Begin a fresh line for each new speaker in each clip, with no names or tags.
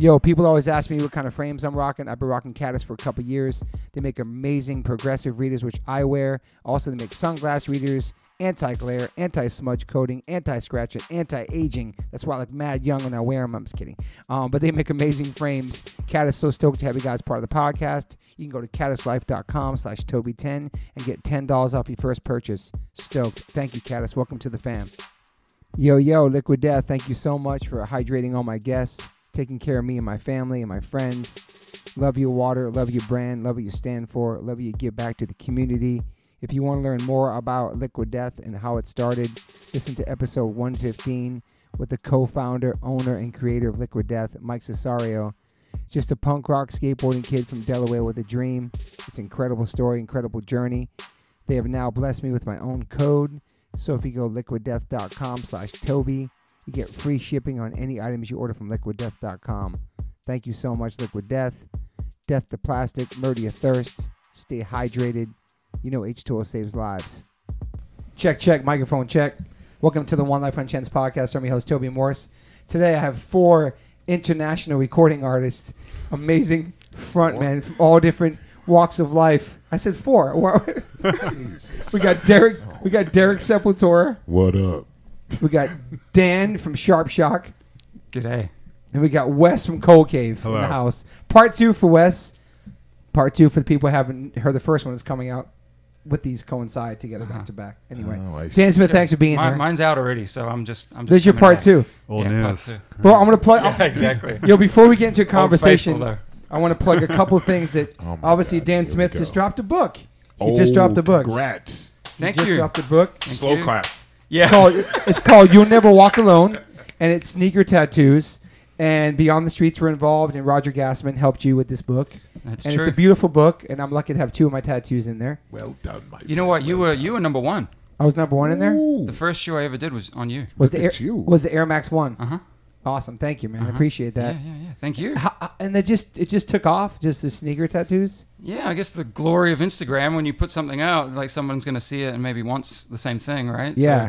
Yo, people always ask me what kind of frames I'm rocking. I've been rocking Caddis for a couple years. They make amazing progressive readers, which I wear. Also, they make sunglass readers, anti glare, anti smudge coating, anti scratch, and anti aging. That's why I look mad young when I wear them. I'm just kidding. Um, but they make amazing frames. Caddis, so stoked to have you guys part of the podcast. You can go to caddislife.com slash Toby10 and get $10 off your first purchase. Stoked. Thank you, Caddis. Welcome to the fam. Yo, yo, Liquid Death, thank you so much for hydrating all my guests, taking care of me and my family and my friends. Love your water, love your brand, love what you stand for, love what you give back to the community. If you want to learn more about Liquid Death and how it started, listen to episode 115 with the co founder, owner, and creator of Liquid Death, Mike Cesario. Just a punk rock skateboarding kid from Delaware with a dream. It's an incredible story, incredible journey. They have now blessed me with my own code. So if you go liquiddeath.com slash Toby, you get free shipping on any items you order from liquiddeath.com. Thank you so much, Liquid Death. Death to plastic, murder your thirst, stay hydrated. You know H2O saves lives. Check, check, microphone check. Welcome to the One Life on Chance podcast. I'm your host, Toby Morse. Today I have four international recording artists, amazing frontmen from all different walks of life. I said four. we got Derek. We got Derek Sepultura.
What up?
We got Dan from Sharp Shock,
G'day.
and we got Wes from Cold Cave in
Hello.
the house. Part two for Wes. Part two for the people who haven't heard the first one is coming out with these coincide together back to back. Anyway,
Oh, I see.
Dan Smith, thanks for being
Mine,
here.
mine's out already, so I'm just. I'm just
There's your
coming
part
back.
two.
Old
Yeah, part
news.
two.
Well, I'm gonna play.
Yeah, exactly.
Yo, before we get into a conversation,
Faithful,
I want to plug a couple things that
Oh my
obviously
God,
Dan
here we
Smith
go.
just dropped a book. He just dropped a book.
Oh, Congrats.
He
Thank
just
you.
dropped a book.
Slow
you.
clap.
Yeah.
called it's called You'll Never Walk Alone, and it's sneaker tattoos. And Beyond the Streets were involved, and Roger Gassman helped you with this book.
That's
and
true.
it's a beautiful book, and I'm lucky to have two of my tattoos in there.
Well done, my
you know what? You were you were number one.
I was number one in there.
The first shoe I ever did was on you.
was
look
the Air,
at you.
was the Air Max one?
Uh huh.
Awesome, thank you, man. I appreciate
Uh-huh. Yeah,
that.
yeah, yeah. Thank you.
How- uh, and they just it just took off, just the sneaker tattoos.
Yeah, I guess the glory of Instagram when you put something out, like someone's gonna see it and maybe wants the same thing, right? So,
Yeah.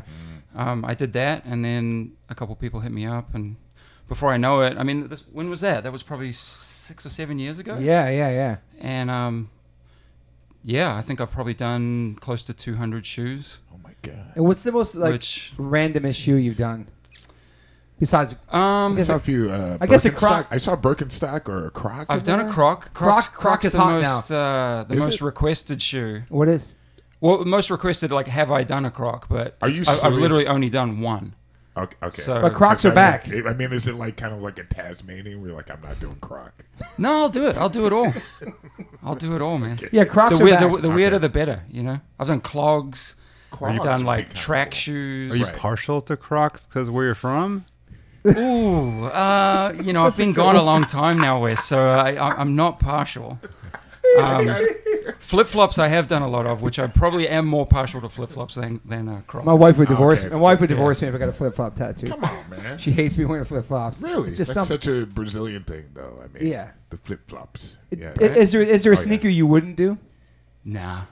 um, I did that, and then a couple people hit me up, and before I know it, I mean, this, when was that? That was probably six or seven years ago.
Yeah, yeah, yeah.
And um, yeah, I think I've probably done close to 200 shoes,
Oh my god.
And what's the most like
which
randomest shoe you've done? Besides,
um,
I saw a few. Uh,
I guess a
Birkenstock-
Croc-
I saw Birkenstock or a Croc.
I've
in
done a
there.
croc. Croc's,
Croc- Croc
Croc's
is
the
hot
most uh, the
Is
most
it?
requested shoe.
what is?
Well, the most requested. Like, have I done a croc? But
Are you
I, I've
serious?
literally only done one.
Okay. okay.
So-
But Crocs are
I
back.
mean- I mean, is it like kind of like a Tasmanian? We're like, I'm not doing Croc.
No, I'll do it. I'll do it all. I'll do it all, man.
Yeah, Crocs
The,
are
weir-
back.
the, the weirder, the better. You know, I've done clogs.
Clogs
I've
would be
done like
kinda
track
cool.
shoes.
Are you
Right.
partial to Crocs because where you're from?
Ooh, uh, you know, I've been gone a long time now, Wes, so I, I, I'm not partial. Um, flip flops, I have done a lot of, which I probably am more partial to flip flops than than uh, crocs.
My wife would divorce.
Ah, okay.
My wife would divorce me if I got a flip flop tattoo.
Come on, man.
She hates me wearing flip flops.
Really?
It's just
That's
something.
such a Brazilian thing, though. I mean,
Yeah.
The flip flops. Yeah.
I- Is there is there a
Oh, yeah.
sneaker you wouldn't do?
Nah.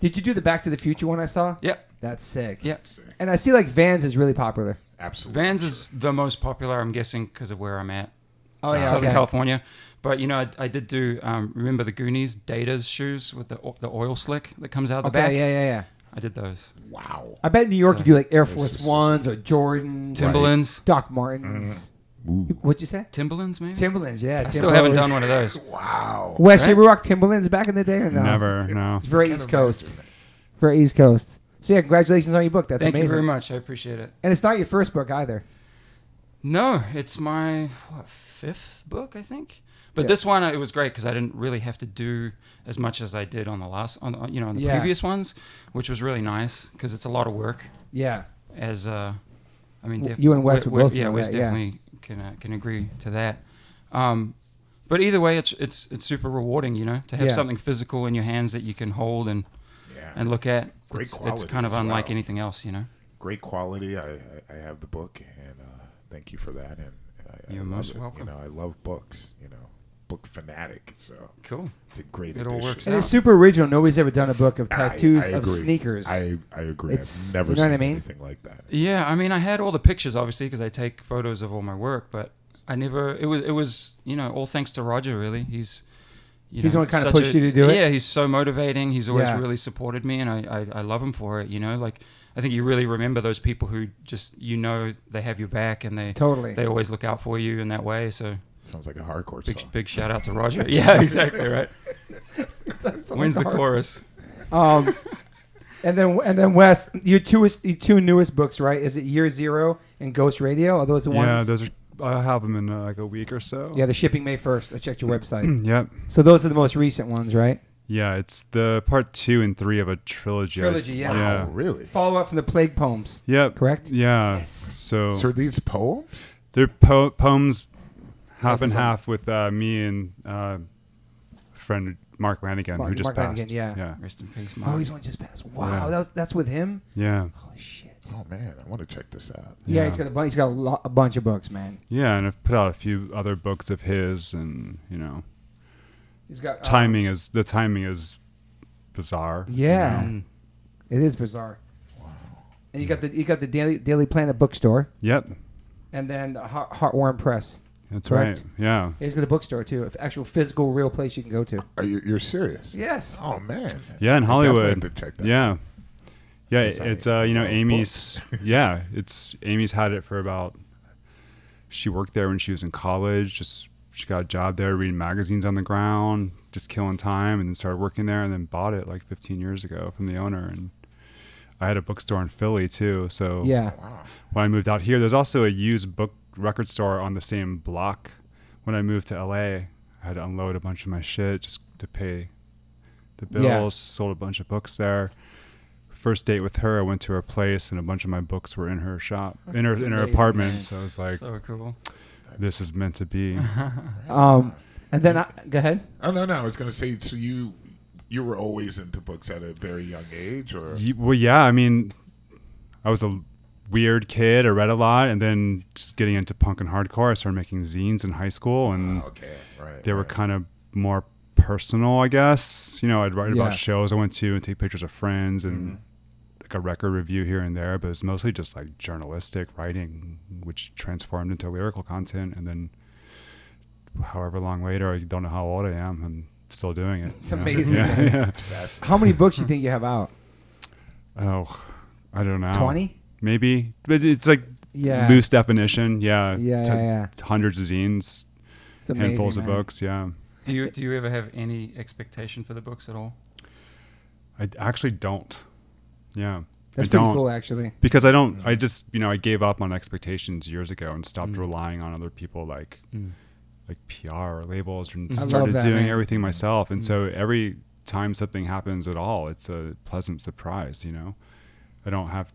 Did you do the Back to the Future one I saw?
Yep.
That's sick.
Yep.
And I see like Vans is really popular.
Absolutely.
Vans is the most popular, I'm guessing, because of where I'm at.
Oh, yeah,
Southern
okay.
California. But you know, I, I did do. Um, remember the Goonies, Data's shoes with the o- the oil slick that comes out the
okay.
back.
Yeah, yeah, yeah.
I did those.
Wow.
I bet in New York you do like Air Force
is-
Ones or Jordans,
Timberlands.
Doc Martens.
Ooh.
What'd you say?
Timberlands, maybe.
Timberlands. Yeah.
I
Timberlands.
still haven't done one of those.
Wow.
Wes, you
Right?
ever rocked Timberlands back in the day or no?
Never, no.
It's very
Can't
East Coast.
imagine that.
Very East Coast. So yeah, congratulations on your book. That's
Thank
amazing.
you very much. I appreciate it.
And it's not your first book either.
No, it's my what, fifth book, I think. But
Yeah.
this one, uh, it was great because I didn't really have to do as much as I did on the last, on on, you know, on the
Yeah.
previous ones, which was really nice because it's a lot of work.
Yeah.
As uh, I mean,
W- you and Wes
we-
would
we-
both
yeah,
know
Wes
that, yeah.
definitely can uh, can agree to that. Um, but either way, it's it's it's super rewarding, you know, to have
Yeah.
something physical in your hands that you can hold and
Yeah.
and look at.
Great
it's,
quality
it's kind of
as
unlike
well.
anything else, you know.
great quality. I, I, I have the book, and uh, thank you for that. And I, I
You're
love
most
it.
welcome.
You know, I love books. You know, book fanatic. So
Cool.
it's a great.
It all
addition.
works
And
out.
it's super original. Nobody's ever done a book of
I-
tattoos
I
of
agree.
sneakers.
I, I agree.
It's-
I've never
you know
seen
what I mean?
anything like that.
Yeah, I mean, I had all the pictures obviously because I take photos of all my work, but I never. It was. It was. You know, all thanks to Roger. Really, he's. You
He's the
know,
one who kinda
such
pushed
a-
you to do it?
Yeah, he's so motivating. He's always
Yeah.
really supported me, and I, I, I love him for it. You know, like I think you really remember those people who just you know they have your back and they
Totally.
they always look out for you in that way. So
Sounds like a hardcore
big
song.
big shout out to Roger. Yeah, exactly right. When's the chorus?
Um, and then and then Wes, your two is- your two newest books, right? Is it Year Zero and Ghost Radio? Are those the ones?
Yeah, those are. I'll have them in uh, like a week or so.
yeah, they're shipping May first. I checked your website.
Yep.
so those are the most recent ones, right?
Yeah, it's the part two and three of a trilogy.
Trilogy, yeah.
Wow,
Yeah.
really?
Follow up from the Plague Poems,
Yep.
correct?
Yeah.
Yes.
So,
So are these poems?
they're po- poems, half
Love
and
the song.
half with uh, me and uh, friend Mark Lanigan
Mark-
who just
Mark Lanigan,
passed.
yeah.
Yeah.
Rest in peace,
Oh,
Mark.
he's one just passed. Wow,
Yeah.
that was, that's with him.
Yeah.
Holy shit.
Oh man, I want to check this out.
Yeah,
Yeah.
he's got a bunch. He's got a, lo- a bunch of books, man.
Yeah, and I've put out a few other books of his, and you know,
He's got uh,
timing is the timing is bizarre. you
Yeah,
know?
it is bizarre. And you got the you got the Daily Daily Planet bookstore,
Yep,
and then the Heart, Heartworm Press.
that's
Correct.
right. Yeah,
He's got a bookstore too, an actual physical, real place you can go to.
Are you, you're serious?
Yes.
Oh man.
yeah, in
I definitely
Hollywood.
have to check that.
Yeah, yeah,
Because I
it's uh, you know,
love
Amy's. yeah, it's Amy's had it for about. She worked there when she was in college. Just she got a job there, reading magazines on the ground, just killing time, and then started working there, and then bought it like 15 years ago from the owner. And I had a bookstore in Philly too, so
Yeah.
Wow.
when I moved out here. There's also a used book record store on the same block. When I moved to LA, I had to unload a bunch of my shit just to pay the bills.
Yeah.
Sold a bunch of books there. First date with her, I went to her place, and a bunch of my books were in her shop, in her in her
amazing,
apartment.
man.
So I was like,
so cool.
"This is meant to be."
Um, and then I, go ahead.
Oh no, no. I was gonna say. So you you were always into books at a very young age, or
Ye- well, yeah. I mean, I was a weird kid. I read a lot, and then just getting into punk and hardcore, I started making zines in high school, and
Ah, okay, right.
they Mm. were
right.
kind of more personal, I guess. You know, I'd write
Yeah. Mm-hmm.
about shows I went to and take pictures of friends and like a record review here and there, but it's mostly just like journalistic writing, which transformed into lyrical content. And then, however long later, I don't know how old I am, I'm still doing it.
It's
you know?
amazing.
Yeah, yeah.
Fascinating.
How many books you think you have out?
Oh, I don't know.
Twenty.
Maybe. But it's like
Yeah.
loose uh, definition. Yeah.
Yeah,
T-
yeah, yeah.
Hundreds of zines,
It's amazing,
handfuls of
man.
books. Yeah.
Do you do you ever have any expectation for the books at all?
I actually don't. Yeah.
That's
I
pretty
don't.
cool, actually.
because I don't.
Mm.
I just you know I gave up on expectations years ago and stopped relying on other people like like PR or labels and
Mm. I love
started
that,
doing
man. Mm.
everything myself. And so every time something happens at all, it's a pleasant surprise. You know, I don't have.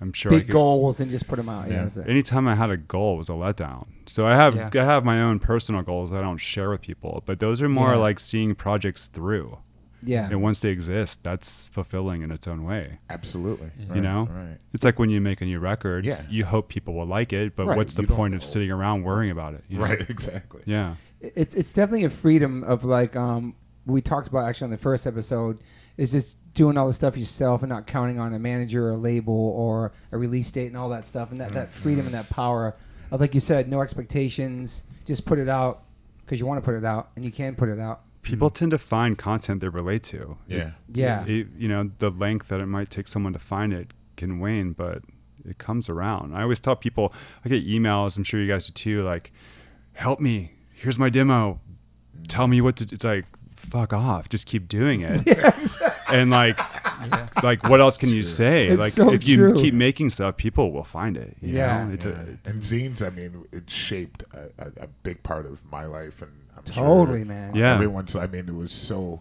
I'm sure. I
Big
could,
goals and just put them out. Yeah.
Yeah.
that's it.
Anytime I had a goal it was a letdown. So I have
Yeah.
I have my own personal goals that I don't share with people, but those are more
Yeah.
like seeing projects through.
Yeah.
And once they exist, that's fulfilling in its own way.
Absolutely.
You
Right,
know?
Right.
It's like when you make a new record,
Yeah.
you hope people will like it, but
Right,
what's the
you don't
point of
know.
sitting around worrying about it? you know?
Right. Exactly.
Yeah.
it's it's definitely a freedom of like um we talked about actually on the first episode is just doing all the stuff yourself and not counting on a manager or a label or a release date and all that stuff and that, that
Mm-hmm.
freedom and that power of like you said no expectations just put it out because you want to put it out and you can put it out
People tend to find content they relate to.
Mm. Yeah.
yeah
It- you know, the length that it might take someone to find it can wane, but it comes around. I always tell people, I get emails, I'm sure you guys do too, like, help me. Here's my demo. Tell me what to do. It's like, fuck off. Just keep doing it. And like,
Yeah.
like what else can you say?
It's
like
so
if you
true.
keep making stuff, people will find it. you
Yeah.
know? It's
Yeah.
a,
and zines, I mean, it shaped a, a, a big part of my life, and I'm
totally
sure
man
Yeah.
everyone's. I mean, it was so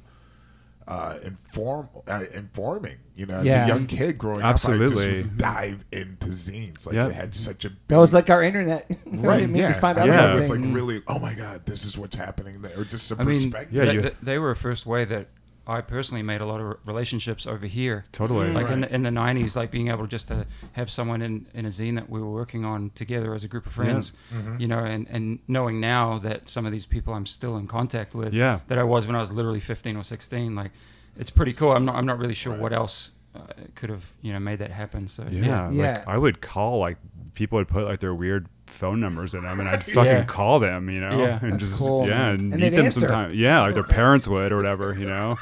uh, inform uh, informing. You know, as
Yeah.
a young kid growing up, I just
Absolutely.
would dive into zines. Like
Yep.
they had such a big,
that was like our internet You know what I mean?
yeah.
you find out
I mean,
about
It was
things.
like really, oh my god, this is what's happening there, or just some
I mean,
perspective.
Yeah,
they,
you-
they- they were a first way that I personally made a lot of re- relationships over here.
Totally.
Like in
Right.
the, in the 90s, like being able just to have someone in, in a zine that we were working on together as a group of friends, you know, and, and knowing now that some of these people I'm still in contact with
Yeah.
that I was when I was literally 15 or 16, like it's pretty cool. I'm not, I'm not really sure what else uh, could have, you know, made that happen. So
Yeah,
Yeah.
Like I would call like people would put like their weird phone numbers in them, and I'd fucking
Yeah.
call them, you know,
Yeah.
and
That's
just
cool,
yeah,
man.
and,
And
meet
they'd
them
answer.
sometime. Yeah, like their parents would or whatever, you know.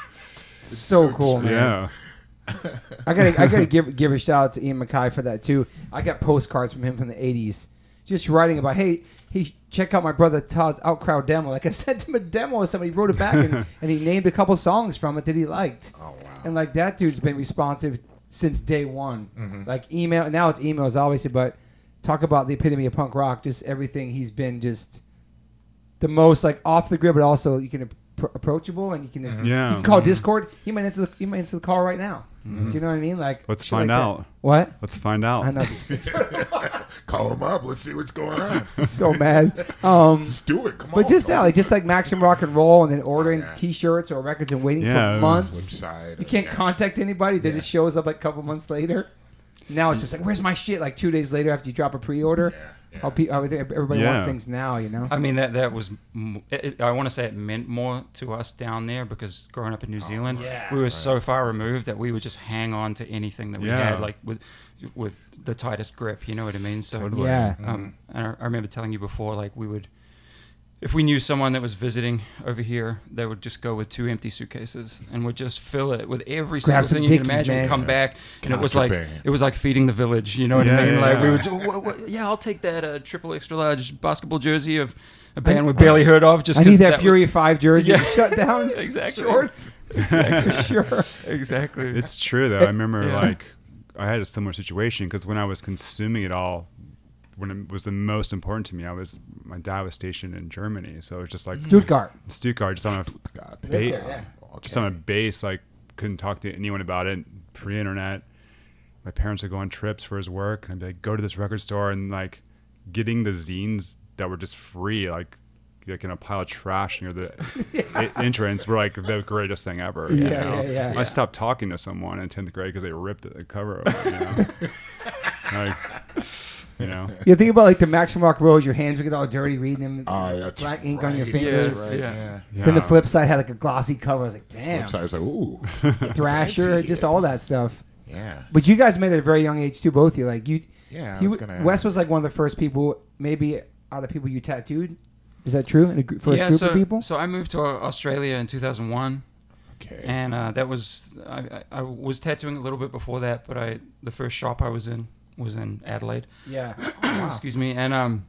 so, cool, Oh, man.
Yeah,
I gotta, I gotta give give a shout out to Ian Mackay for that too. I got postcards from him from the '80s, just writing about, hey, he check out my brother Todd's Outcrowd demo. Like I sent him a demo, and somebody wrote it back, and, and he named a couple songs from it that he liked.
Oh wow.
And like that dude's been responsive since day one.
Mm-hmm.
Like email, now it's emails obviously, but talk about the epitome of punk rock. Just everything he's been, just the most like off the grid, but also you can appro- approachable and you can just Mm.
Yeah.
you can call Discord. He might answer the he might answer the call right now. Do you know what I mean? Like
Mm-hmm. Let's
shit
find
like that.
out.
What?
Let's find out.
I know.
Call him up. Let's see what's going on.
I'm so mad. Um,
Let's do it. Come on.
but just that,
bro.
like just like Maxim Rock and Roll, and then ordering
Yeah.
T-shirts or records and waiting
Yeah.
for
Flip
months.
side.
You can't
Yeah.
contact anybody. They just shows up like a couple months later. Now it's just like, where's my shit? Like two days later after you drop a pre-order.
Yeah, yeah.
How pe- how everybody wants
Yeah.
things now, you know.
I mean that that was m- it, it- I want to say it meant more to us down there because growing up in New Zealand,
Yeah.
we were so far removed that we would just hang on to anything that we
Yeah.
had, like with with the tightest grip. You know what I mean? So
Totally.
Yeah,
Um, and I, I remember telling you before, like we would, if we knew someone that was visiting over here, they would just go with two empty suitcases and would just fill it with every
Grab
single thing
some
you can
dickies,
imagine.
man.
Come back, and it was like
Contraband.
it was like feeding the village. You know what
Yeah,
I mean?
yeah,
like we
yeah.
would, just, "Wha- wha- yeah, I'll take that uh, triple extra large basketball jersey of a band we barely heard of. Just
I need
'cause
that,
would-
Fury Five jersey
Yeah.
shut down.
Exactly.
Shorts for sure.
exactly.
It's true though. I remember
Yeah.
like I had a similar situation because when I was consuming it all, when it was the most important to me, I was my dad was stationed in Germany, so it was just like
Stuttgart.
Stuttgart, just on a
God.
ba-
there, yeah.
just on a base. Like couldn't talk to anyone about it pre-internet. My parents would go on trips for his work, and I'd be like, go to this record store and like getting the zines that were just free, like. Like in a pile of trash near the e- entrance, were like the greatest thing ever. you
Yeah,
know?
yeah, yeah.
I stopped talking to someone in tenth grade because they ripped the cover of it. You know? like, you know,
You think about like the Maxim Rock Rose, your hands would get all dirty reading them,
Oh, that's
black ink on your
right. Yeah,
fingers.
that's
Yes,
right,
yeah.
yeah.
Then the
Yeah.
flip side had like a glossy cover. I was like, damn,
So I was like, ooh,
Thrasher,
Fancy.
just all that stuff.
yeah.
But you guys made it at a very young age too, both of you. Like you,
Yeah, I
you-
was gonna
Wes
ask.
was like one of the first people, maybe out of people you tattooed. Is that true? In a gr- first group
so,
of people.
So I moved to uh, Australia in 2001.
Okay.
and uh, that was I, I, I was tattooing a little bit before that, but I the first shop I was in was in Adelaide.
yeah,
Excuse me, and um,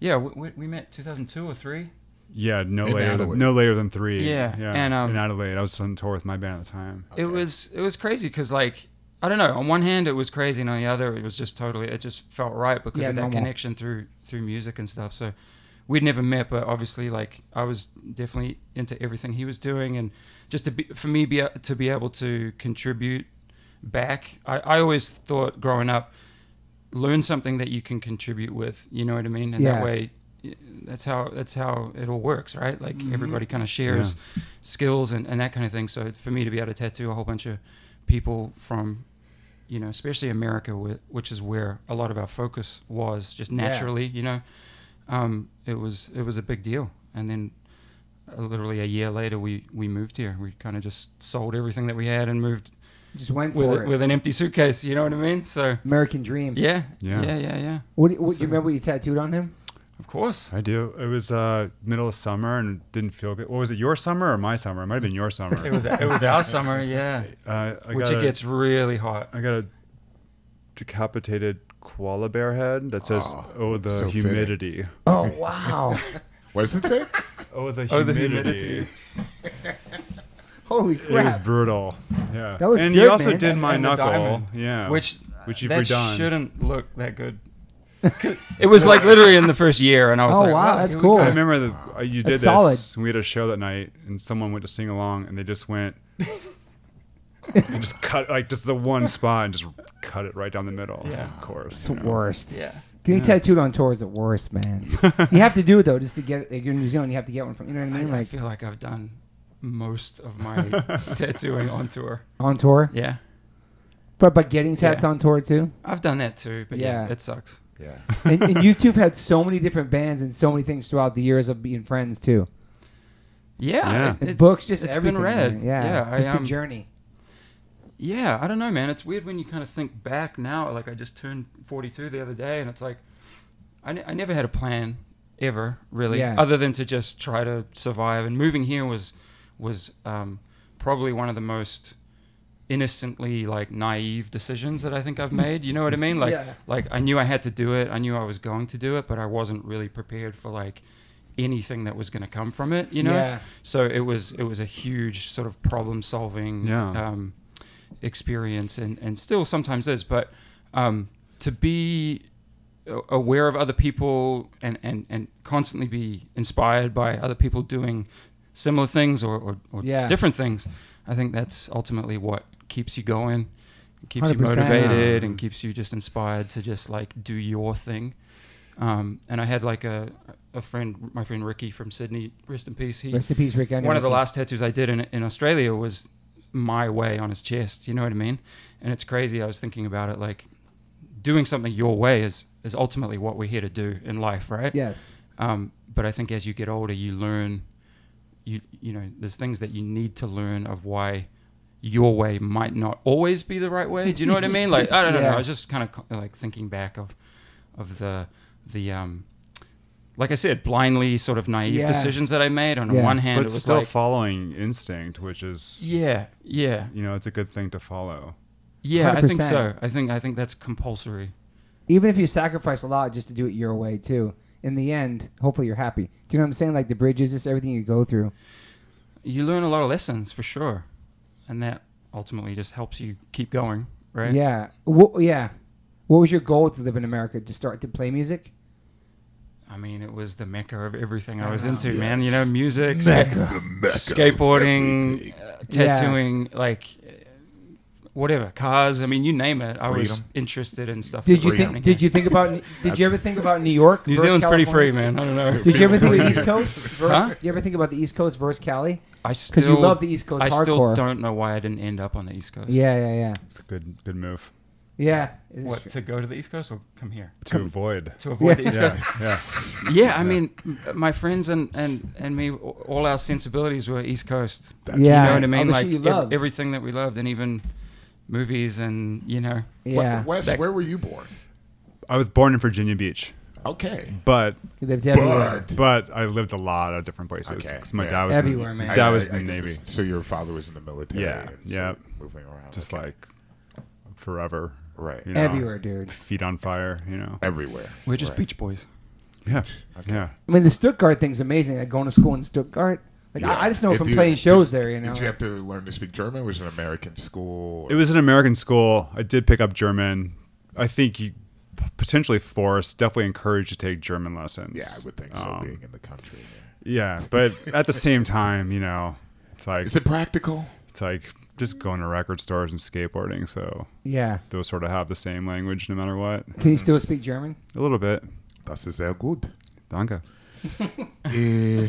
yeah, we, we, we met 2002 or three.
yeah, no
In
later,
Adelaide.
than, no later than three.
Yeah,
yeah.
and, um,
in Adelaide, I was on tour with my band at the time.
It
Okay.
was it was crazy because like I don't know. On one hand, it was crazy, and on the other, it was just totally. It just felt right because
Yeah,
of that
normal.
connection through through music and stuff. So we'd never met, but obviously, like I was definitely into everything he was doing, and just to be for me be to be able to contribute back. I, I always thought growing up, learn something that you can contribute with. You know what I mean? And
Yeah.
that way, y- that's how that's how it all works, right? Like
Mm-hmm.
everybody kind of shares skills and, and that kind of thing. So for me to be able to tattoo a whole bunch of people from, you know, especially America, whi- which is where a lot of our focus was, just naturally, you know, um, it was it was a big deal. And then uh, literally a year later, we we moved here. We kind of just sold everything that we had and moved
just went
with
for
a-
it.
with an empty suitcase. You know what I mean? So
American Dream.
yeah,
Yeah.
yeah, yeah, yeah.
What, do you- what do
So-
you remember? What you tattooed on him?
Of course.
I do. It was uh, middle of summer and didn't feel good. What was it? Your summer or my summer? It might have been your summer.
It was it was our summer, yeah.
Uh, I
Which
got
it
a-
gets really hot.
I got a decapitated koala bear head that says, "Oh,
Oh,
the
so fitting.
humidity."
Oh wow!
What does it say?
Oh, the humidity.
the humidity.
Holy
It was
crap!
brutal. Yeah.
That looks
and
good,
you also
man.
did
And-
my
and the
knuckle.
diamond.
Yeah.
Which
which you've
that
redone.
shouldn't look that good. it was like literally in the first year, and I was
Oh,
like,
wow, that's
here we
cool.
go."
I remember that uh, you did
That's
this.
solid.
and We had a show that night, and someone went to sing along, and they just went, and just cut like just the one spot and just cut it right down the middle. I was like, of course.
It's the
you know.
worst.
Yeah.
Getting tattooed on tour is the worst, man. you have to do it though, just to get. It. Like, you're in New Zealand, you have to get one from. You know what I
I,
mean?
I
Like
feel like I've done most of my tattooing on tour.
on tour,
Yeah.
but but getting tats
Yeah.
on tour too.
I've done that too, but yeah,
Yeah.
it sucks.
Yeah.
and, and you two have had so many different bands and so many things throughout the years of being friends too.
Yeah.
Yeah.
it- it's-
Books, just
it's
everything.
been read.
man. Yeah,
I,
just
um,
the journey.
Yeah, I don't know, man. It's weird when you kind of think back now. Like I just turned 42 the other day, and it's like I ne- I never had a plan ever really,
Yeah.
other than to just try to survive. And moving here was was um, probably one of the most innocently like naive decisions that I think I've made. You know what I mean? Like
Yeah.
like I knew I had to do it. I knew I was going to do it, but I wasn't really prepared for like anything that was going to come from it. You know?
Yeah.
So it was it was a huge sort of problem solving
Yeah.
um, experience, and and still sometimes is, but um, to be a- aware of other people and, and, and constantly be inspired by other people doing similar things or, or, or
Yeah.
different things. I think that's ultimately what keeps you going, keeps you
100%.
motivated, and keeps you just inspired to just like do your thing. Um, and I had like a, a friend, my friend Ricky from Sydney, rest in peace. He
Rest in peace, Rick. Andrew.
one of the last tattoos I did in, in Australia was my way on his chest. You know what I mean? And it's crazy. I was thinking about it, like doing something your way is is ultimately what we're here to do in life, right?
Yes.
Um, but I think as you get older, you learn, you you know, there's things that you need to learn of why your way might not always be the right way. Do you know what I mean? Like I don't
Yeah.
know. I was just kind of co- like thinking back of of the the um. Like I said, blindly sort of naive
Yeah.
decisions that I made. On the
Yeah.
one hand,
but
it was
still
like,
following instinct, which is
yeah, yeah,
you know it's a good thing to follow.
yeah. I think
100%.
so. I think I think that's compulsory.
Even if you sacrifice a lot just to do it your way, too. In the end, hopefully you're happy. Do you know what I'm saying? Like the bridges, just everything you go through.
You learn a lot of lessons for sure, and that ultimately just helps you keep going, right?
Yeah. Wha yeah. What was your goal to live in America? To start to play music?
I mean, it was the mecca of everything I was
Ah,
into, man. You know,
yes.
music,
The mecca of
skateboarding,
everything.
uh,
Yeah.
tattooing, like uh, whatever, cars. I mean, you name it. I was
Freedom.
interested in stuff.
Did
that
you
was
think?
happening
Did
here.
you think about? Did you ever think about New York?
New
versus
Zealand's pretty free,
California?
man. I don't know.
Did you ever think of the
Yeah.
East Coast? Versus,
Huh?
Did you ever think about the East Coast versus Cali?
I
Because
still
you love the East Coast
I
hardcore.
still don't know why I didn't end up on the East Coast.
Yeah, yeah, yeah,
It's a good good move
yeah. It is
What
true.
to go to the East Coast or come here
to avoid.
to avoid the East Coast?
Yeah, yeah.
Yeah, I mean, m- my friends and, and, and me, a- all our sensibilities were East Coast.
That's
yeah,
You know what I mean?
All the
Like
shit you
ev-
loved.
everything that we loved, and even movies, and you know,
yeah.
Wh- Wes,
Back-
where were you born?
I was born in Virginia Beach,
Okay.
but
You lived everywhere.
But
but I lived a lot of different places
Okay,
'cause my
yeah.
dad was
Everywhere,
in,
man.
Dad was
I-
in the
I get
Navy,
this. So your father was in the military.
Yeah,
and so
yeah.
Moving around.
just
okay.
like forever,
Right.
you know,
Everywhere, dude.
feet on fire, you know.
everywhere.
we're just
Right.
Beach Boys.
Yeah, yeah.
I mean, the Stuttgart thing's amazing. Like going to school in Stuttgart. Like
Yeah.
I, I just know
Did
from
you-
playing shows there. You know.
Did you have to learn to speak German? Was it an American school? or-
It was an American school. I did pick up German. I think you p- potentially forced, definitely encouraged to take German lessons.
Yeah, I would think so.
Um,
being in the country. yeah.
Yeah, but at the same time, you know, it's like
Is it practical?
it's like just going to record stores and skateboarding. So
yeah.
those sort of have the same language no matter what.
Can
Mm-hmm.
you still speak German?
A little bit.
Das ist sehr gut.
Danke.
Äh,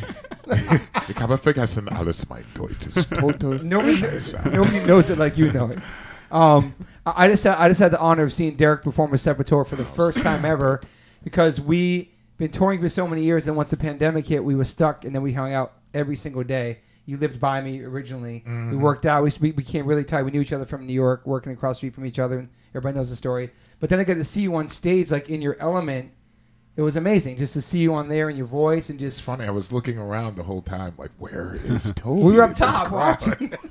ich habe vergessen alles mein Deutsch. ist total
Nobody,
Scheiße.
nobody knows it like you know it. Um, I I just had, I just had the honor of seeing Derek perform with Sepultura for the first time ever because we been touring for so many years and once the pandemic hit we were stuck and then we hung out every single day. You lived by me originally. We worked out. We, s- we became really tight. We knew each other from New York, working across the street from each other. And everybody knows the story. But then I got to see you on stage, like in your element. It was amazing just to see you on there and your voice and just
It's funny. I was looking around the whole time, like, where is Toby?
We were up top watching.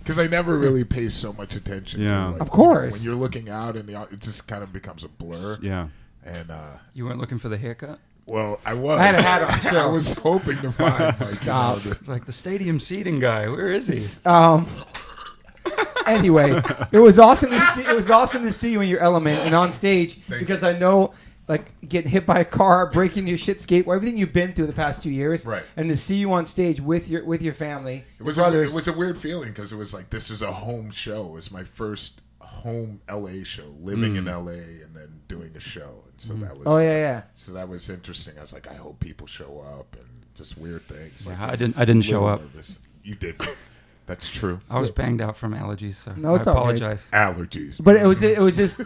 Because I never really pay so much attention.
Yeah.
to, like,
Of course.
When you're looking out and the, au- it just kind of becomes a blur.
Yeah.
And uh,
You weren't looking for the haircut,
well, I was.
I had a hat on,
I
so-
was hoping to find. Like, you know,
Stop.
the-
like the stadium seating guy. Where is he?
Um. anyway, it was awesome to see. It was awesome to see you in your element and on stage because I know, like, getting hit by a car, breaking your shit skate, everything you've been through the past two years,
Right.
And to see you on stage with your with your family,
It was,
your
a,
brothers.
it was a weird feeling because it was like this is a home show. It was my first home LA show, living in LA and then doing a show, and so that was
Mm. oh yeah, yeah.
so that was interesting. I was like, I hope people show up and just weird things. Like,
Yeah, I didn't. I didn't show
little
up.
nervous. You did. That's true.
I was banged out from allergies, so
No, it's
I
all right.
apologize.
Allergies.
But it was it was just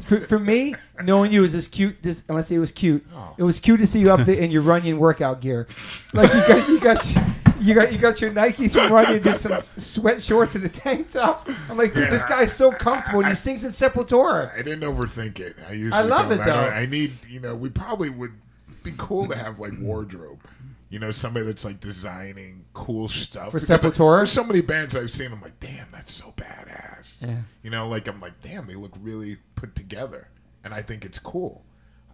for, for me knowing you was as cute. This I want to say it was cute.
Oh.
It was cute to see you up there in your Runyon workout gear, like you got you got you got you got your Nikes from running, just some sweat shorts and a tank top. I'm like, dude, this guy's so comfortable. And he sings in Sepultura.
I didn't overthink it. I usually
love
don't.
it,
I, don't-
though.
I need you know. We probably would be cool to have like wardrobe. You know, somebody that's like designing cool stuff
For
Because, like,
Sepultura?
There's so many bands I've seen. I'm like, damn, that's so badass.
Yeah.
You know, like I'm like, damn, they look really put together, and I think it's cool.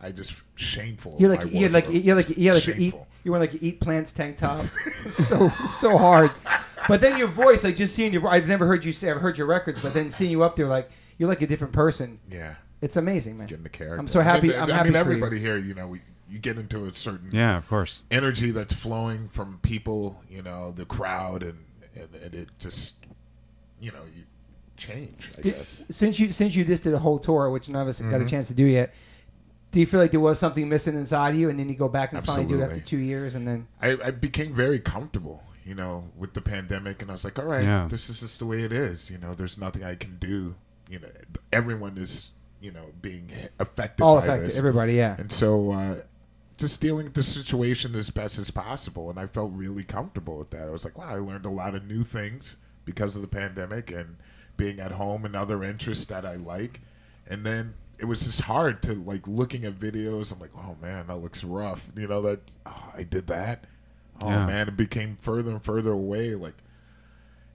I just shameful. of
You're
my
like you're like
wardrobe.
you're like you're like you eat
Shameful.
you want like you eat plants tank top. so so hard. But then your voice, like just seeing your, vo- I've never heard you say. I've heard your records, but then seeing you up there, like you're like a different person.
Yeah,
It's amazing, man.
getting the character.
I'm so happy.
I
I'm
mean,
happy for you.
everybody here, you know, we, you get into a certain
Yeah, of course.
energy that's flowing from people, you know, the crowd, and and, and it just, you know, you change. I
Did-
guess. Mm-hmm.
since you since you just did a whole tour, which none of us have got a chance to do yet, do you feel like there was something missing inside of you, and then you go back and finally do it
Absolutely.
after two years, and then
I, I became very comfortable, you know, with the pandemic, and I was like, all right,
Yeah.
this is just the way it is. You know, there's nothing I can do. You know, everyone is, you know, being affected.
all
by
affected
this.
everybody? Yeah,
And so, uh, just dealing with the situation as best as possible. And I felt really comfortable with that. I was like, wow, I learned a lot of new things because of the pandemic and being at home and other interests that I like. And then it was just hard to like looking at videos. I'm like, oh man, that looks rough. You know, that oh, I did that. Oh
Yeah.
man, it became further and further away. Like,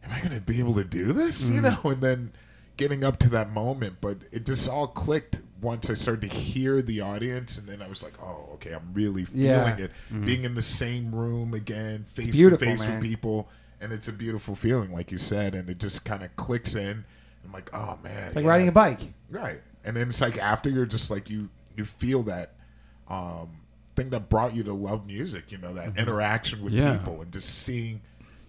am I going to be able to do this? You
Mm.
know, and then getting up to that moment, but it just all clicked once I started to hear the audience, and then I was like, oh, okay, I'm really feeling
Yeah. Mm-hmm.
it. Being in the same room again, face to
beautiful,
face
man.
with people, and it's a beautiful feeling, like you said, and it just kind of clicks in. I'm like, oh man,
like
yeah.
riding a bike.
Right. And then it's like after you're just like you you feel that um thing that brought you to love music, you know, that interaction with
Mm-hmm. Yeah.
people and just seeing,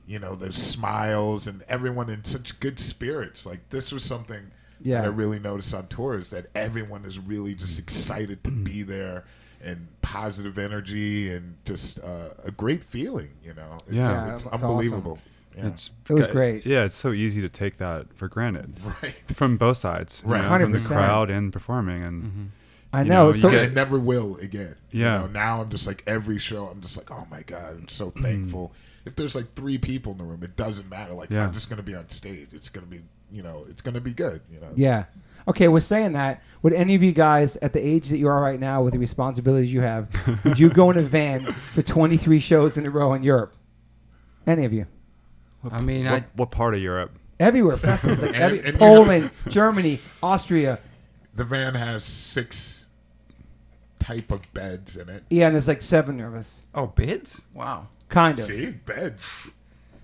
you know, those smiles and everyone in such good spirits. Like this was something
Yeah.
that I really noticed on tour is that everyone is really just excited to be
Mm-hmm.
there and positive energy and just uh, a great feeling, you know. It's,
Yeah.
Yeah,
it's
that's
unbelievable. Yeah.
It's
It was
got-
great.
Yeah, it's so easy to take that for granted
right.
from both sides, you
Right.
know, from the
100%.
crowd and performing, and
Mm-hmm.
I
You
know.
know,
it's so
you
I
get-
never will again. You
Yeah.
know, now I'm just like every show. I'm just like, oh my god, I'm
Hmm.
so thankful. if there's like three people in the room, it doesn't matter. Like
Yeah.
I'm just gonna be on stage. It's gonna be, you know, it's gonna be good. You know.
yeah. Okay, with saying that, would any of you guys at the age that you are right now, with the responsibilities you have, would you go in a van for 23 shows in a row in Europe? Any of you?
I mean,
what,
I,
what part of Europe?
Everywhere, festivals like
And-
every,
and you-
Poland, Germany, Austria.
The van has six type of beds in it.
Yeah, and there's like seven of us,
oh, beds? Wow.
kind of.
See beds.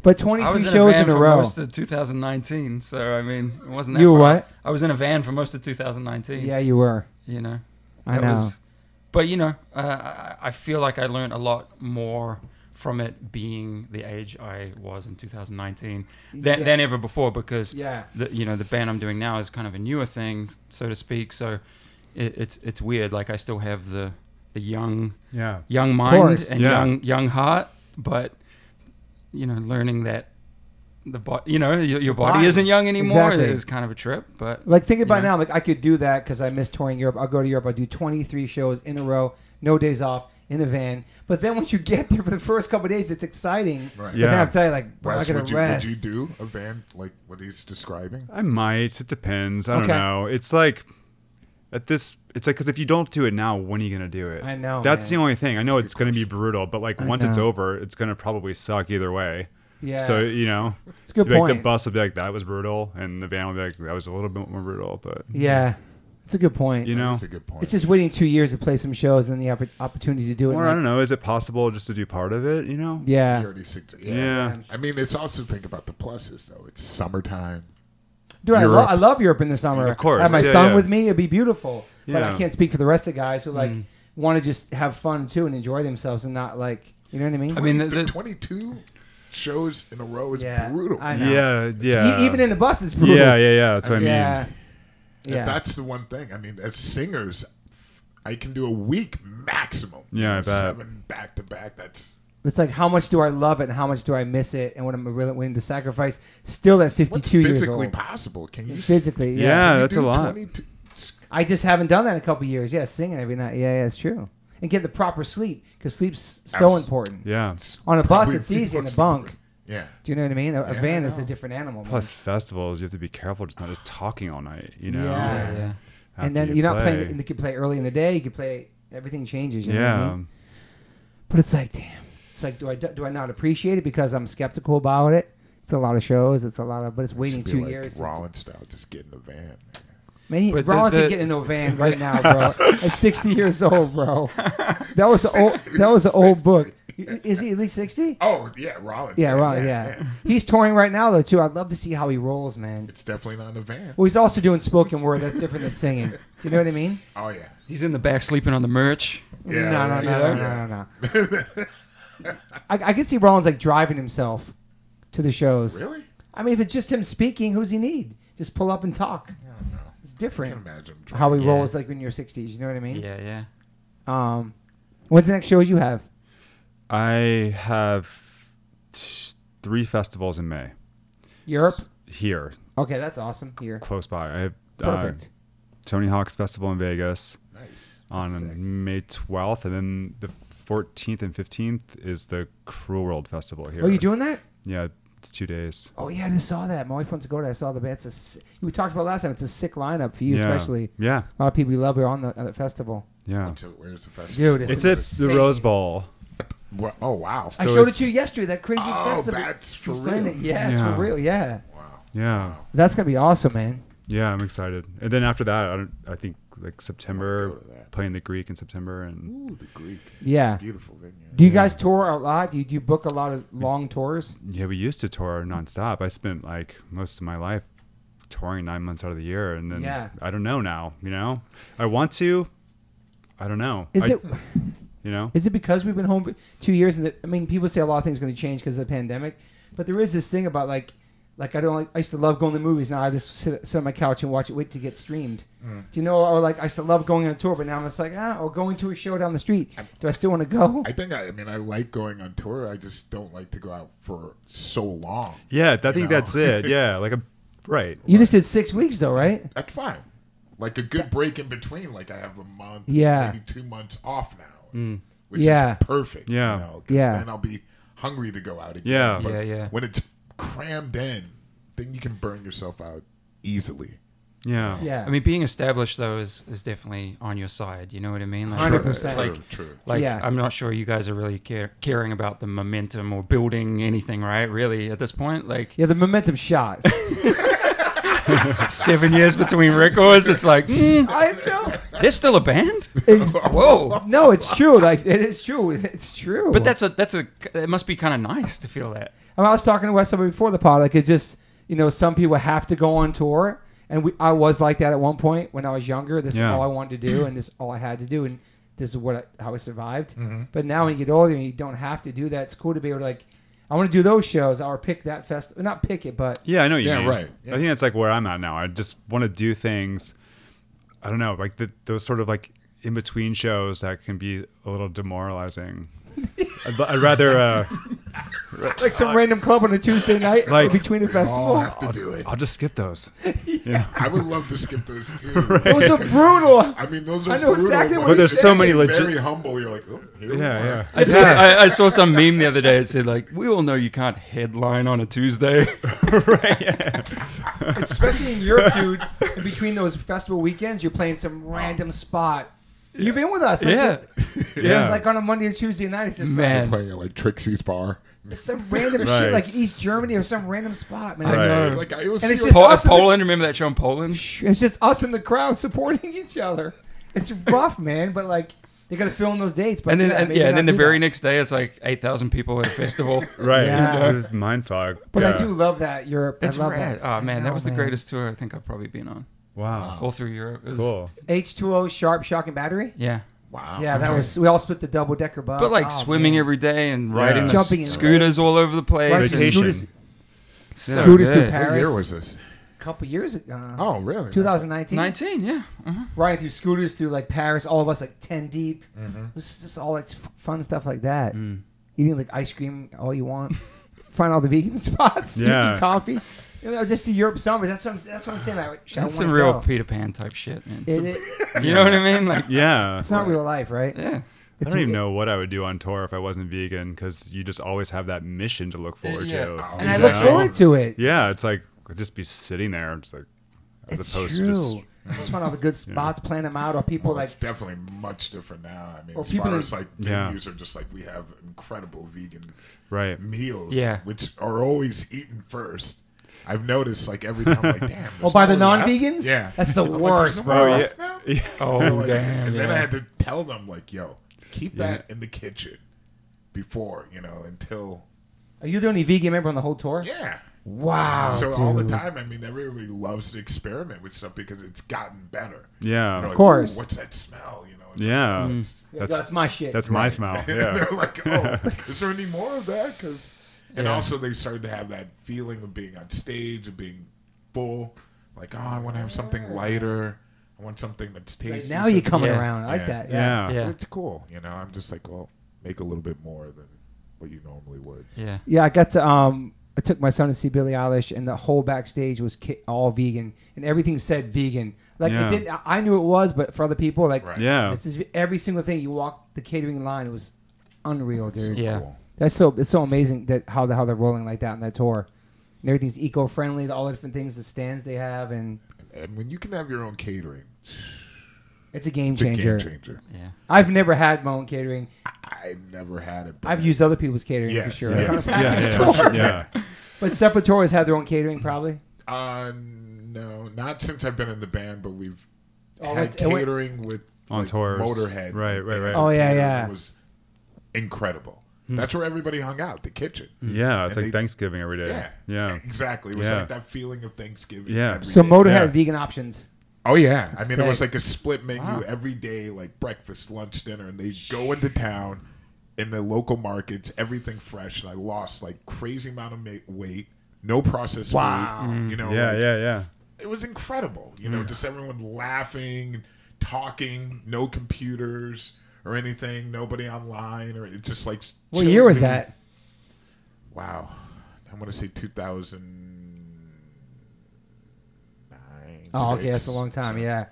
But
I
23
was in
shows
a van
in a
for
row.
most of 2019, so I mean, it wasn't that
You
far.
were what?
I was in a van for most of 2019.
Yeah, you were.
you know.
I
That
know.
but you know, uh, I- I feel like I learned a lot more from it being the age I was in 2019 than,
Yeah.
than ever before because
Yeah.
the, you know the band I'm doing now is kind of a newer thing, so to speak. So it, it's it's weird. Like I still have the the young
Yeah,
young mind
course.
and
Yeah.
young young heart, but you know, learning that the body, you know, your, your body
Body.
isn't young anymore
Exactly.
is kind of a trip. But
Like thinking about
Yeah.
now, like I could do that because I miss touring Europe. I'll go to Europe. I'll do 23 shows in a row, no days off, in a van. But then once you get there for the first couple of days, it's exciting.
Right.
But then
Yeah.
I'll tell you, like, wow, I
Wes,
gotta
would you, would
rest.
you do a van like what he's describing?
I might. It depends. I
Okay.
don't know. It's like at this. It's like because if you don't do it now, when are you gonna do it?
I know,
That's
man.
the only thing. I know it's gonna be brutal, but like
I
once it's
know.
over, it's gonna probably suck either way.
yeah.
So you know,
it's a good
like
point.
the bus will be like that was brutal, and the van will be like that was a little bit more brutal, but
yeah, it's a good point.
you know,
That's a good point.
it's just waiting two years to play some shows and the oppor- opportunity to do it.
or I
like-
don't know, is it possible just to do part of it? You know,
He
yeah,
already suggested-
yeah.
I mean, it's also think about the pluses though. It's summertime.
dude, I, lo-
Europe.
I love Europe in the summer.
Of course,
I have my
yeah,
son
yeah.
with me; it'd be beautiful. But I
Yeah. Mm.
can't speak for the rest of the guys who like want to just have fun too and enjoy themselves and not like you know what I mean.
I mean, the,
The,
the,
22 shows in a row is
Yeah,
brutal.
I know.
yeah, yeah,
E- even in the bus, it's brutal.
yeah, yeah, yeah. That's what I mean.
yeah,
And
yeah.
that's the one thing. I mean, as singers, I can do a week maximum.
Yeah, I bet.
Seven back to back. That's
It's like how much do I love it and how much do I miss it and what I'm really willing to sacrifice. Still at 52
what's
years
physically
old.
possible. Can you s-
physically, yeah.
Yeah.
can you
that's
do
a lot.
22 s-
I just haven't done that in a couple years. Yeah, singing every night. Yeah, yeah, it's true. and get the proper sleep because sleep's so
Abs-
important.
Yeah.
On a bus,
Probably
it's easy. In a
what's-
bunk,
Yeah.
do you know what I mean? A, a
Yeah,
van
I
is a
know.
different animal. man.
Plus festivals, you have to be careful just not just talking all night. You know.
Yeah.
yeah.
After
and then
you
you're not
play.
playing. You can play early in the day. You can play. Everything changes. You know what I
yeah.
mean? But it's like, damn. It's like, do I do I not appreciate it because I'm skeptical about it? It's a lot of shows. It's a lot of, but it's waiting
Should be
two
like
years.
Rollins style, just get in the van.
Man, he,
But the-
Rollins
the-
ain't getting no van right now, bro. At 60 years old, bro. That was the old. That was the old book. Is he at least 60?
Oh yeah, Rollins.
Yeah, Rollins. Yeah, he's touring right now though too. I'd love to see how he rolls, man.
It's definitely not in the van.
Well, he's also doing spoken word. That's different than singing. Do you know what I mean?
Oh yeah.
He's in the back sleeping on the merch.
Yeah,
no, no,
right,
no,
you
no,
know?
no, no, no, I, I could see Rollins like driving himself to the shows.
Really?
I mean, if it's just him speaking, who's he need? Just pull up and talk.
I don't know.
It's
I can
different.
imagine. him
How he
Yeah.
rolls like when you're 60s. You know what I mean?
Yeah, yeah.
Um, when's the next shows you have?
I have t- three festivals in May.
Europe.
S- Here,
Okay, that's awesome. Here,
close by. I have uh,
perfect.
Tony Hawk's Festival in Vegas
trying- Nice.
on
That's sick.
May 12th, and then the 14th and 15th is the Cruel World Festival here.
oh, you doing that?
Yeah, it's two days.
Oh yeah, I just saw that. My wife wants to go to. I saw the band. It's a si- we talked about last time. It's a sick lineup for you,
yeah.
especially.
Yeah,
A lot of people you love are on the, on the festival.
yeah.
What's it- Where's the festival?
Dude,
It's
it's,
at
insane.
the Rose Bowl.
Wha- Oh wow.
I
So
showed it
it's-
to you yesterday. That crazy
Oh,
festival.
that's for
He's playing
real.
it. Yeah, it's
Yeah.
for real. Yeah,
Wow.
Yeah,
Wow.
that's gonna be awesome, man.
yeah. I'm excited. And then after that, I, don't, I think like
I'll
September,
go to that.
playing the Greek in September, and
Ooh, the Greek.
Yeah.
Beautiful vineyard.
Do you guys tour a lot? Do you, do you book a lot of long tours?
Yeah, we used to tour nonstop. I spent like most of my life touring nine months out of the year, and then
Yeah.
I don't know now. You know, I want to. I don't know.
Is
I-
it
You know,
is it because we've been home for two years? And the, I mean, people say a lot of things are going to change because of the pandemic, but there is this thing about like, like I don't. Like, I used to love going to the movies. Now I just sit, sit on my couch and watch it. Wait to get streamed. Do you know? Or like I used to love going on tour, but now I'm just like, ah, or going to a show down the street. Do I still want to go?
I think I, I mean I like going on tour. I just don't like to go out for so long.
yeah, I think
know.
that's it. Yeah, like a right.
you just did six weeks though, right?
That's fine. Like a good break in between. Like I have a month,
Yeah.
maybe two months off now, which
Yeah.
is perfect. you
Yeah.
know, 'cause
Yeah.
Then I'll be hungry to go out again.
Yeah.
Yeah, yeah.
When it's crammed in, then you can burn yourself out easily.
Yeah,
Yeah.
I mean, being established though is is definitely on your side. You know what I mean? Like,
100%.
Like,
True, true.
like
Yeah.
I'm not sure you guys are really care, caring about the momentum or building anything, right? Really, at this point, like
yeah, the momentum shot.
seven years between records, it's like mm,
I know.
there's still a band.
Ex-
Whoa.
no, it's true. Like it is true. It's true.
But that's a that's a it must be kind of nice to feel that.
I, mean, I was talking to Wes somebody before the pod. Like it's just you know some people have to go on tour, and we, I was like that at one point when I was younger. This
Yeah.
is all I wanted to do, and this is all I had to do, and this is what I, how I survived. But now when you get older and you don't have to do that, it's cool to be able to like I want to do those shows or pick that fest, not pick it, but
Yeah, I know what you
Yeah,
mean.
right.
I think that's like where I'm at now. I just want to do things. I don't know, like the, those sort of like in between shows that can be a little demoralizing. I'd, I'd rather uh,
like some random club on a Tuesday night
Like-
between a
All
festival.
have to do it.
I'll just skip those.
I would love to skip those too.
It was a brutal.
I mean, those are
I know
brutal,
exactly what
But there's so
it's
many
actually
legit-
Very humble. You're like, oh, here
Yeah,
we are.
yeah.
I saw, I, I saw some meme the other day. It said like, "We all know you can't headline on a Tuesday."
right. Yeah.
especially in Europe, dude. In between those festival weekends, you're playing some random spot. You've been with us, like,
Yeah.
if-
Yeah.
Like on a Monday or Tuesday night, it's just
Man.
man.
Playing at like Trixie's bar.
like some random shit,
Right.
like East Germany or some random spot, man.
I
It's
know.
It's like I always
And
see
it's
you-
just-
Po-
us in the-
Poland, remember that show in Poland?
like- It's just us in the crowd supporting each other. It's rough, man. But like they gotta fill in those dates. But
and then
yeah,
yeah, and,
maybe
yeah, and
not
then the
do
very
that.
next day, it's like eight thousand people at a festival.
Right. It's
Yeah.
sort of mind fog.
But I
Yeah.
do love that Europe.
It's
I love
rad.
that.
Oh
I
man,
know,
that was the greatest tour I think I've probably been on,
Wow.
all through Europe. It was-
Cool.
H2O Sharp Shock and Battery.
Yeah,
wow.
Yeah, that was. We all split the double decker bus.
Oh, but like
Oh,
swimming
man.
every day and riding the
Jumping in lakes.
scooters all over the place.
Riding
and-
Vacation.
scooters,
So
scooters
good.
through
What
Paris.
year was this?
A couple years ago.
Oh, really?
2019.
Nineteen, yeah. Uh-huh.
riding through scooters through like Paris, all of us like 10 deep.
Mm-hmm.
It was just all like f- fun stuff like that.
Mm.
Eating like ice cream all you want. Find all the vegan spots.
Yeah.
Drinking coffee. You know, just the Europe summer. That's what I'm, that's what I'm saying. I, I
That's
wanna
some real
go.
Peter Pan type shit, man.
It- it-
you know what I mean? Like,
Yeah.
it's not real life, right?
yeah.
I don't even know what I would do on tour if I wasn't vegan because you just always have that mission to look forward
yeah.
to.
Oh,
you
and I look
know?
forward to it.
Yeah, it's like I'd just be sitting there, just like as
It's
opposed
true.
to just
I just find all the good spots, plan them out, or people
Well,
like
it's definitely much different now. I mean,
Well,
as
people
far
in-
as like
Yeah.
venues are just like we have incredible vegan
right.
meals,
Yeah.
which are always eaten first. I've noticed like every time, I'm like damn.
Well,
there's
Oh, by the
more left.
non-vegans,
yeah,
that's the
I'm like,
worst,
there's no
bro.
more
Oh,
left
yeah.
now?
Yeah.
Oh,
Like,
damn.
and
yeah.
then I had to tell them like, yo, keep that in the kitchen before you know until
Are you the only vegan member on the whole tour?
yeah.
Wow.
so all the
dude.
time, I mean, everybody loves to experiment with stuff because it's gotten better.
Yeah.
They're like,
course.
"Ooh, What's that smell? You know. It's
Yeah.
Like, "That's-
Yeah,
That's-
that's, my shit.
That's my smile.
And
Yeah.
they're like, oh, is there any more of that? 'Cause- and
Yeah.
also they started to have that feeling of being on stage, of being full. Like, oh, I want to have something lighter. I want something that's
Right,
tasty.
now you're
something-
coming
Yeah.
around. I like
Yeah.
that. Yeah.
yeah.
Yeah.
It's cool. You know, I'm just like, well, make a little bit more than what you normally would.
yeah.
Yeah, I got to. Um, I took my son to see Billie Eilish, and the whole backstage was ki- all vegan, and everything said vegan. Like
Yeah.
it did. I- I knew it was, but for other people, like
Right.
Yeah.
this is every single thing. You walked the catering line. It was unreal, dude.
Yeah.
Cool.
That's so. It's so amazing that how the how they're rolling like that on that tour, and everything's eco friendly. All the different things, the stands they have, and
And when you can have your own catering,
it's a game
it's a game
changer.
changer.
Yeah.
I've never had my own catering.
I've never had it. but
I've used other people's catering for
Yes,
sure.
yes.
I've gone to
Yeah,
package
yeah,
store.
yeah.
But Sepultura's have their own catering, probably.
Uh, no, not since I've been in the band, but we've
Oh,
had
it went- it went-
catering with
On
like,
tours.
Motorhead.
Right, right,
They had
right. Hmm.
Oh, yeah,
catering
yeah.
that Was incredible. That's where everybody hung out, the kitchen.
Yeah, It's
And
Mm.
like
they-
Thanksgiving every day.
Yeah,
Yeah.
exactly. It was
Yeah.
like that feeling of Thanksgiving.
Yeah.
every
So
day.
Motorhead
Yeah.
had vegan options.
Oh yeah, I mean it was
Sick.
like a split menu
Wow.
every day, like breakfast, lunch, dinner, and they go into town in the local markets, everything fresh. And I lost like crazy amount of ma- weight, no processed
Wow.
food. You know,
Mm. Yeah, Mm.
like,
yeah, yeah.
it was incredible. You know, just everyone laughing, talking, no computers or anything, nobody online, or it's just like.
What
chill
year was
mini-
that?
Wow, I'm gonna say 2009.
Oh, okay,
six.
that's a long time. Yeah,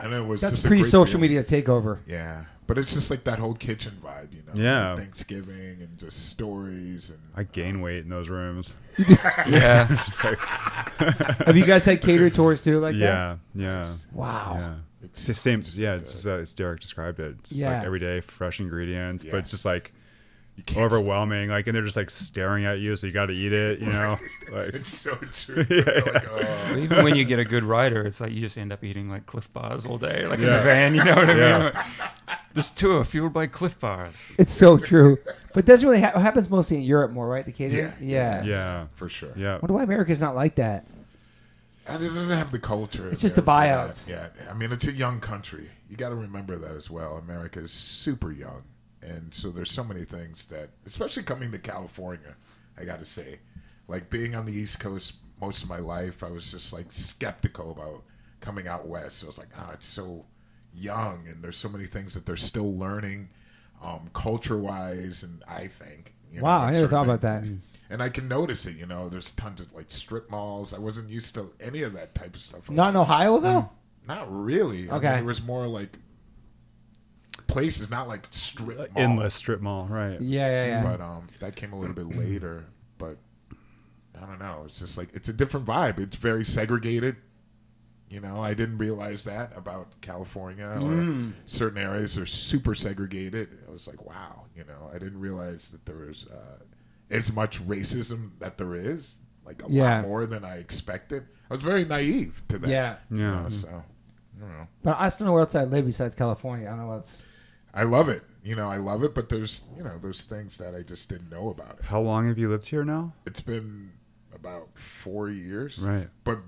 I know it was
that's
just a
pre
great
social
feeling.
media takeover.
Yeah, but it's just like that whole kitchen vibe, you know.
Yeah.
Thanksgiving and just stories and
I gain weight in those rooms.
Yeah.
Just like,
Have you guys had catered tours too, like that? Oh.
yeah, yeah,
Wow.
yeah.
It's-
It's the same. Yeah, it's just, uh, as Derek described it. It's just
Yeah.
like every day, fresh ingredients, but it's just like
you can't.
overwhelming. Like, and they're just like staring at you, so you got to eat it. You know, like
It's so true. You're like, oh.
Even when you get a good rider, it's like you just end up eating like Cliff Bars all day, like in
Yeah.
the van. You know what I
Yeah.
mean? Like, this tour fueled by Cliff Bars.
It's so true. But that's really ha- happens mostly in Europe more, right? The catering.
Yeah.
Yeah.
yeah,
for sure.
yeah.
Wonder why America's not like that.
And it doesn't have the culture.
It's just the
there for
buyouts.
that. Yeah, I mean, it's a young country. You got to remember that as well. America is super young, and so there's so many things that, especially coming to California, I got to say, like being on the East Coast most of my life, I was just like skeptical about coming out west. I was like, ah, it's so young, and there's so many things that they're still learning, um, culture-wise, and I think. you know,
Wow, I
and
never
certain
thought about that.
and I can notice it. You know, there's tons of like strip malls. I wasn't used to any of that type of stuff. I was
Not in
like,
Ohio though.
not really. I mean,
Okay.
there was more like places, not like
Uh,
strip mall.
Endless strip mall, right?
Yeah, yeah, yeah.
But um, that came a little bit later. But I don't know. It's just like it's a different vibe. It's very segregated. You know, I didn't realize that about California or
Mm.
certain areas are super segregated. I was like, wow. You know, I didn't realize that there was uh, as much racism that there is. Like a
Yeah.
lot more than I expected. I was very naive to that.
Yeah.
You
Yeah.
know, so I don't know.
But I still don't know where else I live besides California. I don't know what else.
I love it. You know, I love it, but there's you know, there's things that I just didn't know about it.
How long have you lived here now?
it's been about four years.
Right.
But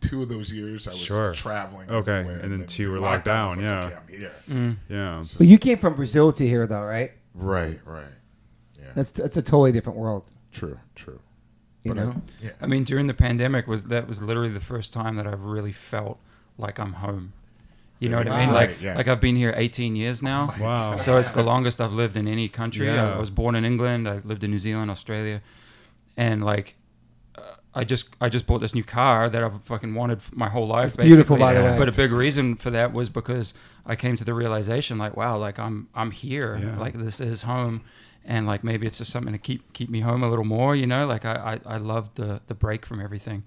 two of those years I was
Sure.
traveling.
Okay,
everywhere,
and then two were
the lockdown
locked down,
was
yeah.
okay, I'm here.
Mm.
Yeah,
But you came from Brazil to here though, right?
Right. Right. Yeah.
That's that's a totally different world.
true. True.
You
But I-
know.
yeah.
I mean, during the pandemic, was that was literally the first time that I've really felt like I'm home. You know what I mean?
Wow.
Like,
Right, yeah. Oh
like I've been here 18 years now.
Wow.
So it's the longest I've lived in any country. I-
Yeah.
I was born in England. I lived in New Zealand, Australia, and like, uh, I just I just bought this new car that I've fucking wanted f- my whole life.
It's beautiful,
basically.
by the
Yeah.
way.
But a big reason for that was because I came to the realization, like, wow, like I'm I'm here,
Yeah.
like this is home, and like maybe it's just something to keep keep me home a little more, you know. Like I I, I love the the break from everything,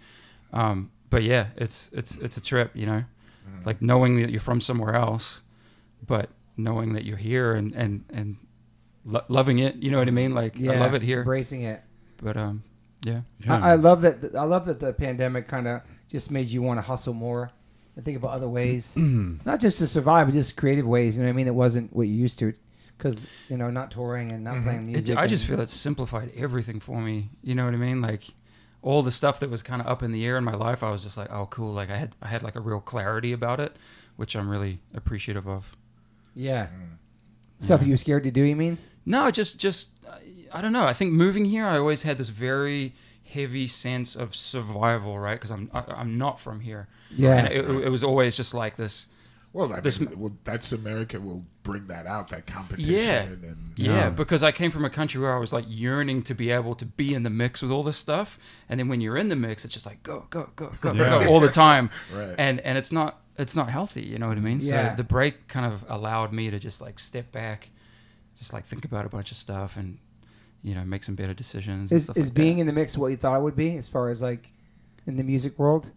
um, but yeah, it's it's it's a trip, you know,
Mm.
like knowing that you're from somewhere else, but knowing that you're here and and and lo- loving it, you know what I mean? Like I love it here,
Embracing it.
but um, yeah,
Yeah.
I, I love that. I love that the pandemic kind of just made you want to hustle more and think about other ways, not just to survive, but just creative ways. You know what I mean? That wasn't what you used to, because you know, not touring and not playing
It,
music.
Mm-hmm. I just
and-
feel it simplified everything for me. You know what I mean? Like all the stuff that was kind of up in the air in my life, I was just like, oh, cool. Like I had I had like a real clarity about it, which I'm really appreciative of.
yeah.
Mm.
Stuff you were scared to do, you mean?
No, just just I- I don't know. I think moving here, I always had this very heavy sense of survival, right? Because I'm I, I'm not from here, and
Yeah.
it, it was always just like this.
Well, I
This-
mean, well, that's America will bring that out, that competition.
Yeah.
And,
Yeah,
Yeah.
because I came from a country where I was like yearning to be able to be in the mix with all this stuff, and then when you're in the mix, it's just like go, go, go, go,
Yeah.
go all the time,
Right.
and and it's not it's not healthy. You know what I mean?
Yeah.
So the break kind of allowed me to just like step back, just like think about a bunch of stuff, and you know make some better decisions. and
Is,
stuff
is
like that.
being in the mix what you thought it would be as far as like in the music world?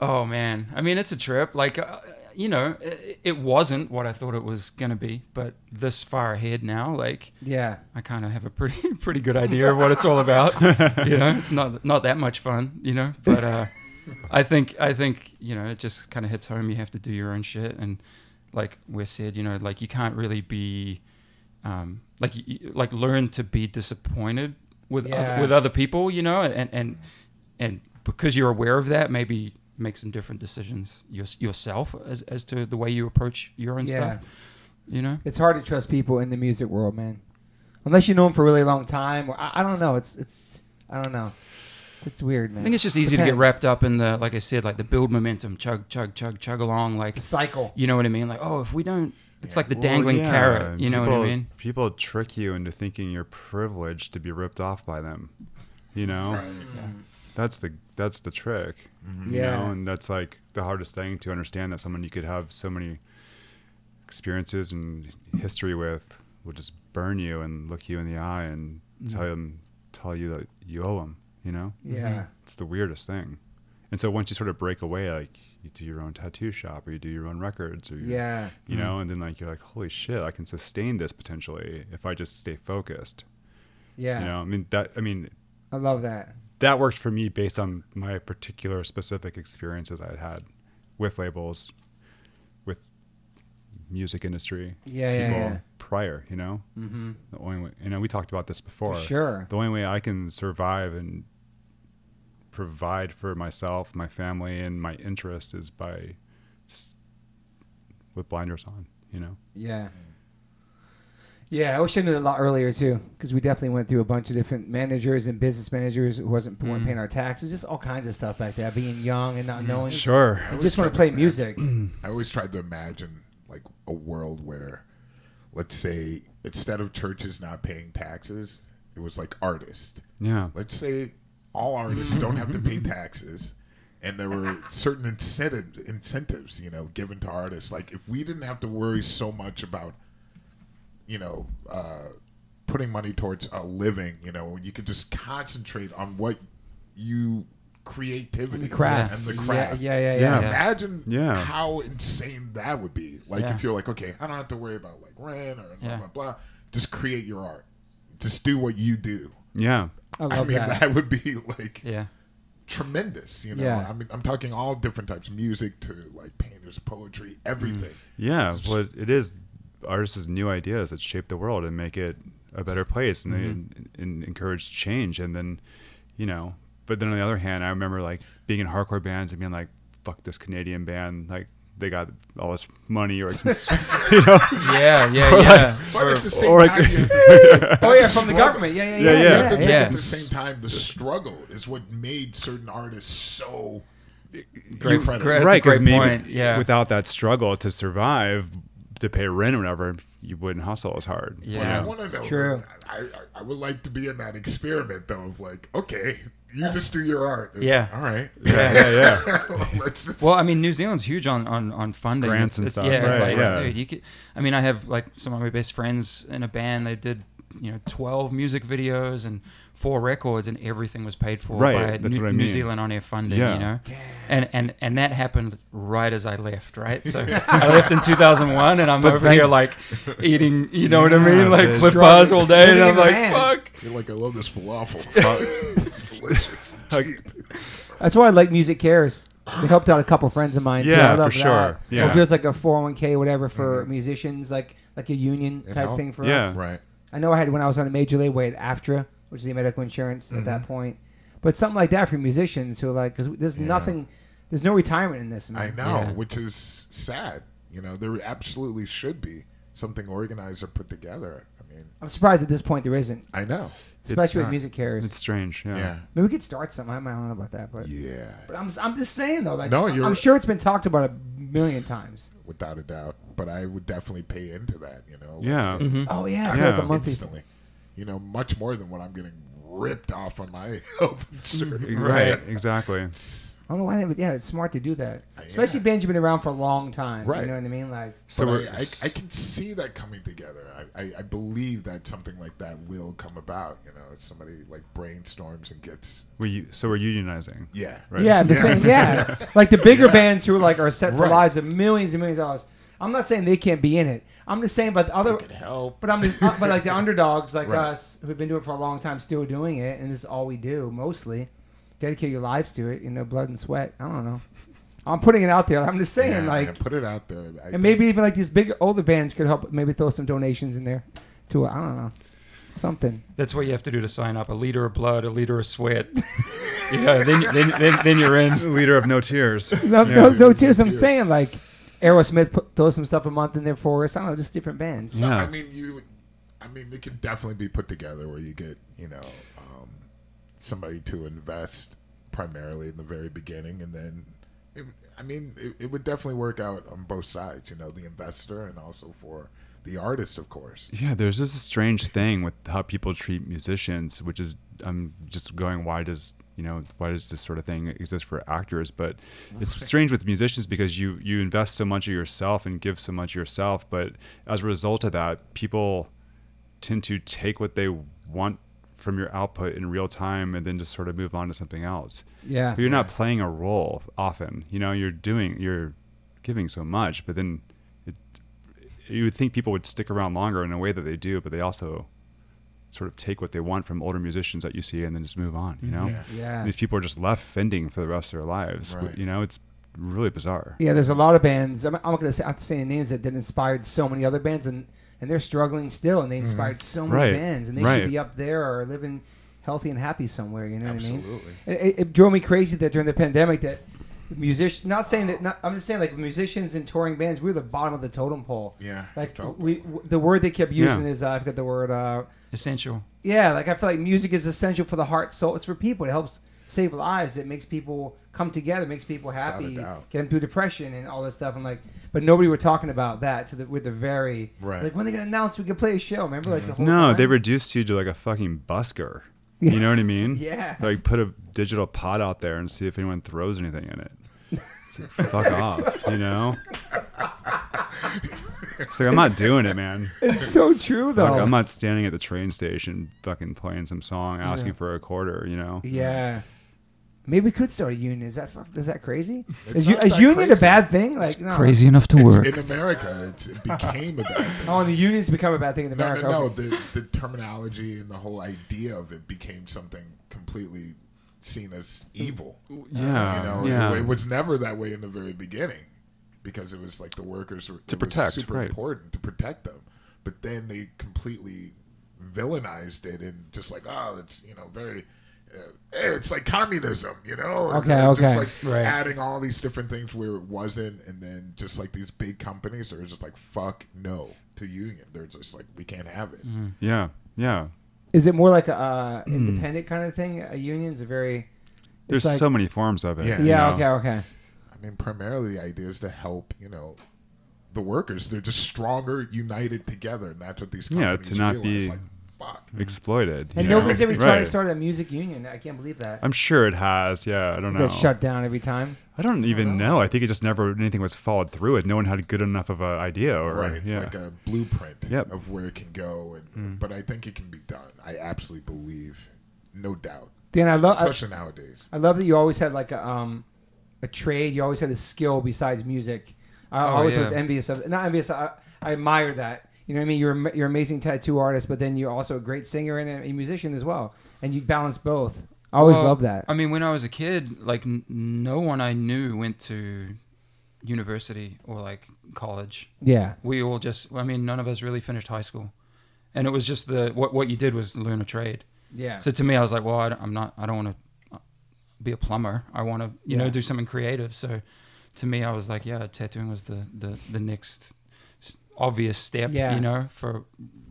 Oh man, I mean it's a trip. Like uh, you know, it, it wasn't what I thought it was gonna be, but this far ahead now, like
Yeah.
I kind of have a pretty pretty good idea of what it's all about. you know, it's not not that much fun. You know, but uh, I think I think you know it just kind of hits home. You have to do your own shit, and like Wes said, you know, like you can't really be um, like y- y- like learn to be disappointed with
Yeah.
other, with other people. You know, and and and because you're aware of that, maybe make some different decisions your, yourself as as to the way you approach your own
Yeah.
stuff. You know.
It's hard to trust people in the music world, man. Unless you know them for a really long time, or I, I don't know. It's it's I don't know. It's weird, man.
I think it's just easy to get
Depends.
wrapped up in the, like I said, like the build momentum, chug, chug, chug, chug along. Like,
The cycle.
you know what I mean? Like, oh, if we don't, it's like the
Well,
dangling
yeah,
carrot.
and
You know
people-
what I mean?
People trick you into thinking you're privileged to be ripped off by them. You know,
um,
that's the that's the trick. Mm-hmm. You
Yeah.
know, and that's like the hardest thing to understand that someone you could have so many experiences and history with will just burn you and look you in the eye and
Mm-hmm.
tell them tell you that you owe them. You know,
Yeah.
it's the weirdest thing. And so once you sort of break away, like you do your own tattoo shop or you do your own records or you
Yeah.
you know and then like you're like holy shit i can sustain this potentially if i just stay focused
Yeah.
you know i mean that i mean
I love that.
that worked for me based on my particular specific experiences i had had with labels with music industry
Yeah, yeah, yeah.
prior you know mm-hmm. the only way you know we talked about this before
sure.
the only way i can survive and provide for myself my family and my interest is by s- with blinders on you know
Yeah. Yeah, I wish I knew that a lot earlier too, because we definitely went through a bunch of different managers and business managers who wasn't
Mm.
weren't paying our taxes, just all kinds of stuff back there. Being young and not knowing,
Sure.
I just want to play music.
I always tried to imagine like a world where, let's say, instead of churches not paying taxes, it was like artists.
Yeah.
Let's say all artists don't have to pay taxes, and there were certain incentives, incentives, you know, given to artists. Like if we didn't have to worry so much about, you know, uh, putting money towards a living, you know, you could just concentrate on what you creativity
The craft.
and the craft.
Yeah, yeah, yeah.
Yeah.
yeah.
Imagine
Yeah.
how insane that would be. Like
Yeah.
if you're like, okay, I don't have to worry about like rent or blah
Yeah.
blah blah. Just create your art. Just do what you do.
Yeah.
I love
I, mean,
that.
that. would be like
Yeah.
tremendous. You know,
Yeah.
I mean, I'm talking all different types of music to like painters, poetry, everything.
Yeah. Well, it is artists' new ideas that shape the world and make it a better place and,
Mm-hmm.
they, and encourage change. And then, you know, but then on the other hand, I remember like being in hardcore bands and being like, fuck this Canadian band. Like, they got all this money or some
Yeah. Yeah. Yeah.
But at the same
or like-
time,
oh
you-
yeah, from the
Struggle.
government. Yeah, yeah,
Yeah,
yeah,
yeah.
yeah.
But
yeah,
then
Yeah.
At the same time, the struggle is what made certain artists so
Great
incredible.
credit. That's a
right 'cause
great
maybe
point, yeah.
without that struggle to survive to pay rent or whatever you wouldn't hustle as hard.
But
Yeah.
I want to know.
true.
I, I I would like to be in that experiment though of like, okay, you just do your art. It's,
Yeah.
All right.
Yeah, yeah, yeah.
Let's just,
Well, I mean, New Zealand's huge on on, on funding
Grants and
It's-
stuff.
Yeah,
Right,
like,
yeah.
dude, you could. I mean, I have like some of my best friends in a band. They did you know twelve music videos and four records, and everything was paid for
Right,
by
that's
New,
what I
New
mean.
Zealand on air funding.
Yeah.
You know, and and and that happened right as I left. Right, so I left in two thousand one, and I'm over here like eating. You know what I
Yeah,
mean? Like
man.
flip bars all day,
Living
and
in
I'm
the
like,
van.
fuck.
you're like, I love this falafel. it's delicious.
Like-
Cheap.
That's why I like Music Cares. They helped out a couple friends of mine. too. I
Yeah,
love
for
that.
sure. Yeah. Mm-hmm.
It feels like a 401k, whatever, for musicians, like like a union
It
type
helped.
thing for
Yeah.
us.
Right.
I know I had when I was on a major label, we had AFTRA, which is the medical insurance at that point. But something like that for musicians who are like, because there's
Mm-hmm. Yeah.
nothing, there's no retirement in this. Man.
Mm,
I know,
Yeah.
which is sad. You know, there absolutely should be something organized or put together. I mean,
I'm surprised at this point there isn't,
I know.
especially with
not-
Music Cares.
It's strange. Yeah.
Yeah.
Maybe we could start something. I don't know about that, but
Yeah.
but I'm I'm just saying though, like
No, you're-
I'm sure it's been talked about a million times.
Without a doubt. But I would definitely pay into that, you know? like,
Yeah.
uh,
Oh yeah, I
Yeah.
feel like a monthly.
instantly. You know, much more than what I'm getting ripped off on my health insurance.
Mm-hmm. Right. Exactly.
I don't know why they would. Yeah, it's smart to do that,
Uh,
especially
yeah.
Ben's been around for a long time. You
Right.
know what I mean? Like
So
but
we're,
I, I, I can see that coming together. I, I, I believe that something like that will come about. You know, if somebody like brainstorms and gets
we're u- so we're unionizing.
yeah,
Right.
Yeah, the
Yes.
same. Yeah, like the bigger bands who are like are set for
Right.
lives of millions and millions of dollars. I'm not saying they can't be in it. I'm just saying, but the other,
could help.
but I'm just, uh, but like the underdogs like
Right.
us who've been doing it for a long time, still doing it, and this is all we do mostly. Dedicate your lives to it, you know, blood and sweat. I don't know. I'm putting it out there. I'm just saying,
Yeah,
like,
man, put it out there. I think-
and maybe even like these big older bands could help. Maybe throw some donations in there to I don't know something.
That's what you have to do to sign up. A liter of blood, a liter of sweat. yeah, then, then then then you're in.
Leader of no tears.
No,
Yeah.
no, no tears. I'm
Tears.
saying like Aerosmith put, throws some stuff a month in there for us. I don't know, just different bands.
Yeah.
I mean, you. I mean, it could definitely be put together where you get you know um, somebody to invest primarily in the very beginning, and then. It, I mean, it, it would definitely work out on both sides. You know, the investor and also for the artist, of course.
Yeah, there's just a strange thing with how people treat musicians, which is I'm just going, why does you know why does this sort of thing exist for actors? But it's strange with musicians because you you invest so much of yourself and give so much of yourself, but as a result of that, people tend to take what they want from your output in real time and then just sort of move on to something else.
Yeah.
But you're not playing a role often. You know, you're doing you're giving so much, but then it, you would think people would stick around longer in a way that they do, but they also sort of take what they want from older musicians that you see and then just move on, you know?
Yeah.
These people are just left fending for the rest of their lives.
Right.
You know, it's really bizarre.
Yeah, there's a lot of bands. I'm, I'm not gonna say, have to say any names that, that inspired so many other bands, and and they're struggling still, and they inspired so many
Mm-hmm. Right,
bands, and they
right.
should be up there or living healthy and happy somewhere. You know what I mean?
Absolutely.
It, it, it drove me crazy that during the pandemic that musicians. Not saying that. Not, I'm just saying like musicians and touring bands. We were the bottom of the totem pole.
Yeah, I
Like
felt
we,
that
w- the word they kept
Yeah.
using is uh, I forgot the word. Uh,
Essential.
yeah, like I feel like music is essential for the heart, soul. It's for people. It helps save lives. It makes people come together. It makes people happy.
doubt.
Get them through depression and all this stuff. I'm like, but nobody were talking about that. To the with the very
Right.
like when they gonna announce we can play a show. Remember like the whole
Mm-hmm. No,
time?
they reduced you to like a fucking busker. You know what I mean?
Yeah.
Like put a digital pot out there and see if anyone throws anything in it. It's like, fuck off, you know? It's like I'm not doing it, man.
It's so true though.
Fuck, I'm not standing at the train station fucking playing some song asking for a quarter, you know?
yeah. Maybe we could start a union. Is that fuck? Is that crazy?
It's
Is, you,
not
is
that
union a
crazy.
bad thing? Like no.
Crazy enough to work.
In America, it's, it became a bad thing.
Oh, and the unions become a bad thing in
No,
America.
no, no.
Okay.
The, the terminology and the whole idea of it became something completely seen as evil.
Yeah.
You know,
yeah.
it, was never that way in the very beginning because it was like the workers were it was
protect,
super
right.
important to protect them. But then they completely villainized it and just like, oh, that's you know very. Uh, eh, it's like communism, you know.
Okay,
And
okay.
Just like
Right.
adding all these different things where it wasn't, and then just like these big companies are just like, "Fuck no" to union. They're just like, "We can't have it."
yeah. Yeah.
Is it more like a uh,
Mm.
independent kind of thing? A union's a very.
There's
like-
so many forms of it.
Yeah.
you
Yeah.
know?
Okay. Okay.
I mean, primarily the idea is to help, you know, the workers. They're just stronger, united together, and that's what these
Yeah,
companies
to not
realize.
be-
Like, fuck.
exploited.
And
you know?
nobody's ever tried to
Right.
start a music union. I can't believe that.
I'm sure it has. Yeah, I don't know.
Got shut down every time.
I don't even know. I think it just never anything was followed through with. No one had good enough of an idea, or
right
yeah,
like a blueprint
Yep. Mm.
of where it can go and but i think it can be done i absolutely believe no doubt
Dan, I love. I,
especially nowadays
I love that you always had like a um, a trade. You always had a skill besides music. I
Oh,
always
yeah.
was envious of. Not envious. I, I admire that. You know what I mean? You're am- you're an amazing tattoo artist, but then you're also a great singer and a musician as well, and you balance both. I always
Well,
love that.
I mean, when I was a kid, like n- no one I knew went to university or like college.
yeah.
We all just, I mean, none of us really finished high school, and it was just the what what you did was learn a trade.
Yeah.
So to me, I was like, well, I don't, I'm not, I don't want to be a plumber. I want to, you
Yeah.
know, do something creative. So to me, I was like, yeah, tattooing was the the the next s- obvious step.
Yeah.
You know, for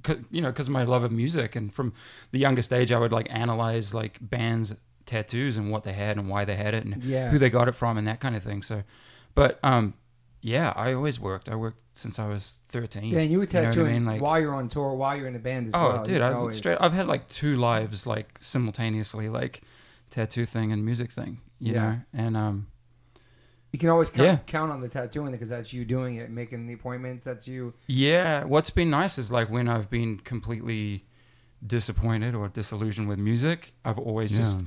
'cause- you know, because of my love of music, and from the youngest age, I would like analyze like bands tattoos and what they had and why they had it and
Yeah.
who they got it from and that kind of thing. So, but um, yeah, I always worked. I worked since I was thirteen.
yeah, and you were
know what I
tattooing
mean? Like-
while you're on tour, while you're in a band as
Oh,
well.
dude,
You
I've
always-
straight. I've had like two lives, like simultaneously, like tattoo thing and music thing. You
Yeah.
know, and um,
You can always count,
Yeah.
count on the tattooing because that's you doing it, making the appointments. That's you.
yeah, what's been nice is like when I've been completely disappointed or disillusioned with music, I've always
yeah.
just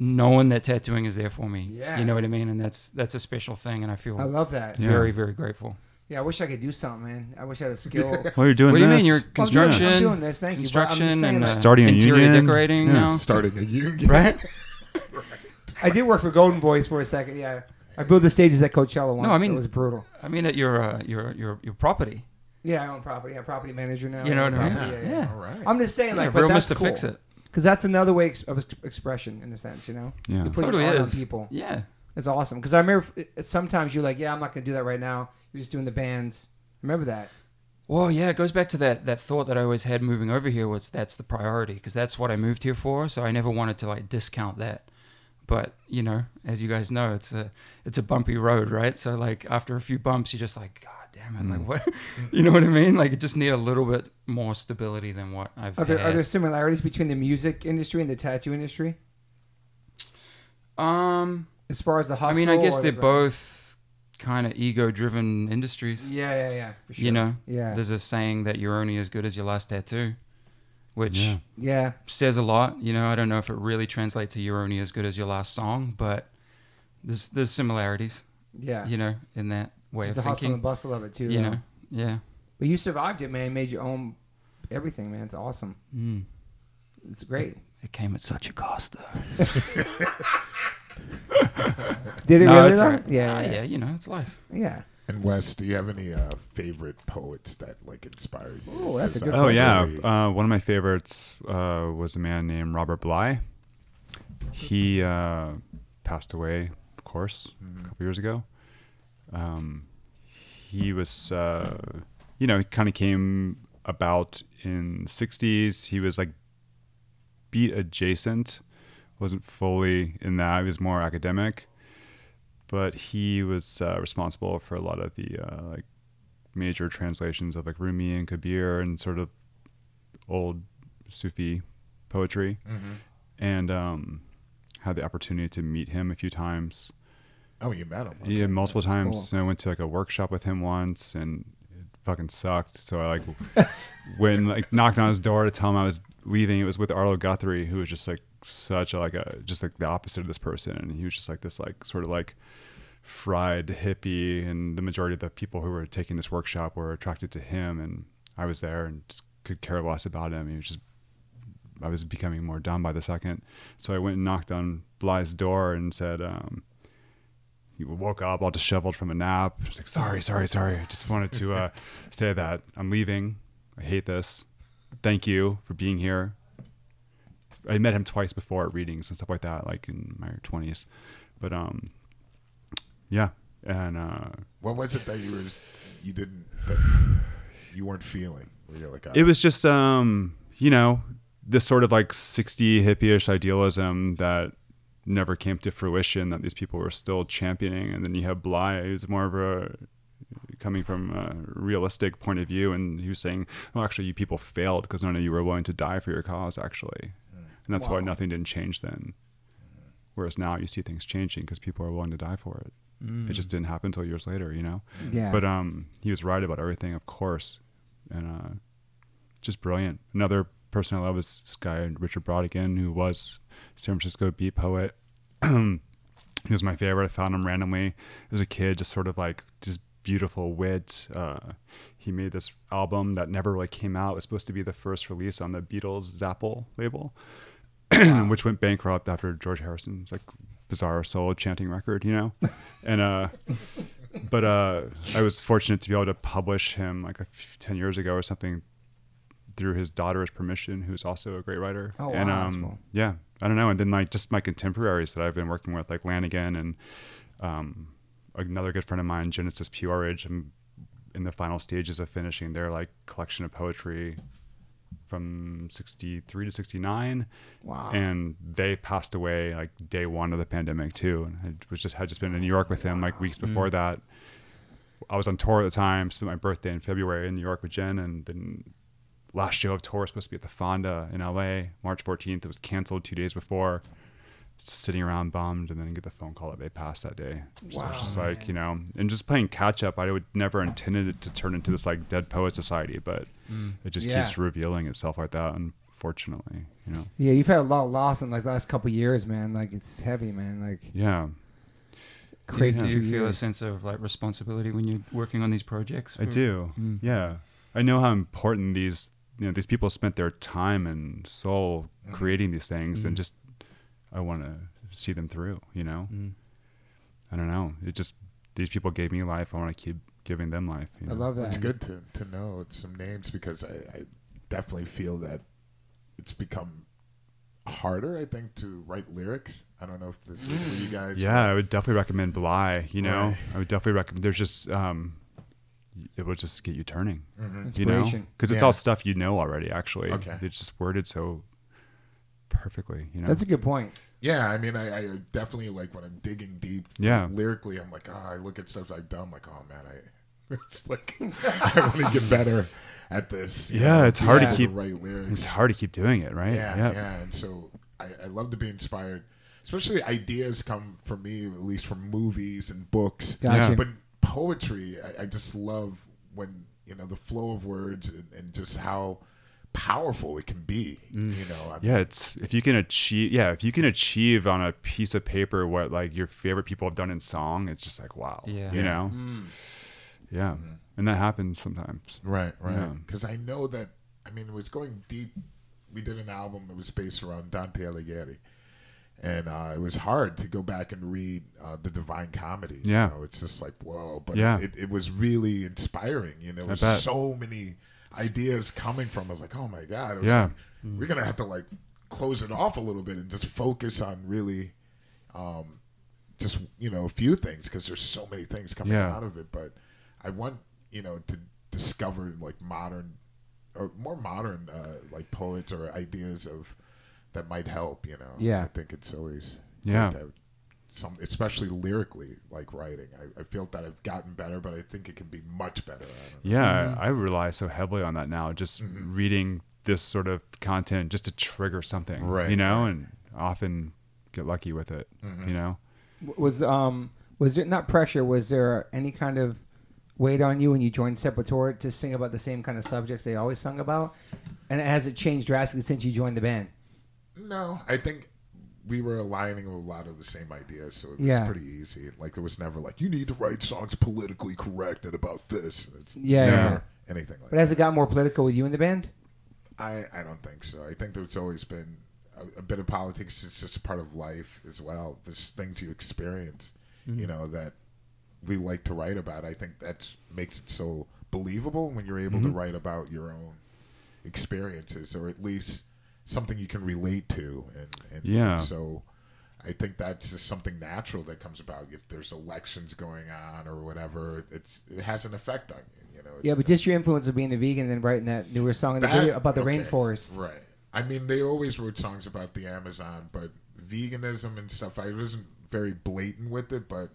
known that tattooing is there for me.
Yeah.
you know what I mean, and that's that's a special thing, and I feel
I love that.
Yeah.
very very grateful.
Yeah, I wish I could do something, man. I wish I had a skill.
Well, you're doing
what do you mean?
this.
You're
Well, I'm doing-
construction,
I'm doing this, thank you, but I'm just
construction,
saying,
and uh,
like-
Starting a
interior
union?
decorating
Yeah.
now.
starting a union
Right? uh,
I did work for Golden Voice for a second. Yeah, I built the stages at Coachella once.
No, I mean-
it was brutal.
I mean, at your uh, your your your property.
Yeah, I own property. I'm a property manager now.
You know what I mean?
Property,
Yeah.
yeah, yeah.
all right
I'm just saying,
yeah,
like,
real
but that's
Mr.
cool.
Fix It.
because that's another way ex- of ex- expression, in a sense, you know.
Yeah.
You're putting
Totally
art on
is.
people.
Yeah.
It's awesome because I remember f- it- sometimes you're like, yeah, I'm not gonna do that right now. You're just doing the bands. Remember that?
Well, yeah, it goes back to that that thought that I always had moving over here was that's the priority because that's what I moved here for. So I never wanted to like discount that. But you know, as you guys know, it's a it's a bumpy road, right? So like after a few bumps, you're just like, God damn it, like what? you know what I mean? Like you just need a little bit more stability than what I've
Are there
had.
are there similarities between the music industry and the tattoo industry
um,
as far as the
I
hustle?
mean, I guess
or
they're
the-
both kind of ego-driven industries.
Yeah, yeah, yeah. For sure.
You know,
Yeah.
there's a saying that you're only as good as your last tattoo, which.
Yeah.
Yeah.
says a lot. You know, I don't know if it really translates to "You're only as good as your last song," but there's there's similarities.
Yeah.
You know, in that way
Just the
of
hustle and
thinking.
bustle of it too.
You
though.
know, yeah.
But you survived it, man. Made your own everything, man. It's awesome.
Mm.
It's great.
It came at such a cost, though.
Did it
No,
really
it's
though?
all right.
Yeah,
Ah,
yeah,
yeah. You know, it's life.
yeah. yeah.
and wes do you have any uh, favorite poets that like inspired you
Ooh, that's a
'Cause
good
I
Oh yeah,
really-
uh, one of my favorites uh, was a man named Robert Bly. He uh, passed away, of course, a couple years ago. Um, he was, uh, you know, he kind of came about in the '60s. He was like beat adjacent, wasn't fully in that. He was more academic, but he was uh, responsible for a lot of the uh, like major translations of like Rumi and Kabir and sort of old Sufi poetry, and um, had the opportunity to meet him a few times.
oh you met him
Yeah, multiple times.
cool.
And I went to like a workshop with him once, and it fucking sucked. So I like when like knocked on his door to tell him I was leaving. It was with Arlo Guthrie, who was just like such a, like a just like the opposite of this person, and he was just like this like sort of like fried hippie, and the majority of the people who were taking this workshop were attracted to him, and I was there and just could care less about him. He was just I was becoming more dumb by the second. So I went and knocked on Bly's door and said, um, he woke up all disheveled from a nap. Just like, sorry, sorry, sorry. I just wanted to uh, say that I'm leaving. I hate this. Thank you for being here. I met him twice before at readings and stuff like that, like in my 20s. But um, yeah. And uh,
what was it that you were you didn't that you weren't feeling where you're like oh,
it was just um you know this sort of like 60 hippie-ish idealism that never came to fruition that these people were still championing and then you have bly who's more of a coming from a realistic point of view. And he was saying, well, actually, you people failed because none of you were willing to die for your cause, actually. And that's why
Wow.
nothing didn't change then. Whereas now you see things changing because people are willing to die for it. It just didn't happen until years later, you know?
Yeah.
But um, he was right about everything, of course, and uh, just brilliant. Another person I love is this guy Richard Brodigan, who was San Francisco beat poet. he was my favorite. I found him randomly as a kid, just sort of like just beautiful wit. Uh, he made this album that never really came out. It was supposed to be the first release on the Beatles Zapple label, which went bankrupt after George Harrison's like bizarre soul chanting record, you know, and uh but uh, I was fortunate to be able to publish him like a few, ten years ago or something through his daughter's permission, who's also a great writer.
Oh, wow,
and, um,
that's cool.
Yeah, I don't know. And then like just my contemporaries that I've been working with, like Lanigan and um, another good friend of mine, Genesis Peorage, I'm in the final stages of finishing their like collection of poetry from 63 to 69
Wow.
and they passed away like day one of the pandemic too and i was just had just been in new york with them like weeks before
Mm.
that i was on tour at the time spent my birthday in february in new york with jen and then last show of tour was supposed to be at the fonda in la march 14th it was canceled two days before just sitting around bummed and then get the phone call that they passed that day so it's just like you know and just playing catch up i would never intended it to turn into this like dead poet society but
Mm.
it just
Yeah.
keeps revealing itself like that unfortunately you know
yeah, you've had a lot of loss in like the last couple years, man. Like it's heavy, man. Like
yeah
crazy.
Do
two
you feel a
years.
sense of like responsibility when you're working on these projects?
I
Hmm.
for-
do.
Hmm.
Yeah. I know how important these you know these people spent their time and soul
Hmm.
creating these things
Hmm.
and just I want to see them through, you know.
Mm.
I don't know. It just these people gave me life. I want to keep giving them life. you
I
know?
love that.
It's good to, to know some names because I, I definitely feel that it's become harder, I think, to write lyrics. I don't know if this is for you guys.
Mm. Yeah, I would definitely recommend Bly. You know,
Right.
I would definitely recommend. There's just um, it will just get you turning.
Mm-hmm.
You know,
Inspiration.
because it's
Yeah.
all stuff you know already. Actually,
Okay.
it's just worded so perfectly. You know,
That's a good point.
Yeah, I mean, I, I definitely like when I'm digging deep.
Yeah.
Lyrically, I'm like, oh, I look at stuff I've done, like, oh man, I, it's like I want to get better at this. you
Yeah,
know,
it's hard
to
being able
keep-
write lyrics.
it's hard to keep doing it, right?
Yeah, yeah. And so I, I love to be inspired, especially ideas come for me, at least from movies and books.
Gotcha. Yeah.
But poetry, I, I just love when you know the flow of words and, and just how powerful it can be. You know, I
Mm. Yeah, it's if you can achieve yeah, if you can achieve on a piece of paper what like your favorite people have done in song, it's just like wow.
Yeah.
You
Yeah.
know? Yeah. And that happens sometimes.
Right, right.
Yeah.
Because I know that. I mean, it was going deep. We did an album that was based around Dante Alighieri, and uh, it was hard to go back and read uh, the Divine Comedy. you
Yeah.
know? it's just like whoa, but
Yeah.
it, it was really inspiring. You know, there
bet.
was so many ideas coming from. I was like, oh my god, it was
Yeah. Mm.
like, we're gonna have to like close it off a little bit and just focus on really. Um, just you know a few things because there's so many things coming
Yeah.
out of it but i want you know to discover like modern or more modern uh, like poets or ideas of that might help you know
Yeah.
i think it's always good
Yeah.
to have some especially lyrically like writing I, I feel that i've gotten better but i think it can be much better I don't know.
Yeah,
Mm-hmm.
I rely so heavily on that now. Just reading this sort of content just to trigger something.
Right,
You know, and often get lucky with it. You know?
W- Was um was there not pressure? Was there any kind of weight on you when you joined Sepultura to sing about the same kind of subjects they always sung about? And has it changed drastically since you joined the band?
no i think we were aligning with a lot of the same ideas, so it was
Yeah.
pretty easy. Like it was never like you need to write songs politically correct and about this. It's
Yeah,
never
yeah.
anything like
But has it got more political with you in the band?
I, I don't think so. I think there's always been a, a bit of politics. It's just a part of life as well. There's things you experience, you know, that we like to write about. I think that makes it so believable when you're able to write about your own experiences or at least something you can relate to. And, and
Yeah.
and so I think that's just something natural that comes about if there's elections going on or whatever. It's it has an effect on you. You know.
Yeah, but
It-
just your influence of being a vegan and writing that newer song in the
that-
video about the
okay,
rainforest.
Right. I mean, they always wrote songs about the Amazon, but veganism and stuff. I wasn't very blatant with it, but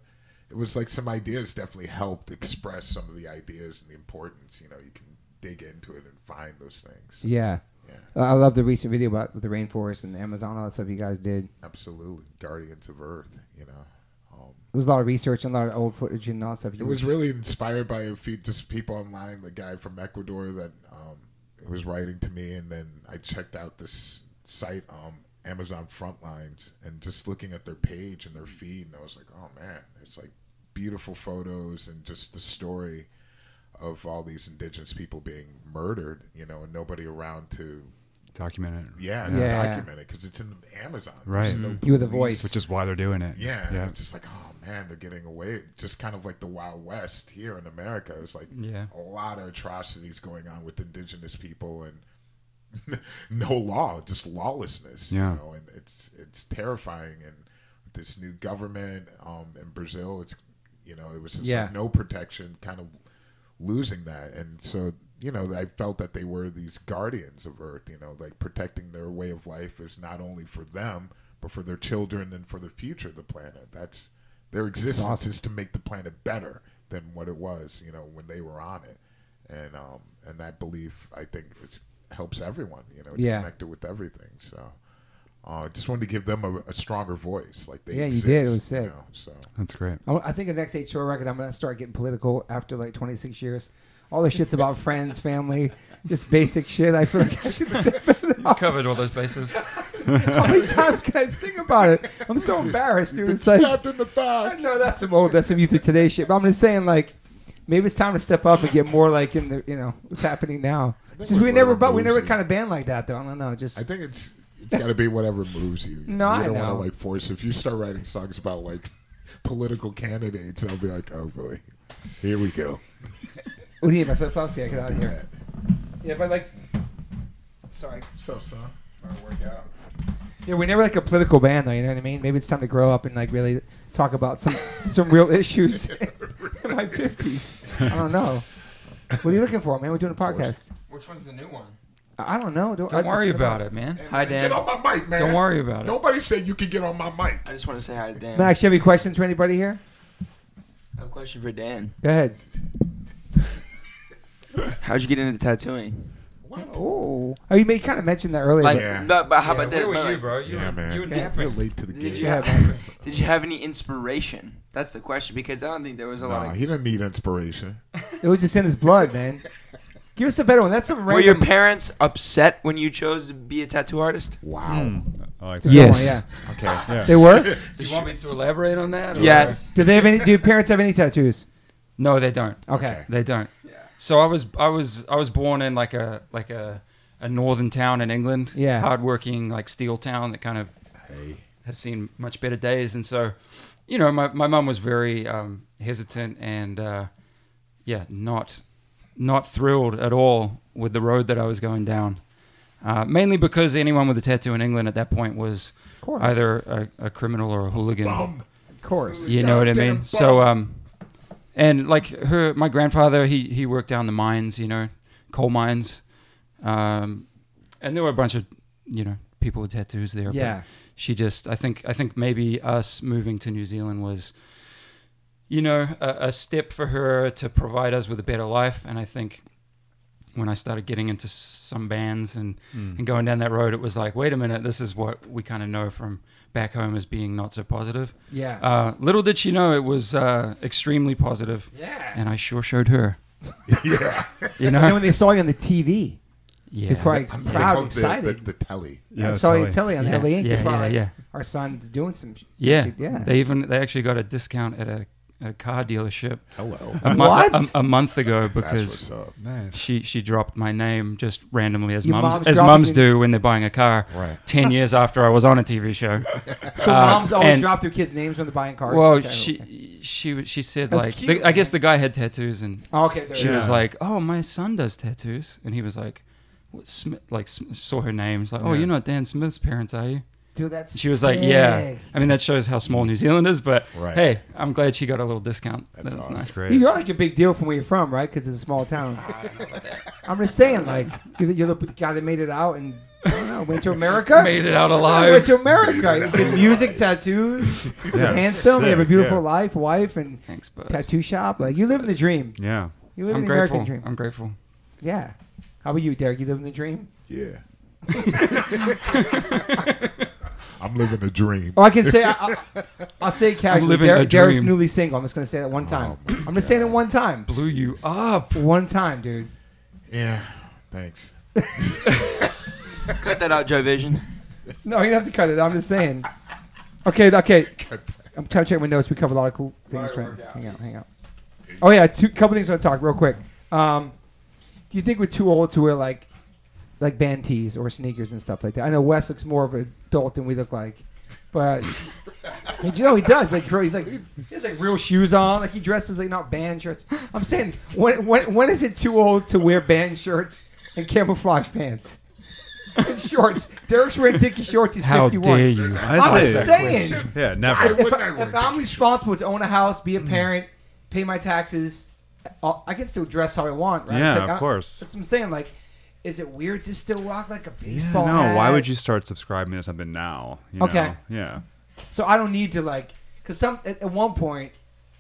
it was like some ideas definitely helped express some of the ideas and the importance. You know, you can dig into it and find those things.
Yeah.
Yeah.
I love the recent video about the rainforest and the Amazon, all that stuff you guys did.
Absolutely, Guardians of Earth. You know, um,
It was a lot of research and a lot of old footage and all that stuff.
it was really inspired by a few just people online. The guy from Ecuador that um, was writing to me, and then I checked out this site, um, Amazon Frontlines, and just looking at their page and their feed, and I was like, oh man, it's like beautiful photos and just the story of all these indigenous people being murdered, you know, and nobody around to
Document it.
yeah,
Yeah.
To document it because it's in Amazon,
Right.
There's
You were the
police.
voice.
Which is why they're doing it.
Yeah,
Yeah.
it's just like, oh man, they're getting away. Just kind of like the Wild West here in America. It's like
Yeah.
a lot of atrocities going on with indigenous people and no law, just lawlessness.
Yeah.
You know, and it's it's terrifying. And this new government um, in Brazil, it's you know, it was just
Yeah.
like no protection, kind of losing that. And so you know, I felt that they were these guardians of Earth. You know, like protecting their way of life is not only for them but for their children and for the future of the planet. That's their existence
awesome.
is to make the planet better than what it was, you know, when they were on it. And um and that belief I think is, helps everyone, you know, it's
Yeah.
connected with everything. So uh, I just wanted to give them a, a stronger voice, like they
Yeah, you
exist,
did. It was sick.
You know, so
That's great.
I I think the next eight short record, I'm gonna start getting political after like 26 years. All the shit's about friends, family, just basic shit. I feel like I should sing it
You
off.
covered all those bases.
How many times can I sing about it? I'm so embarrassed, dude.
been
It's like,
stabbed in the
I
back.
know that's some old, that's some youth of today shit. But I'm just saying, like, maybe it's time to step up and get more like in the, you know, what's happening now.
think
Since we
we're-
never,
we're
but we never
losing.
kind of band like that, though. I don't know. Just
I think it's it's got to be whatever moves you.
No,
you
I
don't want
know.
to like force. If you start writing songs about like political candidates, I'll be like, oh boy, here we go.
what do you need my flip flops? Yeah, get out of
Do
here.
that.
Yeah, but like, sorry.
So, son, want to work out?
Yeah, we're never like a political band, though. You know what I mean? Maybe it's time to grow up and like really talk about some some real issues in my fifties. I don't know. What are you looking for, man? We're doing a podcast.
Which one's the new one?
I I don't know. Don't,
Don't
I-
worry
I-
about it, man. Hi, Dan.
Get on my mic, man.
Don't worry about it.
Nobody said you could get on my mic.
I just want to say hi to Dan.
Max, you have any questions for anybody here?
I have a question for Dan.
Go ahead.
How'd you get into tattooing?
What?
Oh, oh, you may kind of mentioned that earlier.
Like,
but-
Yeah.
but, but how
Yeah,
about that?
Where
but
were you,
like,
bro? You,
yeah,
were-
man.
You and
Yeah.
You're
Napping.
late to the game.
Did you
Yeah,
have,
man.
did you have any inspiration? That's the question because I don't think there was a
Nah,
lot.
he
Of,
didn't need inspiration.
It was just in his blood, man. Give us a better one. That's some
were your
random.
parents upset when you chose to be a tattoo artist?
Wow.
Um,
I like
It's a
that.
good one,
Yes.
Oh, yeah.
Okay.
Yeah.
They were.
Do you want me to elaborate on that? or-
Yes.
Do they have any? Do your parents have any tattoos?
No, they don't.
Okay.
Okay.
They don't.
Yeah.
So I was I was I was born in like a like a, a northern town in England.
Yeah.
Hardworking like steel town that kind of
Hey.
has seen much better days. And so, you know, my, my mum was very um, hesitant and, uh, yeah, not, not thrilled at all with the road that I was going down. Uh, mainly because anyone with a tattoo in England at that point was
Of course.
either a, a criminal or a hooligan.
Bum.
Of course.
You know what I
Goddamn
mean?
bum.
So, um, and like her, my grandfather, he, he worked down the mines, you know, coal mines. Um, and there were a bunch of, you know, people with tattoos there. but-
Yeah.
she just i think i think maybe us moving to new zealand was you know a, a step for her to provide us with a better life and i think when i started getting into s- some bands and
Mm.
and going down that road it was like wait a minute this is what we kind of know from back home as being not so positive
Yeah.
uh, little did she know it was uh, extremely positive
yeah.
and i sure showed her
yeah.
you
And then
know
when they saw you on the TV,
yeah
you're probably
I'm gonna
proud,
call it the-
excited.
The, the, telly.
Yeah,
I saw you
totally.
telly on
yeah,
LA Inc.
yeah, yeah,
Probably,
yeah.
Our son's doing some. sh-
Yeah.
yeah.
They even they actually got a discount at a, a car dealership
Hello.
a,
What?
month a, a month ago
That's
because
what's up.
Nice.
she she dropped my name just randomly as
Your
mums
mom's
as
dropping
mums
your-
do when they're buying a car.
Right.
Ten years after I was on a TV show.
so
uh,
moms always
and-
drop their kids' names when they're buying cars.
well,
Okay,
she
okay.
she w- she said
That's
like
cute,
the, I guess
man.
the guy had tattoos and
Oh, okay. There
she
it is.
was
Yeah.
like, "Oh, my son does tattoos," and he was like. "What, Smith, like Sm- saw her name, He's like, oh,
Yeah.
you're not Dan Smith's parents, are you?
Dude, that's.
She was like, yeah. I mean, that shows how small New Zealand is, but
Right.
hey, I'm glad she got a little discount.
That's
that was
awesome.
nice.
That's great.
You are like a big deal from where you're from, right? Because it's a small town. I'm just saying, like, you're the, you're the guy that made it out, and I went to America.
Made it out
I went
alive.
to America. He did music, tattoos,
Yeah,
handsome. You have a
sick,
beautiful
yeah.
life, wife, and
Thanks, bud.
tattoo shop. Like you live in the dream.
Yeah.
You live
I'm
in the
grateful.
American dream.
I'm grateful.
Yeah. How about you, Derek? You live in the dream?
Yeah. I'm living a dream.
Oh, I can say I, I, I'll say it casually.
living
Derek,
a
Derek's
dream. Oh,
newly single. I'm just gonna say that one time. I'm gonna say it one time.
Blew you up.
One time, dude.
Yeah. Thanks.
Cut that out, Joe Vision.
No, you don't have to cut it. I'm just saying. Okay, okay. I'm trying to check my notes. We covered a lot of cool things.
Might
Right
work
now.
out.
Hang out, hang out. Oh yeah, two couple things I want to talk real quick. Um, do you think we're too old to wear like like band tees or sneakers and stuff like that? I know Wes looks more of an adult than we look like, but you know he does. Like bro, he's like he has like real shoes on. Like he dresses like not band shirts. I'm saying when when when is it too old to wear band shirts and camouflage pants? and shorts. Derek's wearing dicky shorts. He's
How
51.
dare you?
I'm
Honestly.
saying.
Yeah,
Why
never.
If,
wouldn't I
I,
wear
if I'm
dicky
responsible to own a house, be a
Mm-hmm.
parent, pay my taxes, I'll- I can still dress how I want, right?
Yeah,
It's like,
of
I-
course.
That's what I'm saying. Like, is it weird to still rock like a
Yeah,
baseball
no, why
hat?
would you start subscribing to something now? You
Okay.
Know? Yeah.
So I don't need to like, because some at, at one point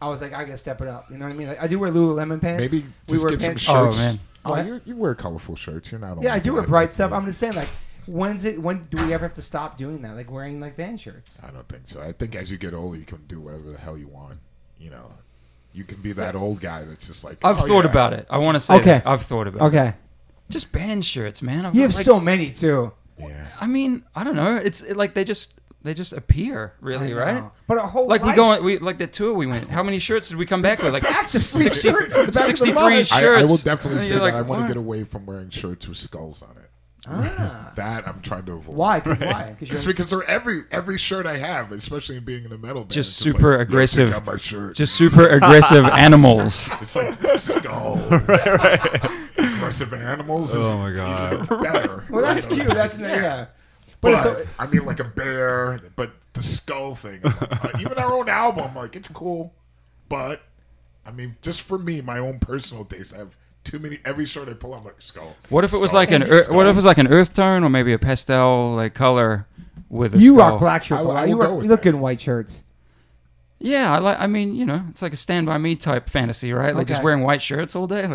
I was like, I gotta step it up. You know what I mean? Like, I do wear Lululemon pants.
Maybe
we
just
wear
get some
pants.
Oh,
shirts.
man.
Oh,
What?
you you wear colorful shirts. You're not.
yeah, I
only
do wear
black,
bright
like,
stuff.
yeah.
I'm just saying, like, when's it? When do we ever have to stop doing that? Like wearing like band shirts?
I don't think so. I think as you get older, you can do whatever the hell you want. You know, you can be that old guy that's just like.
I've
"Oh,
thought
yeah."
about it. I want to say
Okay.
that. I've thought about it.
Okay,
Just band shirts, man. I've
you
got,
have
like-
so many too.
Yeah.
I mean, I don't know. It's it, like they just they just appear, really,
I
right?
know. But our whole
Like we
life-
go on, we like the tour we went. How many shirts did we come back with? Like
Stacks of free shirts in the back of the
63
bus.
shirts.
I, I will definitely
And
say
you're
that
like,
I want to
"What?"
get away from wearing shirts with skulls on it. That I'm trying to avoid.
Ah. Why? 'Cause Why?
Just
Because you're
because they're every every shirt I have, especially being in a metal band,
Just
it's
super
like, "Yo,
aggressive.
Check out my shirt.
Just super aggressive animals.
it's like skulls, aggressive animals. Is,
Oh my god.
Usually better.
well, that's
You know?
cute. That's yeah. But,
But
it's so,
I mean, like a bear, but the skull thing. I'm like, uh, even our own album, like it's cool, but I mean, just for me, my own personal taste, I have too many. Every shirt I pull, I'm like skull.
What if it was
skull,
like an
skull.
ear what if it was like an earth tone or maybe a pastel like color with a
you
skull.
rock black shirts
I
a
will- I
lot. You,
will go
rock,
with
you look
that.
good in white shirts.
Yeah, I like. I mean, you know, it's like a Stand By Me type fantasy, right? Like just
Okay.
wearing white shirts all day.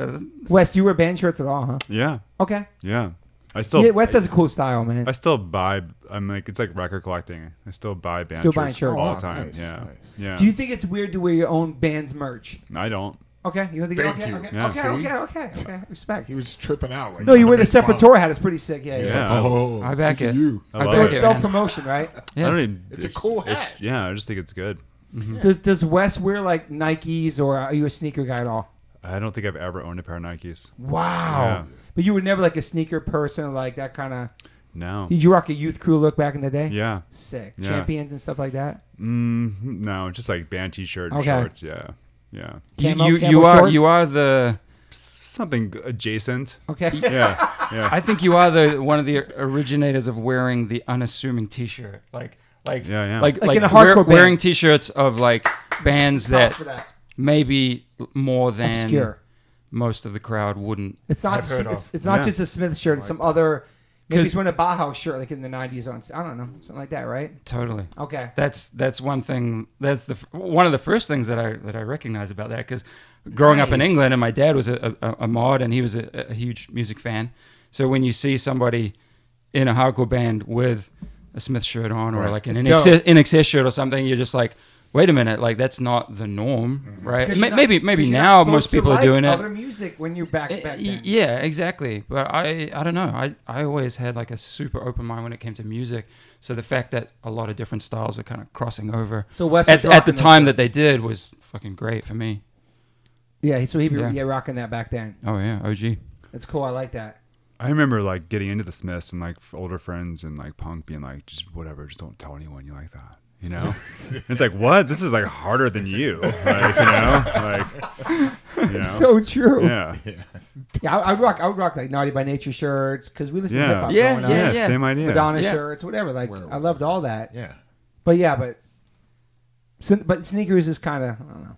West, you wear band shirts at all, huh?
Yeah.
Okay.
Yeah. I still
yeah, West has a cool style, man.
I still buy. I'm like it's like record collecting. I still buy band
Still
shirts,
buying shirts.
all
Oh,
the time.
nice,
yeah,
nice.
yeah.
Do you think it's weird to wear your own band's merch?
I don't.
Okay, you don't think?
Thank
okay,
you.
Okay,
Yeah.
okay,
See?
okay, okay, okay. Respect.
He was tripping out. Like,
no, you wear the
trying to make
Sepultura hat. It's pretty sick. Yeah,
fun.
yeah.
He's
Yeah.
like, oh,
I back
look at
it.
You.
I
I
love
So
back
it.
it's
it.
self
man.
promotion, right?
I
Yeah.
don't even.
It's a cool hat.
yeah, I just think it's good.
Does Does Wes wear like Nikes or are you a sneaker guy at all?
I don't think I've ever owned a pair of Nikes.
Wow.
Yeah.
But you were never like a sneaker person, like that kind of.
No.
Did you rock a youth crew look back in the day?
Yeah.
Sick.
Yeah.
Champions and stuff like that.
Mm, no, just like band T-shirt and
Okay.
shorts. Yeah, yeah.
You,
Camo-
you,
camo
you are
shorts?
you are the.
S- something adjacent.
Okay.
Yeah, yeah.
I think you are the one of the originators of wearing the unassuming T-shirt, like like
Yeah, yeah.
like
Like in a
wear-
hardcore band.
wearing T-shirts of like bands
Props
that
for that.
maybe more than
Obscure.
most of the crowd wouldn't.
It's not.
I've heard
it's,
of.
it's not
Yeah.
just a Smith shirt. It's some other. Maybe
'Cause-
he's wearing a Bauhaus shirt, like in the '90s, on I don't know, something like that, right?
Totally.
Okay.
That's that's one thing. That's the f- one of the first things that I that I recognize about that because growing up in
Nice.
England and my dad was a, a, a mod and he was a, a huge music fan. So when you see somebody in a hardcore band with a Smith shirt on or like an
It's
NXS,
dope.
NXS shirt or something, you're just like, wait a minute, like that's not the norm,
Mm-hmm.
right?
Because
Ma-
you're not-
maybe maybe
because you're
now
not
most
supposed to
people
like
are doing
other
it.
music when you're back back
Eh, Y-
then.
Yeah, exactly. But I, I don't know. I, I always had like a super open mind when it came to music. So the fact that a lot of different styles were kind of crossing over
So Wes
at,
was
at the
rocking those
time that they
shirts.
did was fucking great for me.
Yeah, so he'd be yeah.
Yeah.
rocking that back then.
Oh yeah, OG.
That's cool. I like that.
I remember like getting into the Smiths and like older friends and like punk being like, just whatever, just don't tell anyone you like that. You know, And it's like what? This is like harder than you. Like you know, like you know.
So true. Yeah,
yeah.
I, I'd rock. I would rock like Naughty by Nature shirts because we listened to hip
Yeah.
hop
Yeah,
growing
yeah,
up.
yeah.
same idea.
Madonna
Yeah.
shirts, whatever. Like
Where-
I loved all that.
Yeah.
But yeah, but so- but sneakers is kind of I don't know.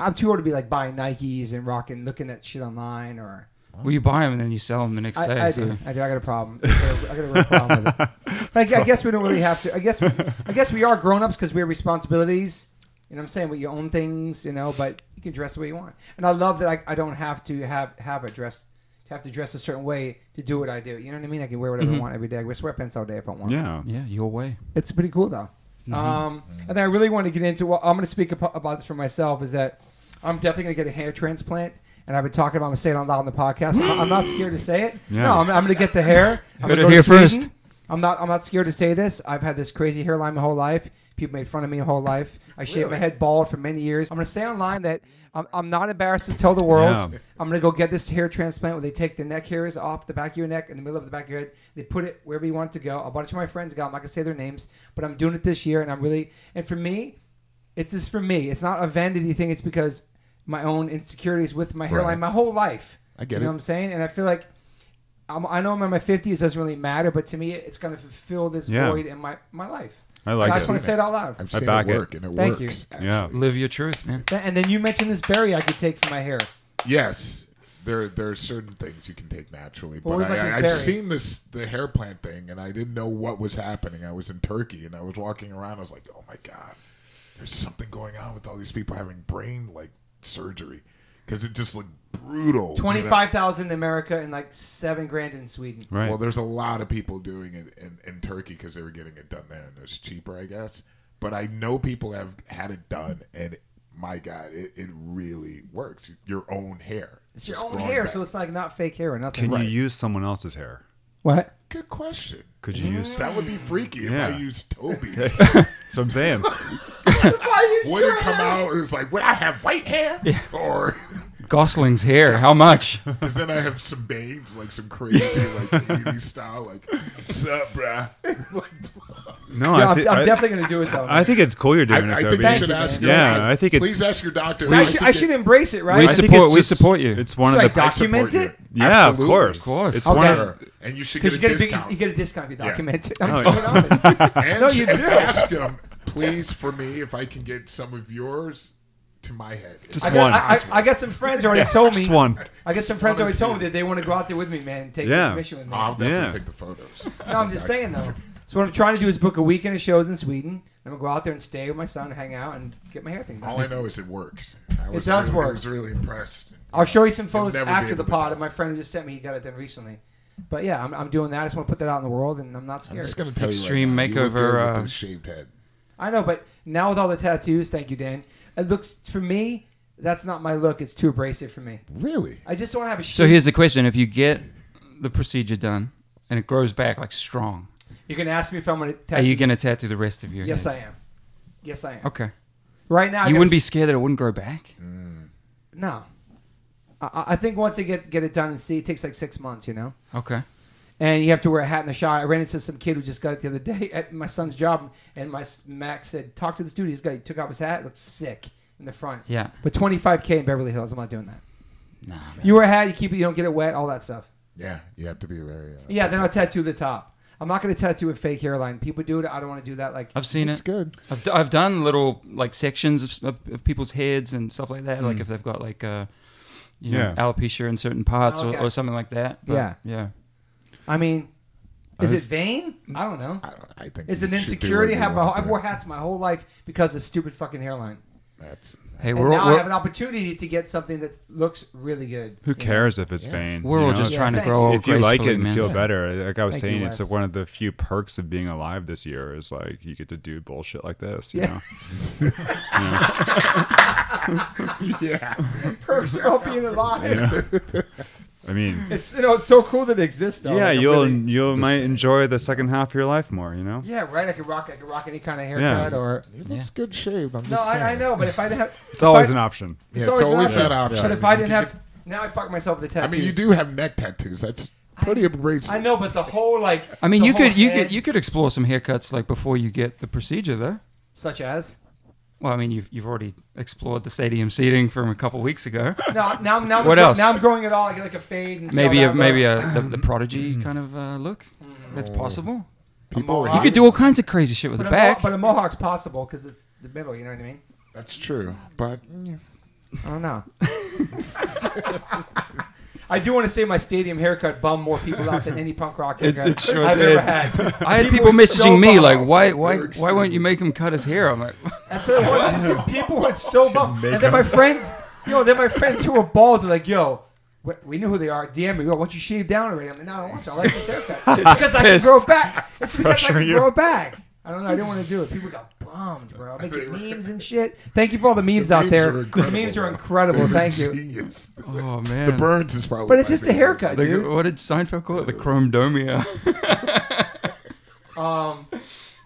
I'm too old to be like buying Nikes and rocking, looking at shit online or
Well, you buy them and then you sell them the next day.
I, I
so.
do. I do. I got a problem. I got a- I got a real problem with it. But I, I guess we don't really have to. I guess we, I guess we are grown ups because we have responsibilities. You know what I'm saying? With your own things, you know, but you can dress the way you want. And I love that I, I don't have to have have a dress to have to dress a certain way to do what I do. You know what I mean? I can wear whatever I want every day. I wear sweatpants all day if I want.
Yeah.
Yeah, your way.
It's pretty cool though. Um, and then I really want to get into. Well, I'm going to speak apo- about this for myself. Is that I'm definitely going to get a hair transplant. And I've been talking about. I'm going to say it out loud on the podcast. I'm I'm not scared to say it.
Yeah.
No, I'm, I'm going to get the hair. I'm
Heard
gonna
it
go to
here
Sweden.
first.
I'm not. I'm not scared to say this. I've had this crazy hairline my whole life. People made fun of me my whole life. I shaved my head bald for many years. I'm going to say online that I'm, I'm not embarrassed to tell the world.
Yeah.
I'm going to go get this hair transplant where they take the neck hairs off the back of your neck in the middle of the back of your head. They put it wherever you want it to go. A bunch of my friends got. I'm not going to say their names, but I'm doing it this year, and I'm really. And for me, it's just for me. It's not a vanity thing. It's because my own insecurities with my hairline
Right.
my whole life.
I get
You know
it.
what I'm saying? And I feel like I'm, I know I'm in my 50s. Doesn't really matter, but to me, it's going to fulfill this
Yeah.
void in my my life.
I
So I
like
just want
it.
to say it out loud.
I've
I
seen
back
it
it.
work, and it
Thank you.
works.
Yeah.
Live your truth, man.
Th- And then you mentioned this berry I could take for my hair.
Yes, there there are certain things you can take naturally,
Well,
but
what about
I, I, I've
this berry?
seen this the hair plant thing, and I didn't know what was happening. I was in Turkey, and I was walking around. I was like, oh my god, there's something going on with all these people having brain like surgery because it just looked brutal. you know?
Twenty-five thousand in America and like seven grand in Sweden.
Right.
Well, there's a lot of people doing it in, in Turkey because they were getting it done there, and it's cheaper, I guess. But I know people have had it done, and my God, it, it really works. Your own hair.
It's your
Just
own
growing
hair,
back.
so it's like not fake hair or nothing.
Can
Right.
you use someone else's hair?
What?
Good question.
Could you use?
That would be freaky if
Yeah.
I used Toby's.
So I'm saying,
would it come out? It was like, would I have white hair? Or
Gosling's hair. How much?
because then I have some bangs, like some crazy, like 80s style, like, sup, bruh?
no,
Yeah,
I,
I'm,
thi-
I'm
I-
definitely gonna do it though.
I think it's cool you're
I,
doing
I
it,
think
Toby.
you should
you,
ask
man.
your
Yeah,
doctor.
I think it's-
Please ask your doctor.
I,
I
should,
think
I
it-
should embrace it, right?
We
I think
support-
it's
we
just-
support you.
It's one
Should I
of the.
I
doc-
support
Document
you.
it?
yeah, of
Absolutely.
course. Of
course.
It's
Okay.
one of the,
Sure. And you should get
Because
a
you get a big,
discount.
you get a discount if you
Yeah.
document it. I'm
Oh,
just being honest.
and
No,
no,
you
you
do.
asked him, please, for me, if I can get some of yours to my head.
Just
I
one.
got, I, I, I got some friends who already told me.
Just one.
I got some friends who
One or
already told
two.
me that they want to go out there with me, man. and Take
Yeah.
this mission with me.
I'll definitely
Yeah.
take the photos.
No, I'm just saying though. So what I'm trying to do is book a weekend of shows in Sweden. I'm gonna go out there and stay with my son, hang out, and get my hair thing
All
done.
I know is it works. I was
does
really-
work.
I was really impressed.
I'll show you some photos
never be
after the
able to
pod.
tell.
of My friend who just sent me, he got it done recently. But yeah, I'm, I'm doing that. I just want to put that out in the world, and I'm not
I'm
scared.
just gonna tell
Extreme
you right now, you look
makeover,
good with
uh,
the shaved head.
I know, but now with all the tattoos, thank you, Dan. It looks for me. That's not my look. It's too abrasive for me.
Really?
I just don't have a.
So
So
here's the question: If you get the procedure done and it grows back like strong,
you can ask me if I'm gonna. Tattoo.
are you going to tattoo the rest of your?
Yes,
head?
I am. Yes, I am.
Okay.
Right now, I
you
got
wouldn't
a
be scared that it wouldn't grow back.
No. I- I, I think once they get, get it done and see, it takes like six months, you know?
Okay.
And you have to wear a hat in the shower. I ran into some kid who just got it the other day at my son's job, and my s- Mac said, Talk to this dude. He's got, he took off his hat, looks sick in the front.
Yeah.
But 25K in Beverly Hills, I'm not doing that.
Nah. man.
You wear a hat, you keep it, you don't get it wet, all that stuff.
Yeah, you have to be very. Uh,
Yeah, then I'll tattoo the top. I'm not going to tattoo a fake hairline. People do it. I don't want to do that. Like,
I've seen
It's
it.
good.
I've, d- I've done little like sections of, of, of people's heads and stuff like that. Like if they've got like uh, you know,
Mm. Yeah.
alopecia in certain parts
Okay.
or, or something like that. But,
Yeah.
Yeah.
I mean, is
I
it vain? I don't know.
I don't. I think
It's
you
an
should do
insecurity. I
what you
have my, whole-
want
I
to.
wore hats my whole life because of stupid fucking hairline.
That's
Hey,
And
we're
now
all,
I
we're,
have an opportunity to get something that looks really good.
Who cares if it's vain?
we're
you
all
know?
just
Yeah,
trying to
thank
grow.
if you like it
gracefully,
and
man.
feel better, like I was
Thank you,
saying, it's
Wes.
one of the few perks of being alive this year is like you get to do bullshit like this. You
Yeah.
know,
yeah.
Perks are all being alive.
You know? I mean,
It's you know it's so cool that it exists. Though.
yeah,
Like, I'm
you'll
really-
you'll might enjoy the second half of your life more. You know,
yeah, right. I could rock. I could rock any kind of haircut
Yeah.
or.
It looks good shaved. I'm
No,
just saying.
I, I know, but if I didn't have,
it's always
I-
an option.
Yeah, it's always
an
that
option.
option.
But if
You
I
can
didn't have,
get-
now I fuck myself with the
I
tattoos.
mean, you do have neck tattoos. That's pretty abrasive.
I know, but the whole like.
I mean,
the
you
whole
could you
head,
could you could explore some haircuts like before you get the procedure though.
Such as.
Well, I mean, you've you've already explored the stadium seating from a couple weeks ago.
No, now now I'm
What
gro-
else?
Now I'm growing it all. I get like a fade. And see
maybe
all
a,
that,
maybe
but-
a the, the prodigy
Mm.
kind of uh, look. That's
Oh.
possible.
People,
mohawk.
You could do all kinds of crazy shit with
But
the
a, mo-
back.
but a mohawk's possible because it's the middle. You know what I mean?
That's true, but mm,
I don't know. I do want to say my stadium haircut bummed more people out than any punk rock
It-
haircut
it sure
I've
did.
ever had.
I had people,
were
messaging
so
me
bummed.
like, why, why,
You're
why won't you make him cut his hair? I'm like,
That's what I wanted. People were so bummed. And then
Jamaica.
my friends, yo, then my friends who were bald were like, yo. we- We knew who they are. DM me. Yo, once you shave down already, I'm like, no, I don't want to. I like this haircut It's because I can
pissed.
grow it back. It's because I
Pressure
can
you.
grow it back. I don't know. I didn't want to do it. People got bummed, bro. I'm making memes and shit. Thank you for all the memes
The
out
memes
there.
are
The
incredible,
memes are
bro.
incredible. Thank you.
Genius.
oh
The
man.
Burns is probably.
But it's
my
just a
favorite.
haircut,
Like,
dude.
what did Seinfeld call it? The chromedomia.
Um,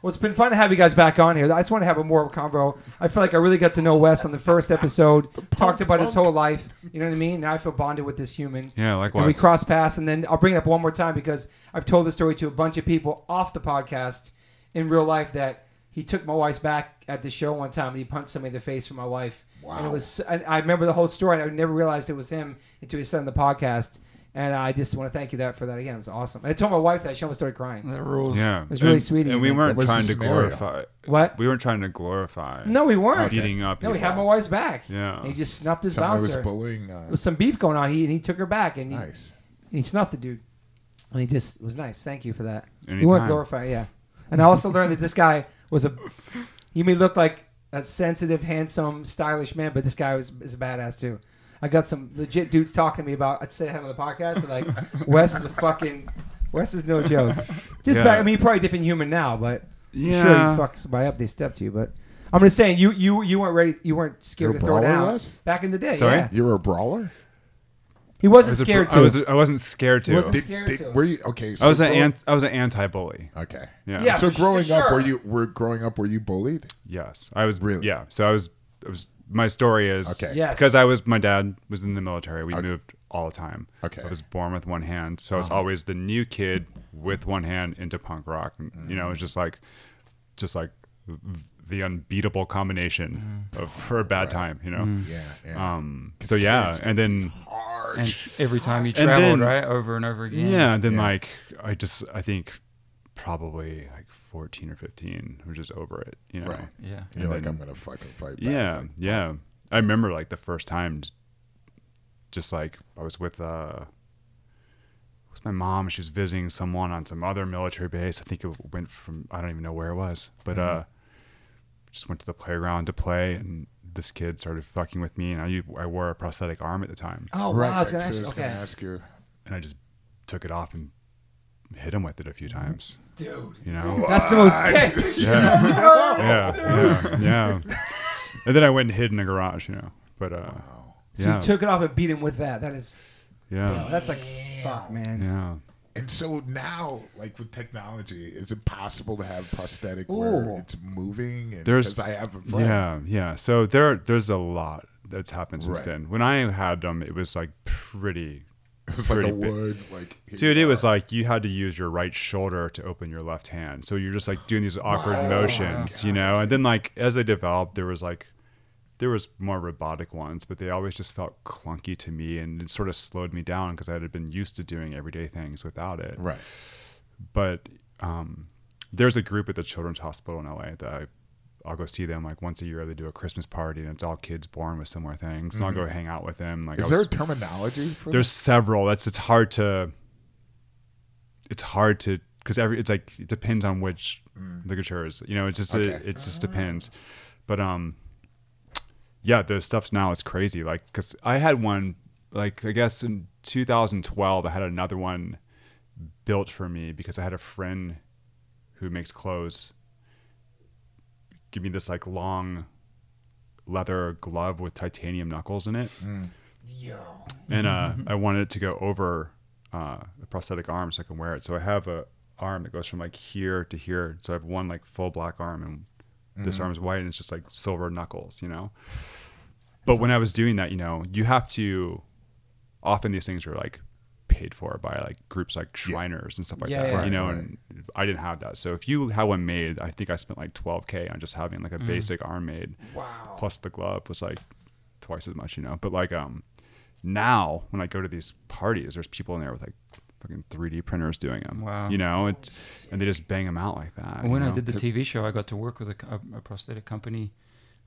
well, it's been fun to have you guys back on here. I just want to have a more convo. I feel like I really got to know Wes on the first episode. talked about his whole life. You know what I mean? Now I feel bonded with this human.
Yeah,
And we
likewise.
cross paths, and then I'll bring it up one more time because I've told this story to a bunch of people off the podcast in real life that he took my wife's back at the show one time and he punched somebody in the face for my wife. And it
Wow.
was, and I remember the whole story, and I never realized it was him until he said on the podcast. And I just want to thank you that for that again. It was awesome. And I told my wife that she almost started crying.
that rules.
yeah,
It's really
And-
sweet of you,
And we
man.
weren't
What's the
trying to
scenario?
glorify.
What?
We weren't trying to glorify.
No, we weren't.
beating up.
No, he
people.
had my wife's back.
Yeah.
And he just snuffed his
Somebody was
bouncer.
bullying. Uh,
There was some beef going on. He and he took her back and he,
nice.
he snuffed the dude. And he just it was nice. Thank you for that. You
Anytime.
weren't glorified, yeah. And I also learned that this guy was a. He may look like a sensitive, handsome, stylish man, but this guy was is a badass too. I got some legit dudes talking to me about. I'd say I had on the podcast and like Wes is a fucking. Wes is no joke. Just
Yeah.
back, I mean, you're probably a different human now, but yeah. sure
Yeah.
you fuck somebody up, they step to you. But I'm just saying, you you you weren't ready, you weren't scared
You're
to throw it
brawler,
out
Wes?
back in the day.
Sorry?
yeah.
You were a brawler.
he
I
wasn't
was a-
scared
I,
to.
was, I wasn't scared to.
Wasn't-
Did,
Scared
did-
to.
were you okay? So
I was an
growing-
ant, I was an anti-bully.
Okay.
Yeah.
Yeah.
So
for
growing up,
sure.
were you were growing up? Were you bullied?
Yes, I was.
Really?
Yeah. So I was. I was. My story is
Okay.
Yes.
because I was. My dad was in the military. We
Okay.
moved all the time.
Okay. Uh-huh.
I was born with one hand, so I was always the new kid with one hand into punk rock. And, You know,
Mm.
it's just like, just like the unbeatable combination of for a bad time. You know.
Mm. Yeah. yeah.
Um. So yeah,
kids
and then
Hard.
And every time he
And
traveled,
then-
right, over and over again.
yeah, and then
Yeah.
like I just I think probably like 14 or 15 I'm just over it you know
right.
Yeah.
You're like, I'm gonna fucking fight. Back.
yeah
Like,
yeah i remember like the first time just, just like i was with uh it was my mom she was visiting someone on some other military base i think it went from i don't even know where it was but
Mm-hmm.
uh just went to the playground to play and this kid started fucking with me and i, I wore a prosthetic arm at the time
oh,
right.
wow. I was going to
so
ask
I
you.
was gonna
Okay.
ask you.
and i just took it off and hit him with it a few
Mm-hmm.
times
Dude.
you know
That's the most. Okay.
yeah
Oh,
yeah yeah yeah and then i went and hid in the garage you know but uh
So
yeah
you took it off and beat him with that. That is.
Oh,
yeah
That's like. Fuck, man.
Yeah.
And so now, like with technology, is it possible to have prosthetic where
Ooh.
it's moving? And,
There's-
'cause I have a friend.
Yeah, yeah. So there there's a lot that's happened since
Right.
then. When I had them, it was like pretty
It was like a
pretty big.
wood, like here
Dude,
you
it
are.
was like you had to use your right shoulder to open your left hand. So you're just like doing these awkward motions, you know? And then like as they developed, there was like there was more robotic ones, but they always just felt clunky to me and it sort of slowed me down because I had been used to doing everyday things without it.
right.
but um, there's a group at the Children's Hospital in LA that I, I'll go see them like once a year. They do a Christmas party and it's all kids born with similar things, and I'll go hang out with them. Like, I
Mm-hmm. Is there a
was-
terminology for
there's several. That's it's hard to. It's hard to because every it's like it depends on which literature is. You know, it just
Okay.
it, it just depends, but um, yeah, the stuff's now is crazy. Like, because I had one, like, I guess in 2012, I had another one built for me because I had a friend who makes clothes give me this, like, long leather glove with titanium knuckles in it. And uh, I wanted it to go over uh, a prosthetic arm so I can wear it. So I have a arm that goes from like here to here. So I have one like full black arm and this arm is white and it's just like silver knuckles, you know? But when I was doing that, you know, you have to often these things are like paid for by like groups like Shriners and stuff like
Yeah,
that,
yeah,
you know,
right.
and I didn't have that. So if you had one made, I think I spent like 12k on just having like a
Mm.
basic arm made.
Wow.
Plus the glove was like twice as much, you know. But like um now when I go to these parties, there's people in there with like fucking 3D printers doing them.
Wow.
You know, it, and they just bang them out like that.
When
you
I
know?
did the
'Cause-
TV show, I got to work with a, co- a prosthetic company.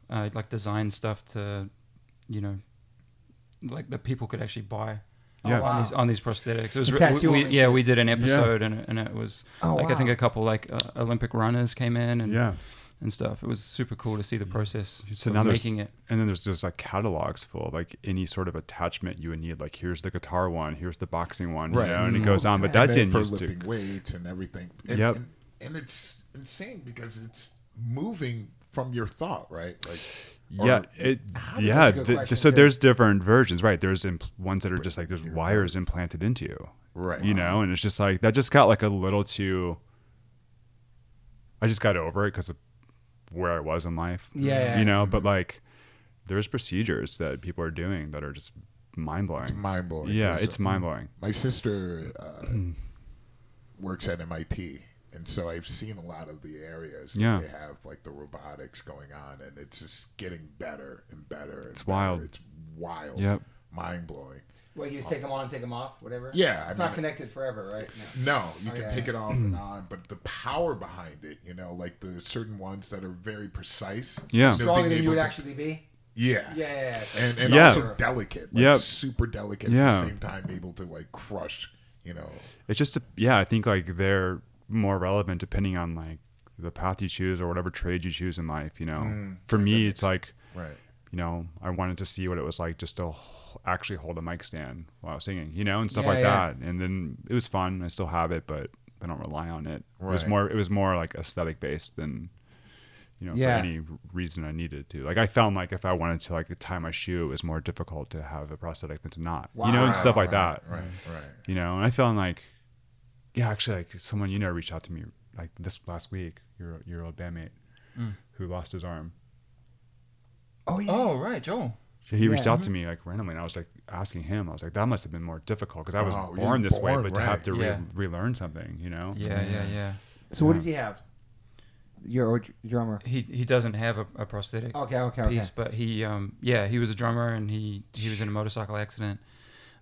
Uh, I would like design stuff to, you know, like that people could actually buy.
Yeah.
on these on these prosthetics. It was
The
re- we-
tattoo
we-
on the
yeah,
shirt.
we did an episode and and it was
Oh,
like I think
wow.
a couple like uh, Olympic runners came in and
Yeah.
and stuff. It was super cool to see the process
So
of
now there's-
making it.
And then there's just like catalogs full of like any sort of attachment you would need. Like here's the guitar one, here's the boxing one,
Right.
you know, and it goes on. But
and
that
then
didn't
for
used to.
lifting weights and everything. And,
Yep.
and, and it's insane because it's moving from your thought, right? Like or-
Yeah, it.
does-
Yeah,
That's a good
th-
question,
so
too.
there's different versions, right? There's impl- ones that are just like there's wires implanted into you,
Right.
You know, and it's just like that. Just got like a little too. I just got over it because of where I was in life.
Yeah, yeah, yeah.
you know, but like, there's procedures that people are doing that are just mind
It's
blowing.
mind blowing.
Yeah, it's mind blowing.
my sister uh, works at MIT, and so I've seen a lot of the areas that
Yeah.
they have, like the robotics going on, and it's just getting better and better. and
It's
better.
wild.
It's wild.
Yep.
Mind blowing.
Well, you just take them on, take them off, whatever.
Yeah, I
it's not
mean-
connected forever, right?
No, you
Oh,
can
yeah,
take
yeah.
it
Hmm.
off and on, but the power behind it, you know, like the certain ones that are very precise.
Yeah.
so
No.
Stronger
being
than you
able
would
to-
actually be.
Yeah.
Yeah, yeah, yeah.
And, and
Yeah.
also delicate. Like
Yep.
Super delicate at
Yeah.
the same time, able to like crush, you know.
It's just yeah, I think like they're more relevant depending on like the path you choose or whatever trade you choose in life. You know,
Mm.
for me, it's like
Right.
you know, I wanted to see what it was like just to h- actually hold a mic stand while I was singing, you know, and stuff
Yeah,
like
yeah.
that. And then it was fun. I still have it, but I don't rely on it. It was
Right.
more, it was more like aesthetic based than, you know,
Yeah.
for any reason I needed to. Like I found like if I wanted to like tie my shoe, it was more difficult to have a prosthetic than to not, you know,
Wow.
and stuff like that,
Right, right.
you know. And I found like, yeah, actually, like someone you know reached out to me like this last week, your your old bandmate
Mm.
who lost his arm.
Oh yeah.
Oh right, Joel.
Yeah, he reached
Yeah.
out to me like randomly, and I was like asking him. I was like, that must have been more difficult because I was
Oh, you
born
were
this way,
born,
but to have
right.
to
Yeah.
re- relearn something, you know?
Yeah, yeah, yeah.
So what does he have? Your old drummer.
He he doesn't have a, a prosthetic
Okay, okay, okay.
piece, but he um yeah he was a drummer and he he was in a motorcycle accident.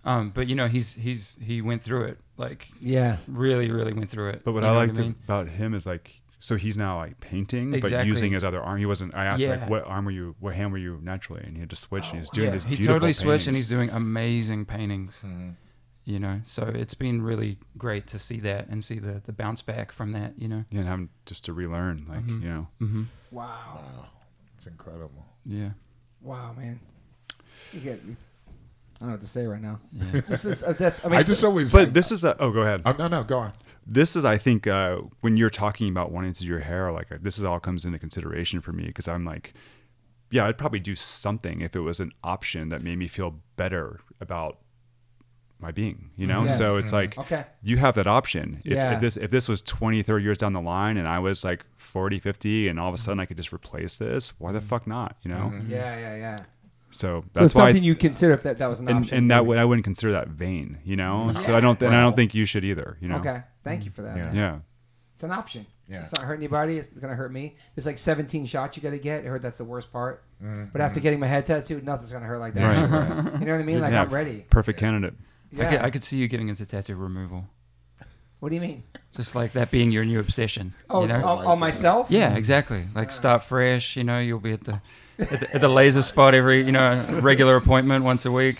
Um, but you know he's he's he went through it like
Yeah.
really really went through it.
But what
You
I
know
liked
mean?
about him is like, so he's now like painting, but
Exactly.
using his other arm. He wasn't. I asked
Yeah. Oh,
like, what arm were you? What hand were you naturally? And he had to switch, and he's doing
yeah,
this.
he
beautiful Mm-hmm.
totally switched and he's
paintings.
doing amazing paintings. You know, so it's been really great to see that and see the the bounce back from that. You know.
yeah, and having just to relearn, like you know.
Mm-hmm.
Wow.
Wow. It's incredible.
Yeah.
Wow, man. You get. I don't know what to say right now.
Yeah.
This is, uh, that's, I mean,
I just always
But this is a. Oh, go ahead.
Oh, no, no, go on.
this is i think uh, when you're talking about wanting to do your hair like uh, this is all comes into consideration for me because i'm like yeah i'd probably do something if it was an option that made me feel better about my being you know
Mm-hmm. Yes.
so it's like
Okay.
you have that option if,
Yeah.
if this if this was 20 30 years down the line and i was like 40 50 and all of a sudden i could just replace this why the fuck not you know
Mm-hmm. Yeah, yeah, yeah.
so
So it's
that's why I-
something you consider if that, that was an
and,
option. Mm-hmm.
and that would i wouldn't consider that vain you know so i don't and i don't think you should either you know
Okay. Thank you for that.
Yeah.
yeah
It's an option.
Yeah.
It's not hurting anybody. It's gonna hurt me. There's like 17 shots you gotta get. I heard that's the worst part. But after getting my head tattooed, nothing's gonna hurt like that.
Right,
You know what I mean? Like
Yeah,
I'm ready.
perfect candidate
Yeah.
I, could, I could see you getting into tattoo removal,
what do you mean?
just like that being your new obsession.
Oh,
you know?
on, on myself?
Yeah, exactly. Like start fresh. You know, you'll be at the at the, at the laser spot every you know regular appointment once a week.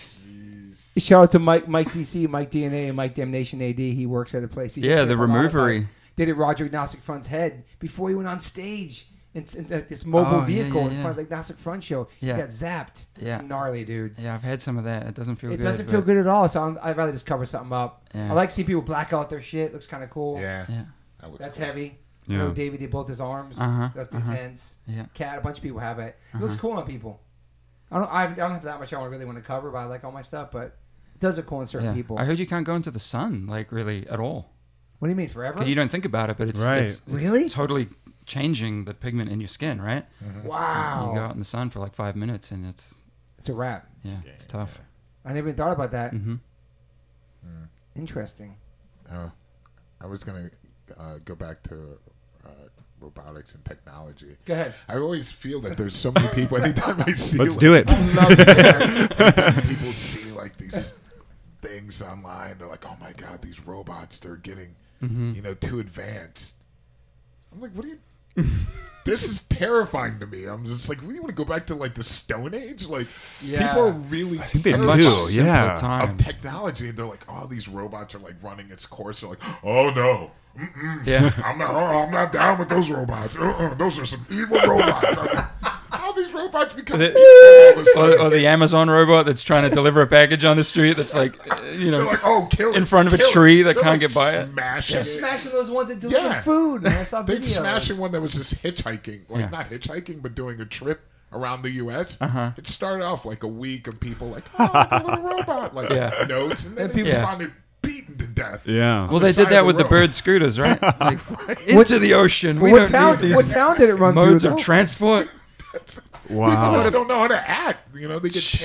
Shout out to Mike, Mike DC, Mike DNA, and Mike Damnation AD. He works at a place. He
Yeah, the
did a lot of,
removery.
like, They did Roger Agnostic Front's head before he went on stage. It's in like, this mobile
Oh, yeah,
vehicle
yeah,
in
yeah.
front of the Agnostic Front show.
Yeah.
He got zapped.
Yeah.
It's gnarly, dude.
Yeah, I've had some of that. It doesn't feel
it
good.
doesn't feel
but-
good at all. So I'm, I'd rather just cover something up.
Yeah.
I like seeing people black out their shit. Looks kind of cool.
Yeah.
Yeah.
That looks
That's
cool.
heavy.
Yeah.
You know, David did both his arms.
Uh-huh,
Looked
uh-huh.
intense.
Yeah. Uh-huh.
Cat. A bunch of people have it. It looks cool on people. I don't. I don't have that much. I don't really want to cover, but I like all my stuff. But it does look cool on certain
Yeah.
people.
I heard you can't go into the sun like really at all.
what do you mean forever?
Because you don't think about it, but it's,
Right.
it's, it's
Really?
totally changing the pigment in your skin, right? You go
wow.
out in the sun for like five minutes and it's
It's a wrap.
yeah, it's tough.
I never even thought about that.
hmm
Interesting.
Oh, I was gonna uh, go back to uh, robotics and technology.
Go ahead.
I always feel that there's so many people. Anytime I see,
Let's
like,
do it.
Love it.
anytime people see like these things online. They're like, "Oh my god, these
Mm-hmm.
robots! They're getting, you know, too advanced." I'm like, "What are you?" this is terrifying to me. I'm just like, we want to go back to like the Stone Age. Like,
Yeah.
people are really
I think they
A
do.
terrified
much simpler
yeah.
time.
of technology, and they're like, oh, these robots are like running its course. They're like, oh no. Mm-mm.
Yeah.
I'm not. Oh, I'm not down with those robots. Uh-uh, those are some evil robots. I'm like, How these robots become
The-
evil all of
Oh,
a
Or,
sudden?
or the Amazon robot that's trying to deliver a package on the street that's like, uh, you
They're
know,
like, oh, kill it,
in front of a
kill it."
tree that
They're,
can't
like,
get by it.
Smashing it.
smashing those ones that deliver
Yeah.
food. Man. I saw
They'd
videos.
smashing one that was just hitchhiking, like
Yeah.
not hitchhiking, but doing a trip around the U.S. Uh-huh. It started off like a week of people like, oh, it's a little robot, like
Yeah.
notes, and then
And
they
people-
just
Yeah.
found it beaten to death.
Yeah.
well,
the
they
side
did
of
that
the
with the
road.
bird scooters, right? Like,
What-
into the ocean. We
What
don't
town?
need these
What town did it run through?
modes of
though?
transport.
Wow.
People just don't know how to act. You know, they get
Jesus,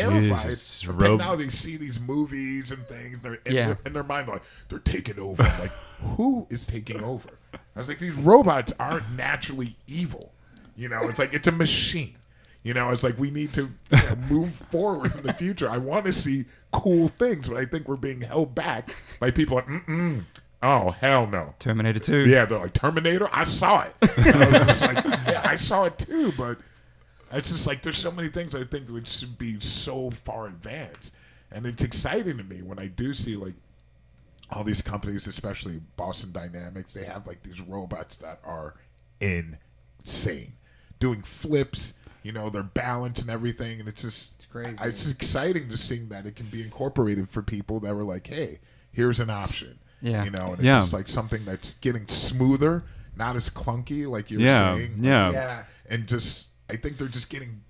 terrified. But
rob-
now they see these movies and things. They're in,
Yeah.
in their mind like they're taking over. I'm like who is taking over? I was like, these robots aren't naturally evil. You know, it's like it's a machine. You know, it's like we need to you know, move forward in the future. I want to see cool things, but I think we're being held back by people like, mm-mm, oh hell no.
Terminator 2.
Yeah, they're like Terminator. I saw it. And I was just like, yeah, I saw it too. But it's just like there's so many things I think which should be so far advanced, and it's exciting to me when I do see like all these companies, especially Boston Dynamics, they have like these robots that are insane, doing flips. You know, their balance and everything, and it's just
crazy.
I- It's exciting just seeing that it can be incorporated for people that were like, hey, here's an option.
Yeah.
You know, and it's
Yeah.
just like something that's getting smoother, not as clunky, like you were
Yeah,
saying.
yeah.
Yeah.
And just, I think they're just getting.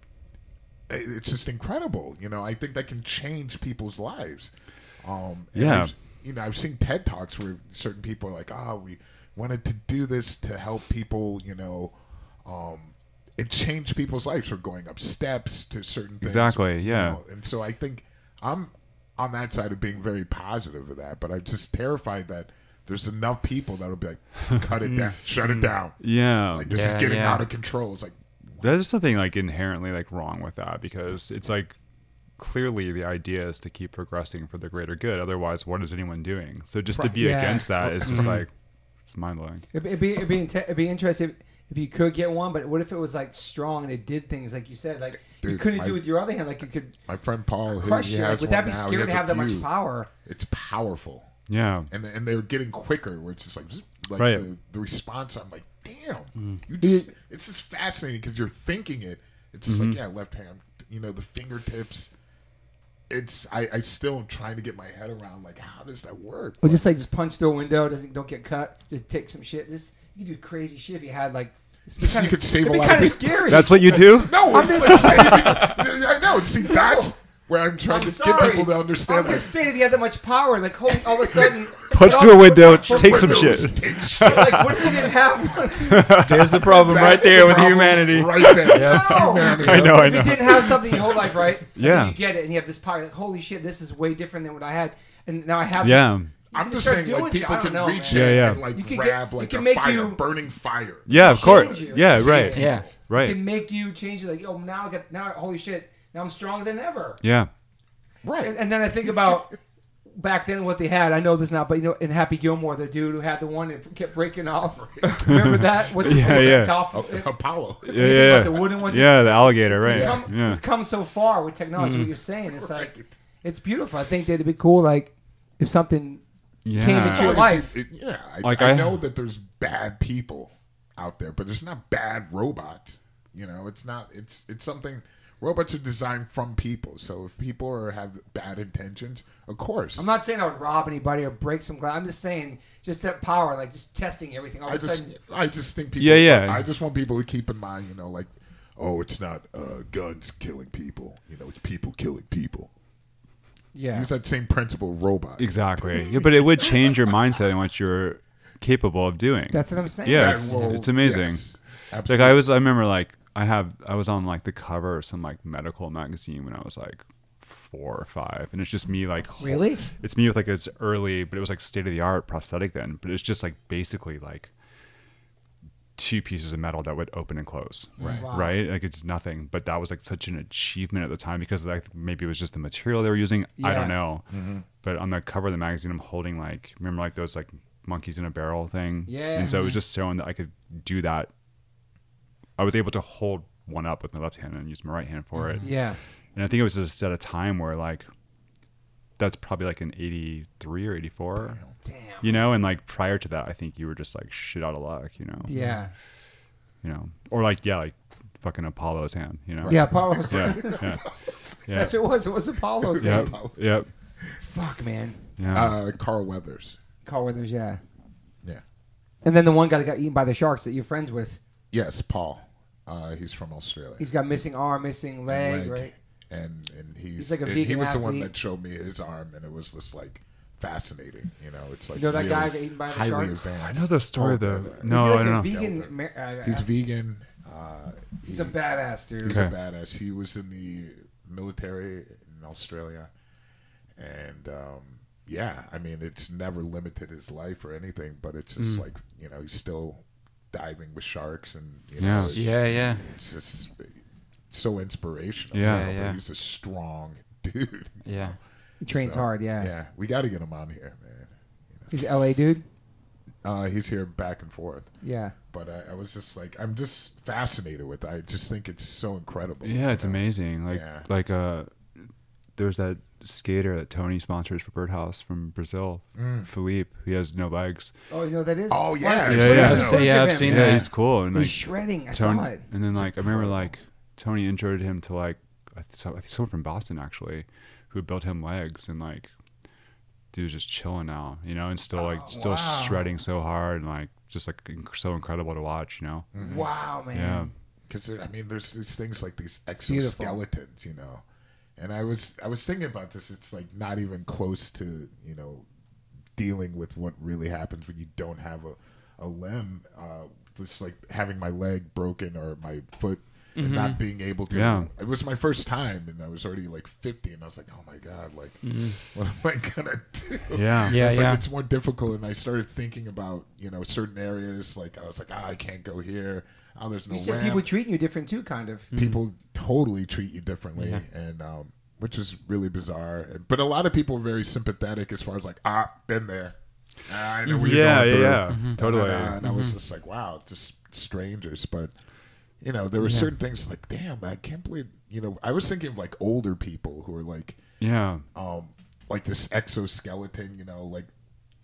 it- It's just incredible, you know. I think that can change people's lives. Um, and
Yeah.
I've- you know, I've seen TED talks where certain people are like, "Oh, we wanted to do this to help people," you know. Um, it changed people's lives from going up steps to certain things.
Exactly,
you
yeah.
know, and so I think I'm on that side of being very positive of that, but I'm just terrified that there's enough people that'll be like, cut it down, shut it down.
Yeah.
Like this
Mm. Yeah,
is getting
yeah.
out of control. It's like,
There's something like inherently like wrong with that because it's like clearly the idea is to keep progressing for the greater good. Otherwise, what is anyone doing? So just to
Right.
be
Yeah.
against that is just like it's mind blowing.
It'd, it'd be it'd be, inte- it'd be interesting if, if you could get one, but what if it was like strong and it did things like you said, like you
Dude,
couldn't
I-
do with your other hand, like you could
my friend Paul, who
crush
he
it. Like,
has
would
one
that be
now, he
scary to
has a
have that much
few.
power?
It's powerful.
Yeah.
and and they're getting quicker, where it's just like, zzz, like
Right.
the, the response. I'm like, damn,
Mm.
you just it's just fascinating because you're thinking it. It's just
Mm-hmm.
like yeah, left hand, you know, the fingertips. It's I, I still am trying to get my head around like how does that work?
Or just like just punch through a window, doesn't don't get cut, just take some shit. Just you could do crazy shit if you had like. it'd be
You
kinda-
could save a
it'd be
lot of
kinda
people.
scary.
That's what you do?
no,
I'm
it's
just
like, I know. See, that's where I'm trying
I'm
to
sorry.
get people to understand.
I'm
Like,
just saying, if you had that much power, like holy, all of a sudden,
Punch
like,
through a window,
what-
take some
Windows,
shit.
take shit.
Like, what if you didn't have one?
There's the problem right
That's the
there with
problem
humanity.
Right there.
No.
Humanity.
I know, I
if you
know.
didn't have something your whole life, right? and then
Yeah.
you get it, and you have this power. Like, holy shit, this is way different than what I had, and now I have.
Yeah.
I'm just
start
saying,
doing
like
shit. I
people
don't
can
know,
reach
man.
in
Yeah, yeah.
and like
You can get-
grab
you
like
can
a
make
fire,
you-
burning fire.
Yeah, of course.
you.
Yeah,
Change
right.
you.
Yeah.
It
Right.
can make you change. Like, oh, now I got now. Holy shit, now I'm stronger than ever.
Yeah.
And, and then I think about back then what they had. I know this now, but you know, in Happy Gilmore, the dude who had the one that kept breaking off. Remember that? What's his
Yeah,
what's that
yeah.
Dolph-
Apollo.
Yeah,
think
yeah,
about
yeah.
the wooden one, just-
yeah, Mm-hmm. the alligator, right?
We've come,
Yeah.
we've come so far with technology. What you're saying, it's like
Right.
it's beautiful. I think that it'd be cool, like if something
Yeah.
Came
It's
into your
always-
life.
it- yeah, I,
Like
I,
I-
know that there's bad people out there, but there's not bad robots. You know, it's not. It's it's something. Robots are designed from people, so if people are, have bad intentions, of course.
I'm not saying I would rob anybody or break some glass. I'm just saying just that power, like just testing everything. All
I
of a
just
sudden,
I just think people.
Yeah, yeah.
I just want people to keep in mind, you know, like, oh, it's not uh, guns killing people. You know, it's people killing people.
yeah.
Use that same principle, of robot.
Exactly. Yeah, but it would change your mindset and what you're capable of doing.
That's what I'm saying.
Yeah,
That
it's-
will-
it's amazing.
yes,
like
absolutely.
I was I remember like I have I was on like the cover of some like medical magazine when I was like four or five and it's just me like hol-
Really?
it's me with like it's early but it was like state of the art prosthetic then but it's just like basically like two pieces of metal that would open and close right
Wow.
right like it's nothing but that was like such an achievement at the time because like maybe it was just the material they were using I
Yeah.
don't know but on the cover of the magazine I'm holding like remember like those like monkeys in a barrel thing
Yeah.
and so it was just showing that I could do that I was able to hold one up with my left hand and use my right hand for it.
Mm-hmm. Yeah.
And I think it was just at a time where like that's probably like an 83 or 84.
Damn.
You know, and like prior to that, I think you were just like shit out of luck, you know.
Yeah.
You know, or like yeah, like fucking Apollo's hand, you know.
Yeah, Apollo's.
Yeah. Yeah. Yeah.
That's what it was. It was Apollo's.
Yep.
Apollo.
Yep.
Fuck, man.
Yeah.
Uh, Carl Weathers.
Carl Weathers, yeah.
Yeah.
And then the one guy that got eaten by the sharks that you're friends with,
Yes, Paul. Uh, he's from Australia.
he's got missing arm, missing leg, right?
And and he's,
He's like a
and he
vegan
was the one
athlete.
that showed me his arm, and it was just like fascinating. You know, it's like
You know that
really
guy that eaten by the
highly
sharks?
I
advanced.
know the story though.
Is he
Oh, Is
No,
he like
I don't
a
know.
vegan? Mar- uh,
He's vegan. Uh,
he's
he-
a badass, dude.
He's
Okay.
a badass. He was in the military in Australia, and um, yeah, I mean, it's never limited his life or anything, but it's
Mm.
just like you know, he's still diving with sharks, and you know,
Yeah.
it's-
Yeah, yeah.
it's just so inspirational.
Yeah.
you know,
Yeah,
but
yeah.
he's a strong dude.
Yeah.
He trains
So,
hard, yeah.
Yeah, we got to get him on here, man.
He's a LA dude.
Uh, he's here back and forth,
Yeah.
but I, I was just like, I'm just fascinated with. It. I just think it's so incredible.
Yeah, it's
you know?
amazing. Like
Yeah.
like uh there's that skater that Tony sponsors for Birdhouse from Brazil, Philippe. He has no legs.
Oh, you know what that is.
Oh, yeah.
I've
Yeah,
seen
yeah.
that
I've
footage
seen-
of
yeah, I've
him.
seen
Yeah,
that.
he's cool and
He's
like
shredding. I
Tony,
saw it.
and then like I remember like Tony introed him to like I th- so- I think someone from Boston actually who built him legs and like dude's just chilling now, you know, and still like still
wow.
shredding so hard and like just like inc- so incredible to watch, you know.
Mm. Wow, man.
Yeah,
because I mean, there's these things like these
beautiful.
exoskeletons, you know. And I was I was thinking about this. It's like not even close to you know dealing with what really happens when you don't have a a limb. Uh, just like having my leg broken or my foot and not being able to.
Yeah.
It was my first time, and I was already like 50, and I was like, oh my god, like what am I gonna do?
yeah,
Yeah.
it's like it's more difficult and i started thinking about you know certain areas like i was like ah, i can't go here oh there's no
You said
ramp.
people treating you different too, kind of.
Mm-hmm.
People totally treat you differently and um which is really bizarre but a lot of people are very sympathetic as far as like ah been there Ah, I know what
Yeah,
you're going
yeah, yeah.
through.
Mhm. Totally.
Da-da-da. And I was just like, wow, just strangers. But you know, there were certain things like, damn, I can't believe. You know, I was thinking of like older people who are like,
yeah,
um, like this exoskeleton, you know, like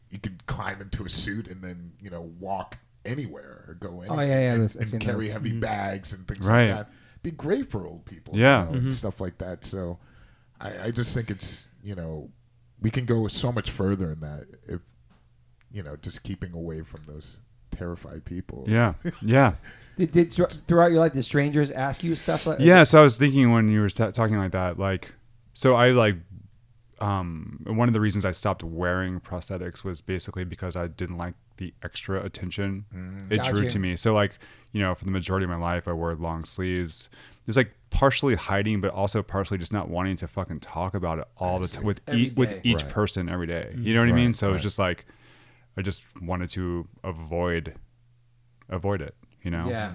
you could climb into a suit and then, you know, walk anywhere or go anywhere.
Oh, yeah, yeah,
And,
those- I've
and
seen
carry
those. Mm-hmm.
heavy bags and things
Right.
like that. Be great for old people. you
Yeah.
know,
Mm-hmm.
And stuff like that. So I, I just think it's, you know, we can go so much further in that if, you know, just keeping away from those terrified people.
yeah, yeah.
Did, did thr- throughout your life, did strangers ask you stuff like?
yeah so i was thinking when you were sta- talking like that like so i like um one of the reasons i stopped wearing prosthetics was basically because i didn't like the extra attention
Mm.
it drew
Gotcha.
to me so like you know for the majority of my life i wore long sleeves it's like partially hiding but also partially just not wanting to fucking talk about it all the time with,
Every
e- with
day. Mm-hmm.
each
Right.
person every day. you know what i mean
Right,
so
right.
it's just like i just wanted to avoid avoid it you know
Yeah.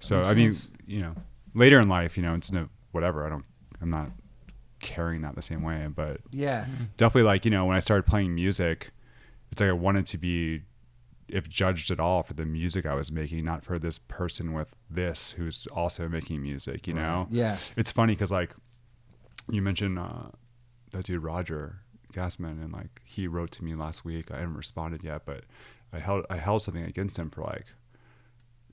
so
makes
I mean,
sense.
you know, later in life, you know, it's no whatever. I don't, I'm not carrying that the same way, but
Yeah.
definitely like you know, when I started playing music, it's like I wanted to be, if judged at all, for the music I was making, not for this person with this who's also making music. You know,
Yeah.
it's funny because like you mentioned uh, that dude Roger Gassman, and like he wrote to me last week. I haven't responded yet, but I held I held something against him for like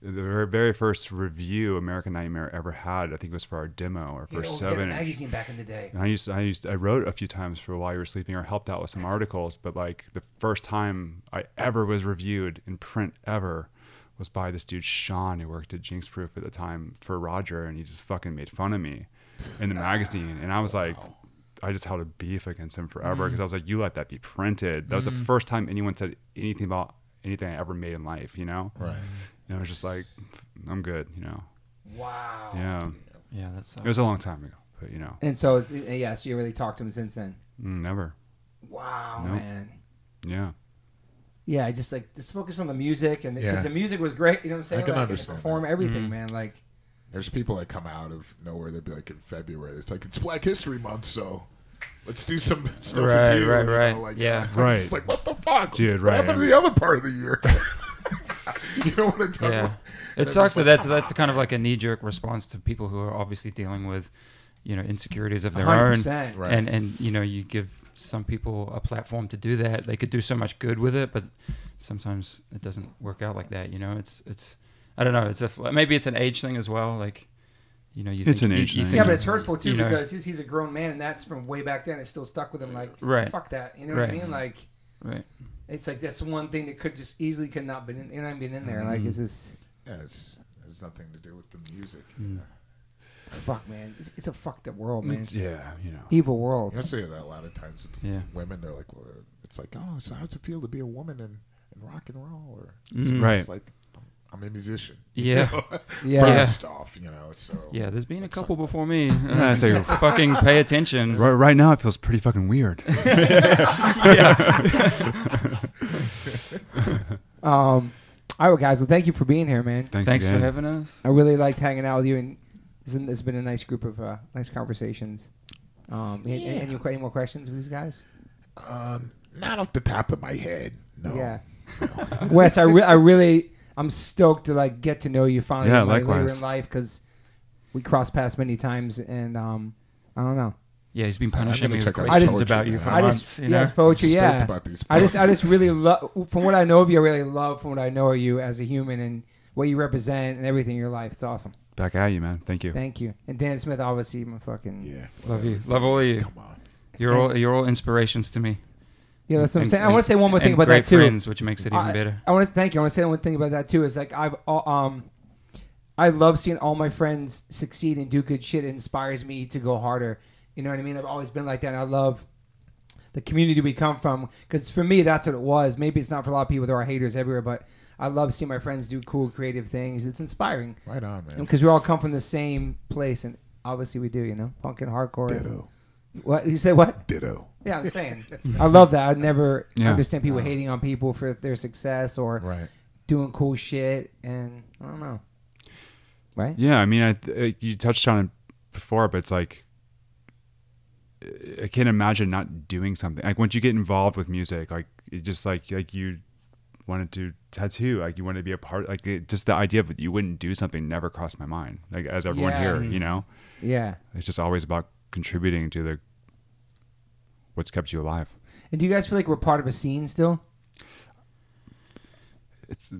the ver- very first review American Nightmare ever had. I think it was for our demo or for seven. inch.
magazine back in the day.
And I used I used I wrote a few times for while you were sleeping or helped out with some articles, but like the first time I ever was reviewed in print ever was by this dude Sean who worked at Jinx Proof at the time for Roger and he just fucking made fun of me in the magazine and I was like I just held a beef against him forever because I was like you let that be printed. That was the first time anyone said anything about anything I ever made in life, you know?
Right.
And I was just like I'm good, you know.
Wow.
Yeah.
Yeah, that's
It was a long time ago, but you know, mm,
And so it's yeah. So you really talked to him since then.
never.
Wow,
Nope.
man.
Yeah.
Yeah, I just like just focus on the music and because
Yeah.
the music was great. You know what I'm saying?
can
Like,
understand
The perform everything,
Mm-hmm.
man. Like
There's people that come out of nowhere. They'd be like in February. It's like it's Black History Month, so let's do some stuff
Right,
with you.
right,
you know,
right.
like,
Yeah.
it's
Right.
like what the fuck,
Dude,
What
right,
happened
I
to the other part of the year? you don't want to talk
yeah.
about
It sucks that that's that's kind of like a knee jerk response to people who are obviously dealing with, you know, insecurities of their own.
100%.
Right.
And and you know, you give some people a platform to do that. They could do so much good with it, but sometimes it doesn't work out like that. You know, it's it's I don't know. It's a fl- maybe it's an age thing as well. Like, you know, you
It's
think
an
you-
age
you
thing.
think
Yeah,
Yeah, but
you-
it's hurtful too
you know,
because he's, he's a grown man, and that's from way back then. It's still stuck with him. Like,
Right.
fuck that. You know what I
Right.
mean? Like,
right.
it's like that's one thing that could just easily could not been in, you know, been in there. Like,
Mm-hmm.
it's just
Yeah, it's, it has nothing to do with the music.
Hmm.
fuck, man. It's, it's a fucked up world, man.
It's- yeah, you know.
Evil world.
I say that a lot of times with
Yeah.
women. They're like, well, it's like, oh, so how's it feel to be a woman in, in rock and roll? Or
Mhm.
Hmm. Right.
It's like, I'm a musician.
Yeah.
Yeah.
First off, you know, so
Yeah, there's been a couple before me. Uh,
Yeah, it's like-
fucking pay attention.
Right, right now, it feels pretty fucking weird.
Um. All right, guys. Well, thank you for being here, man.
Thanks,
Thanks
again.
for having us.
I really liked hanging out with you, and it's been- it's been a nice group of uh, nice conversations. Um, a- a-
Yeah.
any, any more questions with these guys?
Um, not off the top of my head. No.
Yeah. Wes, I, re- I really, I'm stoked to like get to know you finally.
Yeah,
in my later
likewise.
in life because we crossed paths many times, and um, I don't know.
Yeah,
Uh,
he's been
I'm
punishing
gonna
me with
check out
questions
his
about
poetry,
you
man.
for
I
months.
just,
you
yeah,
know?
it's poetry.
Stoked
Yeah,
about these
I just, I
poets.
just really love. From what I know of you, I really love from what I know of you as a human and what you represent and everything in your life. It's awesome.
Back at you, man. Thank you.
Thank you. And Dan Smith, obviously, my fucking
Yeah.
Love you. Love all of you.
Come on.
You're all you're all inspirations to me.
Yeah, that's what I'm
And-
saying. I
and-
want to say one more thing
and
about
great
that too.
Friends, which makes it even
I,
better.
I want to thank you. I want to say one thing about that too. Is like I've uh, um, I love seeing all my friends succeed and do good shit. It inspires me to go harder. You know what I mean? I've always been like that. And I love the community we come from because for me that's what it was. Maybe it's not for a lot of people. There are haters everywhere, but I love seeing my friends do cool, creative things. It's inspiring
Right on, man.
because we all come from the same place, and obviously we do. You know, punk and hardcore. and-
Ditto.
What you say? What?
Ditto.
Yeah, I'm saying. I love that. I never
Yeah.
understand people hating on people for their success or
Right.
doing cool shit, and I don't know. Right?
Yeah, I mean, I, th- uh, you touched on it before, but it's like I- I can't imagine not doing something. Like once you get involved with music, like it just like like you wanted to tattoo, like you wanted to be a part. Like it, just the idea of you wouldn't do something never crossed my mind. Like as everyone
Yeah.
here,
Mhm.
you know,
Yeah.
it's just always about contributing to the what's kept you alive.
And do you guys feel like we're part of a scene still?
It's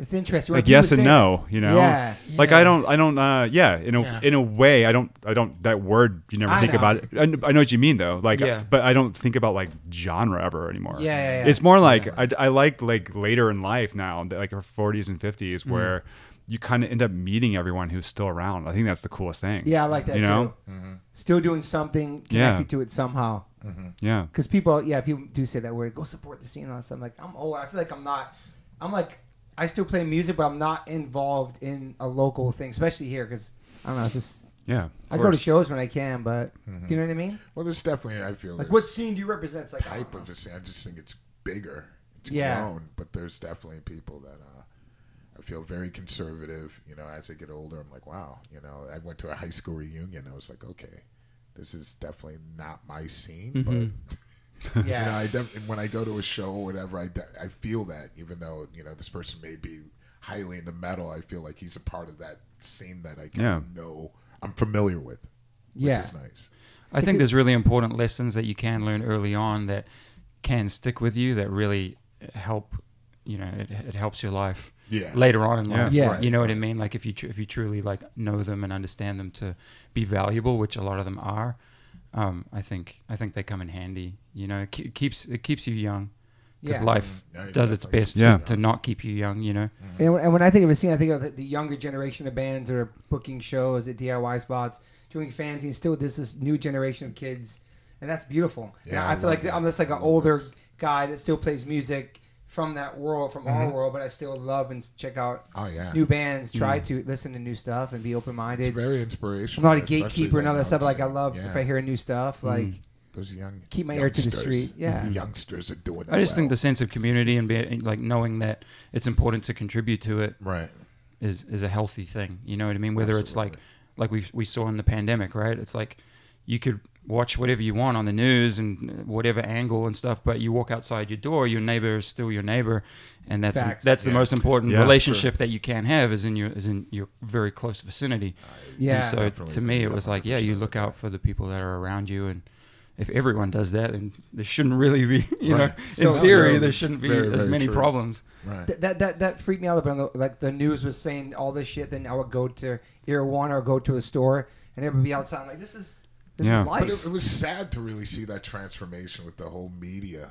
It's interesting. When
like
people
yes and
say-
no, you know.
Yeah.
Like
Yeah.
I don't, I don't. Uh, yeah, in a
Yeah.
in a way, I don't, I don't. That word, you never
I
think
know.
about it. I, kn- I know what you mean though. Like,
Yeah.
but I don't think about like genre ever anymore.
Yeah, yeah, yeah.
It's more like I, I like like later in life now, like our forties and 50s
Mm.
where you kind of end up meeting everyone who's still around. I think that's the coolest thing.
Yeah, I like that
You know?
too. Still doing something
Yeah.
connected to it somehow.
Yeah.
Because people, yeah, people do say that word. Go support the scene and all that stuff. I'm like, I'm old. I feel like I'm not. I'm like, I still play music, but I'm not involved in a local thing, especially here. Because I don't know, it's just
Yeah. of
I go to
course.
shows when I can, but do you know what I mean?
Well, there's definitely I feel
Like,
there's
what scene do you represent? It's like, I
type
don't
of a scene. I just think it's bigger. It's
Yeah.
grown, but there's definitely people that uh, I feel very conservative. You know, as I get older, I'm like, wow. You know, I went to a high school reunion. I was like, okay, this is definitely not my scene,
Mm-hmm.
but.
know.
You know,
yeah,
I def- when I go to a show or whatever, I, de- I feel that even though you know this person may be highly into metal, I feel like he's a part of that scene that I can
Yeah.
know I'm familiar with, which
yeah,
is nice.
I think there's really important lessons that you can learn early on that can stick with you that really help. You know, it, it helps your life
Yeah.
later on in
Yeah.
life.
Yeah.
You know what I mean? Like if you tr- if you truly like know them and understand them to be valuable, which a lot of them are, um, I think I think they come in handy. You know, it ke- keeps it keeps you young because
yeah.
life
Yeah, it
does its
definitely
best
Yeah.
to, to not keep you young. You know.
And when, and when I think of a scene, I think of the, the younger generation of bands that are booking shows at DIY spots, doing fanzines. Still, this this new generation of kids, and that's beautiful. And
Yeah,
I,
I
feel
love
like
that.
I'm just like
I
an
love
older
this.
guy that still plays music from that world, from our world, but I still love and check out
Oh Mm-hmm. yeah, Mm.
new bands, try to listen to new stuff, and be open
it's
minded.
very
I'm
inspirational.
not a
especially
gatekeeper and all that
like
stuff.
I'm
Like I
saying,
love
yeah, Mm.
if I hear new stuff. Like
those young
keep my ear to the
youngsters.
street, yeah. Mhm.
youngsters are doing.
I just
well.
think the sense of community and being like knowing that it's important to contribute to it
right.
is is a healthy thing. You know what I mean? Whether it's like
Absolutely.
like we we saw in the pandemic, right? It's like you could watch whatever you want on the news and uh, whatever angle and stuff, but you walk outside your door, your neighbor is still your neighbor, and that's
Facts.
that's the
Yeah.
most important
Yeah,
relationship that you can have is in your is in your very close vicinity.
Yeah.
And so
Definitely
to me,
agree
it was like, yeah, you
100%
look out for the people that are around you, and if everyone does that, then there shouldn't really be, you
Right.
know,
So-
in theory,
Very,
there shouldn't be
very,
as
very
many
true.
problems.
Right.
Th- that that that freaked me out a bit. on the- Like the news was saying all this shit, then I would go to Air One or go to a store, and it would be outside. I'm like this is this
Yeah.
is life.
But it, it was sad to really see that transformation with the whole media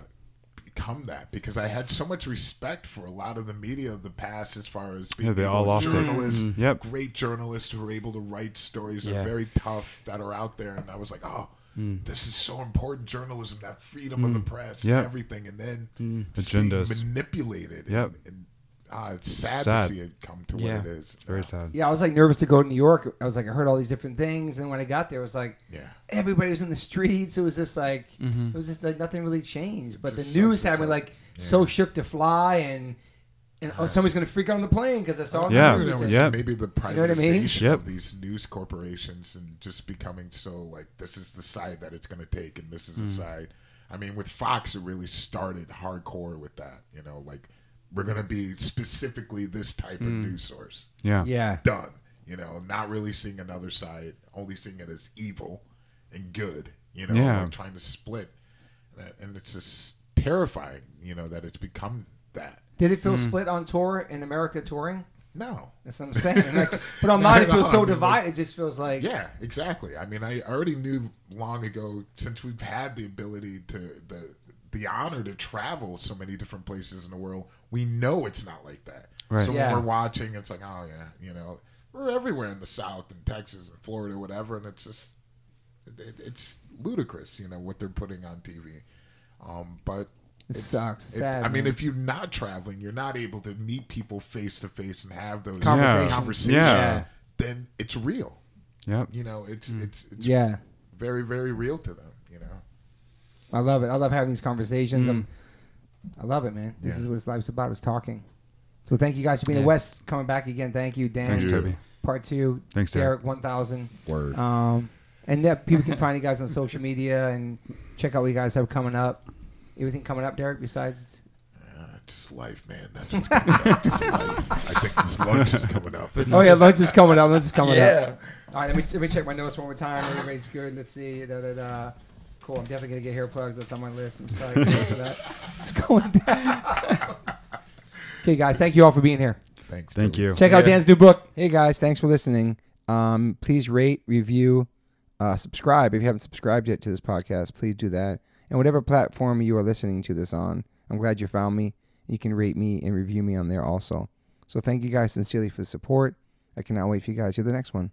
become that because I had so much respect for a lot of the media of the past as far as being
Yeah, they
able-
all lost it.
journalists,
Mm, yep.
great journalists who are able to write stories that
Yeah.
are very tough that are out there, and I was like, oh. This is so important journalism, that freedom of the press,
Mm. Yep. Mm.
and everything, and then just
Agendas.
being manipulated.
Yep.
And, and, ah, it's sad,
Sad.
to see it come to
Yeah.
what it is. Uh,
Very
now.
sad.
yeah, I was like nervous to go to New York. I was like, I heard all these different things, and when I got there, it was like
Yeah.
everybody was in the streets. It was just like it was just like nothing really changed. But
It Mm-hmm. just
the news
sucks.
had
It's
me
like-
like so shook to fly, and and oh, somebody's gonna freak out on the plane because I saw it
Yeah.
on the
Oh, That
news.
was
And-
Yeah. Yep.
maybe the privatization
know what I mean?
Yep.
of these news corporations and just becoming so like this is the side that it's going to take and this is the
Mm.
side. I mean, with Fox, it really started hardcore with that. You know, like we're going to be specifically this type
Mm.
of news source.
Yeah.
Yeah,
Done. You know, not really seeing another side, only seeing it as evil and good. You know,
Yeah.
like trying to split, And- and it's just terrifying. You know that it's become that.
did it feel
Mm.
split on tour in America touring?
No,
That's what I'm saying. Like, but on mine, it
Not at
feels
all.
so
I mean, like-
divided. it just feels like
Yeah, exactly. I mean, I already knew long ago since we've had the ability to the the honor to travel so many different places in the world, we know it's not like that.
Right.
So
Yeah.
when we're watching, it's like, oh yeah, you know, we're everywhere in the South and Texas and Florida, whatever, and it's just it, it's ludicrous, you know, what they're putting on TV. Um, but
It sucks. Sad,
I mean,
man.
if you're not traveling, you're not able to meet people face to face and have those
Conversations.
conversations.
Yeah. Yeah.
Then it's real
Yep.
you know it's it's it's
Mm. yeah.
very very real to them you know
I love it. I love having these conversations. I'm, I love it, man. This
Yeah.
is what life's about: is talking. So thank you guys for being
Yeah.
at West coming back again. Thank you, Dan.
Thanks,
Yeah.
Toby.
Part two.
Thanks, Derek.
Derek. One thousand.
word
Um, and yeah, people can find you guys on social media and check out what you guys have coming up. Everything coming up, Derek. Besides,
just life man that's what's coming up just life i think this lunch is coming up
But-
oh yeah, lunch is coming up. Lunch is coming
Yeah.
up. All right, let me let me check my notes one more time. Everybody's good. Let's see. Da, da, da. Cool. I'm definitely gonna get hair plugs. That's on my list. I'm sorry for that. It's going down. okay, guys. Thank you all for being here.
thanks
Thank
Billy.
you.
Check out
Yeah.
Dan's new book. Hey guys, thanks for listening. Um, please rate, review, uh, subscribe if you haven't subscribed yet to this podcast. Please do that. And whatever platform you are listening to this on, I'm glad you found me. You can rate me and review me on there also. So thank you guys sincerely for the support. I cannot wait for you guys to hear the next one.